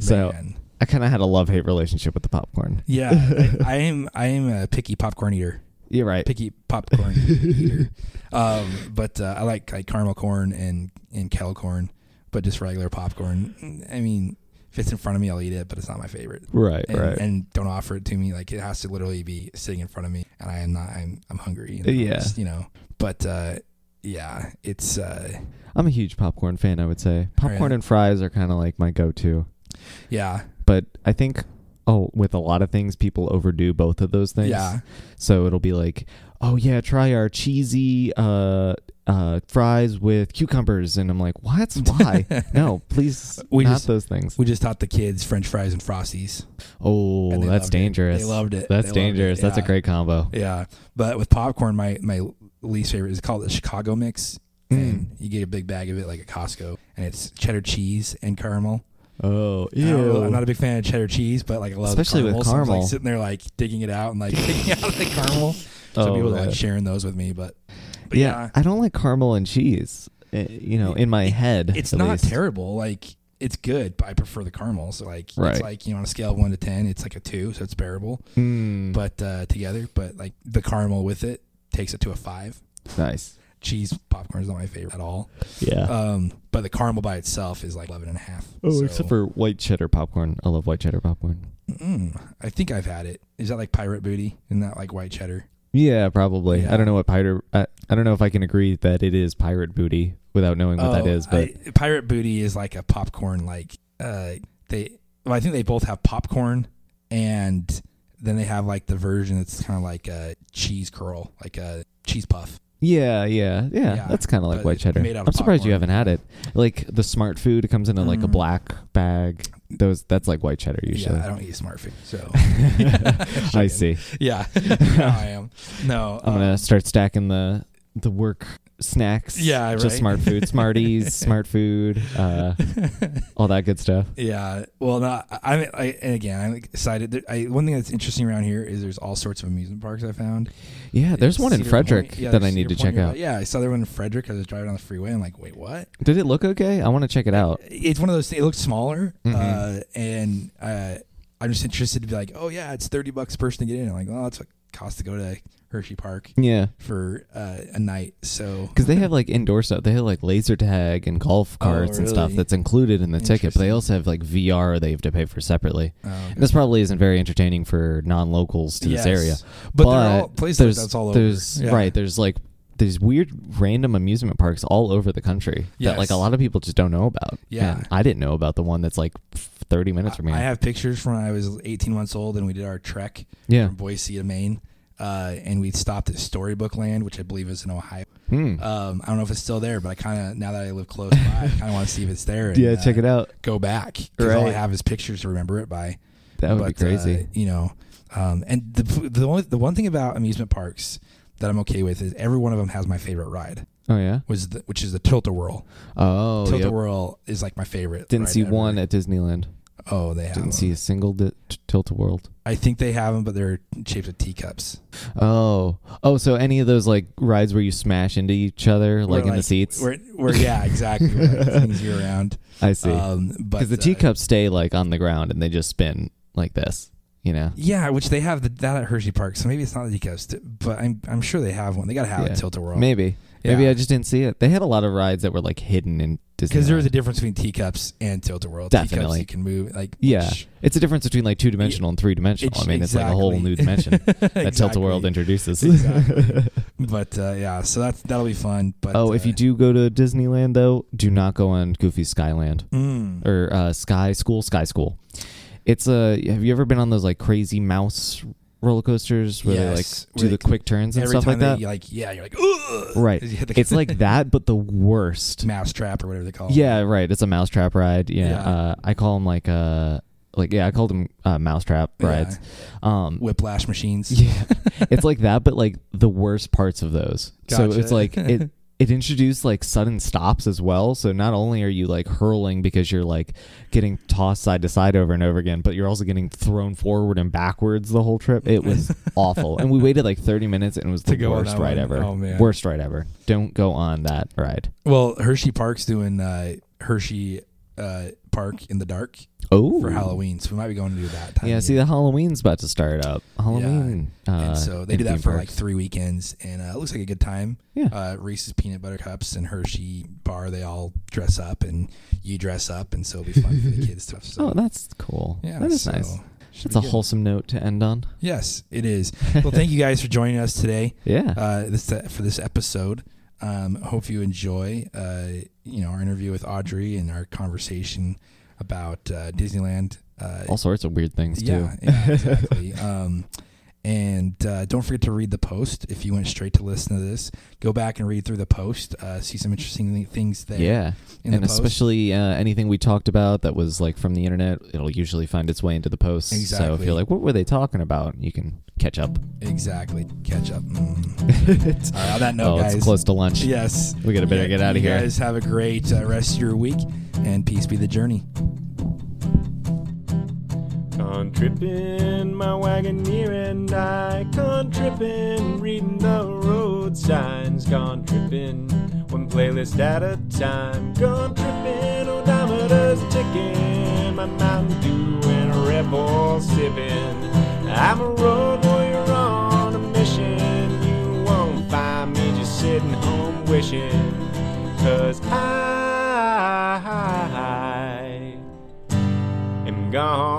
Speaker 2: so
Speaker 1: Man.
Speaker 2: i kind of had a love-hate relationship with the popcorn
Speaker 1: yeah. I, I am. I am a picky popcorn eater.
Speaker 2: you're right
Speaker 1: Picky popcorn
Speaker 2: <laughs>
Speaker 1: eater. Um, but uh, I like like caramel corn and and kettle corn, but just regular popcorn. I mean, if it's in front of me, I'll eat it, but it's not my favorite.
Speaker 2: right
Speaker 1: and,
Speaker 2: right
Speaker 1: and don't offer it to me. Like it has to literally be sitting in front of me, and I am not. I'm I'm hungry. And I'm
Speaker 2: Yeah.
Speaker 1: just, you know. But uh, yeah, it's uh,
Speaker 2: i'm a huge popcorn fan i would say popcorn
Speaker 1: Really?
Speaker 2: and fries are kind of like my go-to
Speaker 1: yeah,
Speaker 2: but i think oh with a lot of things people overdo both of those things
Speaker 1: yeah,
Speaker 2: So it'll be like, oh yeah, try our cheesy uh, uh, fries with cucumbers, and I'm like, what?
Speaker 1: <laughs>
Speaker 2: Why? no, please,
Speaker 1: We
Speaker 2: not
Speaker 1: just-
Speaker 2: those things.
Speaker 1: we just taught the kids French fries and frosties.
Speaker 2: oh,
Speaker 1: and they loved
Speaker 2: that's
Speaker 1: it. They
Speaker 2: dangerous.
Speaker 1: loved it. They
Speaker 2: That's
Speaker 1: loved
Speaker 2: dangerous.
Speaker 1: it,
Speaker 2: That's a
Speaker 1: yeah.
Speaker 2: great combo.
Speaker 1: Yeah, but with popcorn, my my least favorite is called the Chicago mix,
Speaker 2: Hmm.
Speaker 1: and you get a big bag of it like at Costco, and it's cheddar cheese and caramel.
Speaker 2: Oh,
Speaker 1: And I don't really- I'm not a big fan of cheddar cheese, but like I love
Speaker 2: Especially with
Speaker 1: caramel, so I was,
Speaker 2: caramel.
Speaker 1: like sitting there like digging it out and like <laughs> picking out the
Speaker 2: <laughs>
Speaker 1: caramel. So
Speaker 2: Oh,
Speaker 1: people are
Speaker 2: man.
Speaker 1: like sharing those with me, but, but
Speaker 2: yeah, I don't like caramel and cheese. uh, You know, in my head,
Speaker 1: it's
Speaker 2: at
Speaker 1: not
Speaker 2: least.
Speaker 1: terrible. Like it's good, but I prefer the caramel. So like
Speaker 2: Right.
Speaker 1: it's like you know on a scale of one to ten, it's like a two, so it's bearable.
Speaker 2: Mm,
Speaker 1: But uh, together, but like the caramel with it takes it to a five.
Speaker 2: nice.
Speaker 1: Cheese popcorn is not my favorite at all.
Speaker 2: Yeah.
Speaker 1: Um, but the caramel by itself is like eleven and a half.
Speaker 2: oh,
Speaker 1: So-
Speaker 2: except for white cheddar popcorn. I love white cheddar popcorn.
Speaker 1: Mm, I think I've had it. Is that like pirate booty? Isn't that like white cheddar?
Speaker 2: Yeah, probably. I
Speaker 1: Yeah.
Speaker 2: don't know what pirate. I, I don't know if I can agree that it is pirate booty without knowing what that
Speaker 1: Oh,
Speaker 2: is. But
Speaker 1: I- pirate booty is like a popcorn. Like uh, they, well, I think they both have popcorn, and then they have like the version that's kind of like a cheese curl, like a cheese puff.
Speaker 2: Yeah, yeah, yeah.
Speaker 1: Yeah,
Speaker 2: That's kind of like
Speaker 1: but
Speaker 2: white
Speaker 1: it's
Speaker 2: cheddar.
Speaker 1: made out of
Speaker 2: I'm surprised you haven't
Speaker 1: popcorn. Mm.
Speaker 2: had it. Like the smart food it comes in a, like a black bag. Those that's like white cheddar usually.
Speaker 1: Yeah, I don't eat smart food, so
Speaker 2: <laughs>
Speaker 1: <laughs>
Speaker 2: I, see.
Speaker 1: yeah, <laughs> no, I am. No,
Speaker 2: I'm
Speaker 1: um,
Speaker 2: gonna start stacking the the work snacks.
Speaker 1: Yeah,
Speaker 2: just
Speaker 1: right.
Speaker 2: smart food,
Speaker 1: <laughs>
Speaker 2: Smarties, smart food, uh, all that good stuff.
Speaker 1: <laughs> Yeah. Well, no, I, I, I and again, I'm excited. There- I, one thing that's interesting around here is there's all sorts of amusement parks I found.
Speaker 2: Yeah, there's one in
Speaker 1: Cedar
Speaker 2: Frederick
Speaker 1: Point- yeah,
Speaker 2: that
Speaker 1: there's
Speaker 2: I need
Speaker 1: Cedar
Speaker 2: to check
Speaker 1: Point
Speaker 2: out.
Speaker 1: nearby. Yeah, I saw there one in Frederick. I was driving on the freeway. I'm like, wait, what?
Speaker 2: Did it look okay? I want to check it out.
Speaker 1: It's one of those. things- It looks smaller,
Speaker 2: Mm-hmm.
Speaker 1: uh, and uh, I'm just interested to be like, oh yeah, it's thirty bucks a person to get in. I'm like, oh, that's what it costs to go to Hershey Park
Speaker 2: Yeah.
Speaker 1: for uh, a night. So
Speaker 2: Because they have like indoor stuff. They have like laser tag and golf carts and stuff
Speaker 1: Oh, really?
Speaker 2: that's included in the ticket. But they
Speaker 1: Interesting.
Speaker 2: also have like VR they have to pay for separately.
Speaker 1: um,
Speaker 2: And this probably isn't very entertaining for non-locals to
Speaker 1: Yes.
Speaker 2: this area.
Speaker 1: But they're all- places like
Speaker 2: there's-
Speaker 1: that's all over.
Speaker 2: There's
Speaker 1: Yeah.
Speaker 2: right. There's like there's weird random amusement parks all over the country that
Speaker 1: Yes.
Speaker 2: like a lot of people just don't know about.
Speaker 1: Yeah.
Speaker 2: And I didn't know about the one that's like 30 minutes from here.
Speaker 1: I have pictures from when I was 18 months old, and we did our trek
Speaker 2: Yeah.
Speaker 1: from Boise to Maine, uh, and we stopped at Storybook Land, which I believe is in Ohio.
Speaker 2: Hmm.
Speaker 1: Um, I don't know if it's still there, but I kind of now that I live close by, I kind of want to see if it's there.
Speaker 2: <laughs>
Speaker 1: And, uh,
Speaker 2: out.
Speaker 1: Go back because all I
Speaker 2: Right.
Speaker 1: have is pictures to remember it by.
Speaker 2: That would be
Speaker 1: But, uh,
Speaker 2: crazy.
Speaker 1: you know, um, and the the only, the one thing about amusement parks that I'm okay with is every one of them has my favorite ride,
Speaker 2: Oh yeah.
Speaker 1: was the, which is the Tilt a Whirl.
Speaker 2: Oh.
Speaker 1: Tilt a
Speaker 2: yep.
Speaker 1: Whirl is like my favorite.
Speaker 2: Didn't
Speaker 1: ride
Speaker 2: see
Speaker 1: ever.
Speaker 2: one at Disneyland.
Speaker 1: Oh, they have.
Speaker 2: Didn't
Speaker 1: them.
Speaker 2: see a single di- Tilt a World.
Speaker 1: I think they have them, but they're shaped of teacups.
Speaker 2: Oh. Oh, so any of those like rides where you smash into each other like
Speaker 1: We're
Speaker 2: in the seats?
Speaker 1: We're, we're yeah, exactly. We're
Speaker 2: <laughs>
Speaker 1: like things you around.
Speaker 2: I see.
Speaker 1: Um, but
Speaker 2: Cuz the
Speaker 1: uh,
Speaker 2: teacups stay like on the ground and they just spin like this, you know.
Speaker 1: Yeah, which they have the, that at Hershey Park, so maybe it's not the teacups, t- but I'm I'm sure they have one. They gotta have
Speaker 2: Yeah.
Speaker 1: a tilt a whirl.
Speaker 2: Maybe. Maybe
Speaker 1: Yeah.
Speaker 2: I just didn't see it. They had a lot of rides that were like hidden in Disney.
Speaker 1: because there is a difference between teacups and tilt a whirl. teacups
Speaker 2: Definitely.
Speaker 1: you can move like
Speaker 2: Yeah.
Speaker 1: which-
Speaker 2: It's a difference between like two dimensional and three dimensional. I
Speaker 1: it's-
Speaker 2: mean, it's like a whole
Speaker 1: exactly.
Speaker 2: new dimension
Speaker 1: <laughs>
Speaker 2: that Tilt a World
Speaker 1: Exactly.
Speaker 2: introduces. <laughs>
Speaker 1: Exactly. but uh, yeah, so that's that'll be fun. But uh,
Speaker 2: oh, if you do go to Disneyland though, do not go on Goofy Skyland.
Speaker 1: mm,
Speaker 2: or uh, Sky School, Sky School. It's a. Have you ever been on those like crazy mouse roller coasters where
Speaker 1: Yes,
Speaker 2: they like
Speaker 1: where
Speaker 2: do the
Speaker 1: they-
Speaker 2: quick turns and
Speaker 1: every
Speaker 2: stuff
Speaker 1: time
Speaker 2: like that?
Speaker 1: you like yeah, you're like Ugh!
Speaker 2: right.
Speaker 1: <laughs> You hit the-
Speaker 2: it's like that, but the worst.
Speaker 1: mouse trap or whatever they call. it.
Speaker 2: Yeah, right. It's a mousetrap ride. Yeah,
Speaker 1: Yeah.
Speaker 2: Uh, I call them like uh like yeah, I call them uh, mousetrap
Speaker 1: Yeah.
Speaker 2: rides. Um,
Speaker 1: whiplash machines.
Speaker 2: <laughs> yeah, it's like that, but like the worst parts of those. So
Speaker 1: Gotcha.
Speaker 2: it's
Speaker 1: <laughs>
Speaker 2: like it it introduced like sudden stops as well. So not only are you like hurling because you're like getting tossed side to side over and over again, but you're also getting thrown forward and backwards the whole trip. It was
Speaker 1: <laughs>
Speaker 2: awful, and we waited like 30 minutes, and it was the
Speaker 1: go on
Speaker 2: worst
Speaker 1: that one.
Speaker 2: ride ever.
Speaker 1: Oh, man.
Speaker 2: Worst ride ever. Don't go on that ride.
Speaker 1: Well, Hershey Park's doing uh, Hershey uh, Park in the dark
Speaker 2: Oh,
Speaker 1: for Halloween, so we might be going to do that. Time
Speaker 2: Yeah,
Speaker 1: of
Speaker 2: see,
Speaker 1: year.
Speaker 2: the Halloween's about to start up. Halloween. Uh,
Speaker 1: and so they
Speaker 2: in
Speaker 1: do that
Speaker 2: theme
Speaker 1: for like
Speaker 2: parks.
Speaker 1: three weekends, and uh, it looks like a good time.
Speaker 2: Yeah.
Speaker 1: Uh, Reese's peanut butter cups and Hershey bar. They all dress up, and you dress up, and so it'll be fun for
Speaker 2: <laughs>
Speaker 1: the kids stuff. So
Speaker 2: oh, that's cool.
Speaker 1: yeah,
Speaker 2: that is
Speaker 1: so
Speaker 2: nice.
Speaker 1: should
Speaker 2: That's
Speaker 1: be
Speaker 2: a
Speaker 1: good.
Speaker 2: wholesome note to end on.
Speaker 1: Yes, it is. Well, thank you guys for joining us today.
Speaker 2: <laughs> Yeah.
Speaker 1: uh, this for this episode. Um, hope you enjoy, uh, you know, our interview with Audrey and our conversation about uh, Disneyland. Uh,
Speaker 2: all sorts of weird things
Speaker 1: yeah,
Speaker 2: too.
Speaker 1: yeah,
Speaker 2: <laughs>
Speaker 1: exactly. um, and uh, don't forget to read the post if you went straight to listen to this. Go back and read through the post. Uh, see some interesting things there.
Speaker 2: Yeah.
Speaker 1: in the
Speaker 2: and
Speaker 1: post.
Speaker 2: especially uh, anything we talked about that was like from the internet, it'll usually find its way into the posts. So if
Speaker 1: Exactly.
Speaker 2: you're like, what were they talking about? You can
Speaker 1: <laughs>
Speaker 2: catch up.
Speaker 1: exactly. Catch up. Mm.
Speaker 2: <laughs> It's-
Speaker 1: All right, on that note,
Speaker 2: oh,
Speaker 1: guys.
Speaker 2: it's close to lunch.
Speaker 1: Yes,
Speaker 2: We gotta better
Speaker 1: Yeah,
Speaker 2: get outta
Speaker 1: you
Speaker 2: here.
Speaker 1: Guys, have a great uh, rest of your week, and peace be the journey.
Speaker 3: Gone tripping, my wagoneer and I. Gone tripping, reading the road signs. Gone tripping, one playlist at a time. Gone tripping, odometers ticking. My Mountain Dew and a Red Bull sipping. I'm a road warrior on a mission. You won't find me just sitting home wishing. Cause I am gone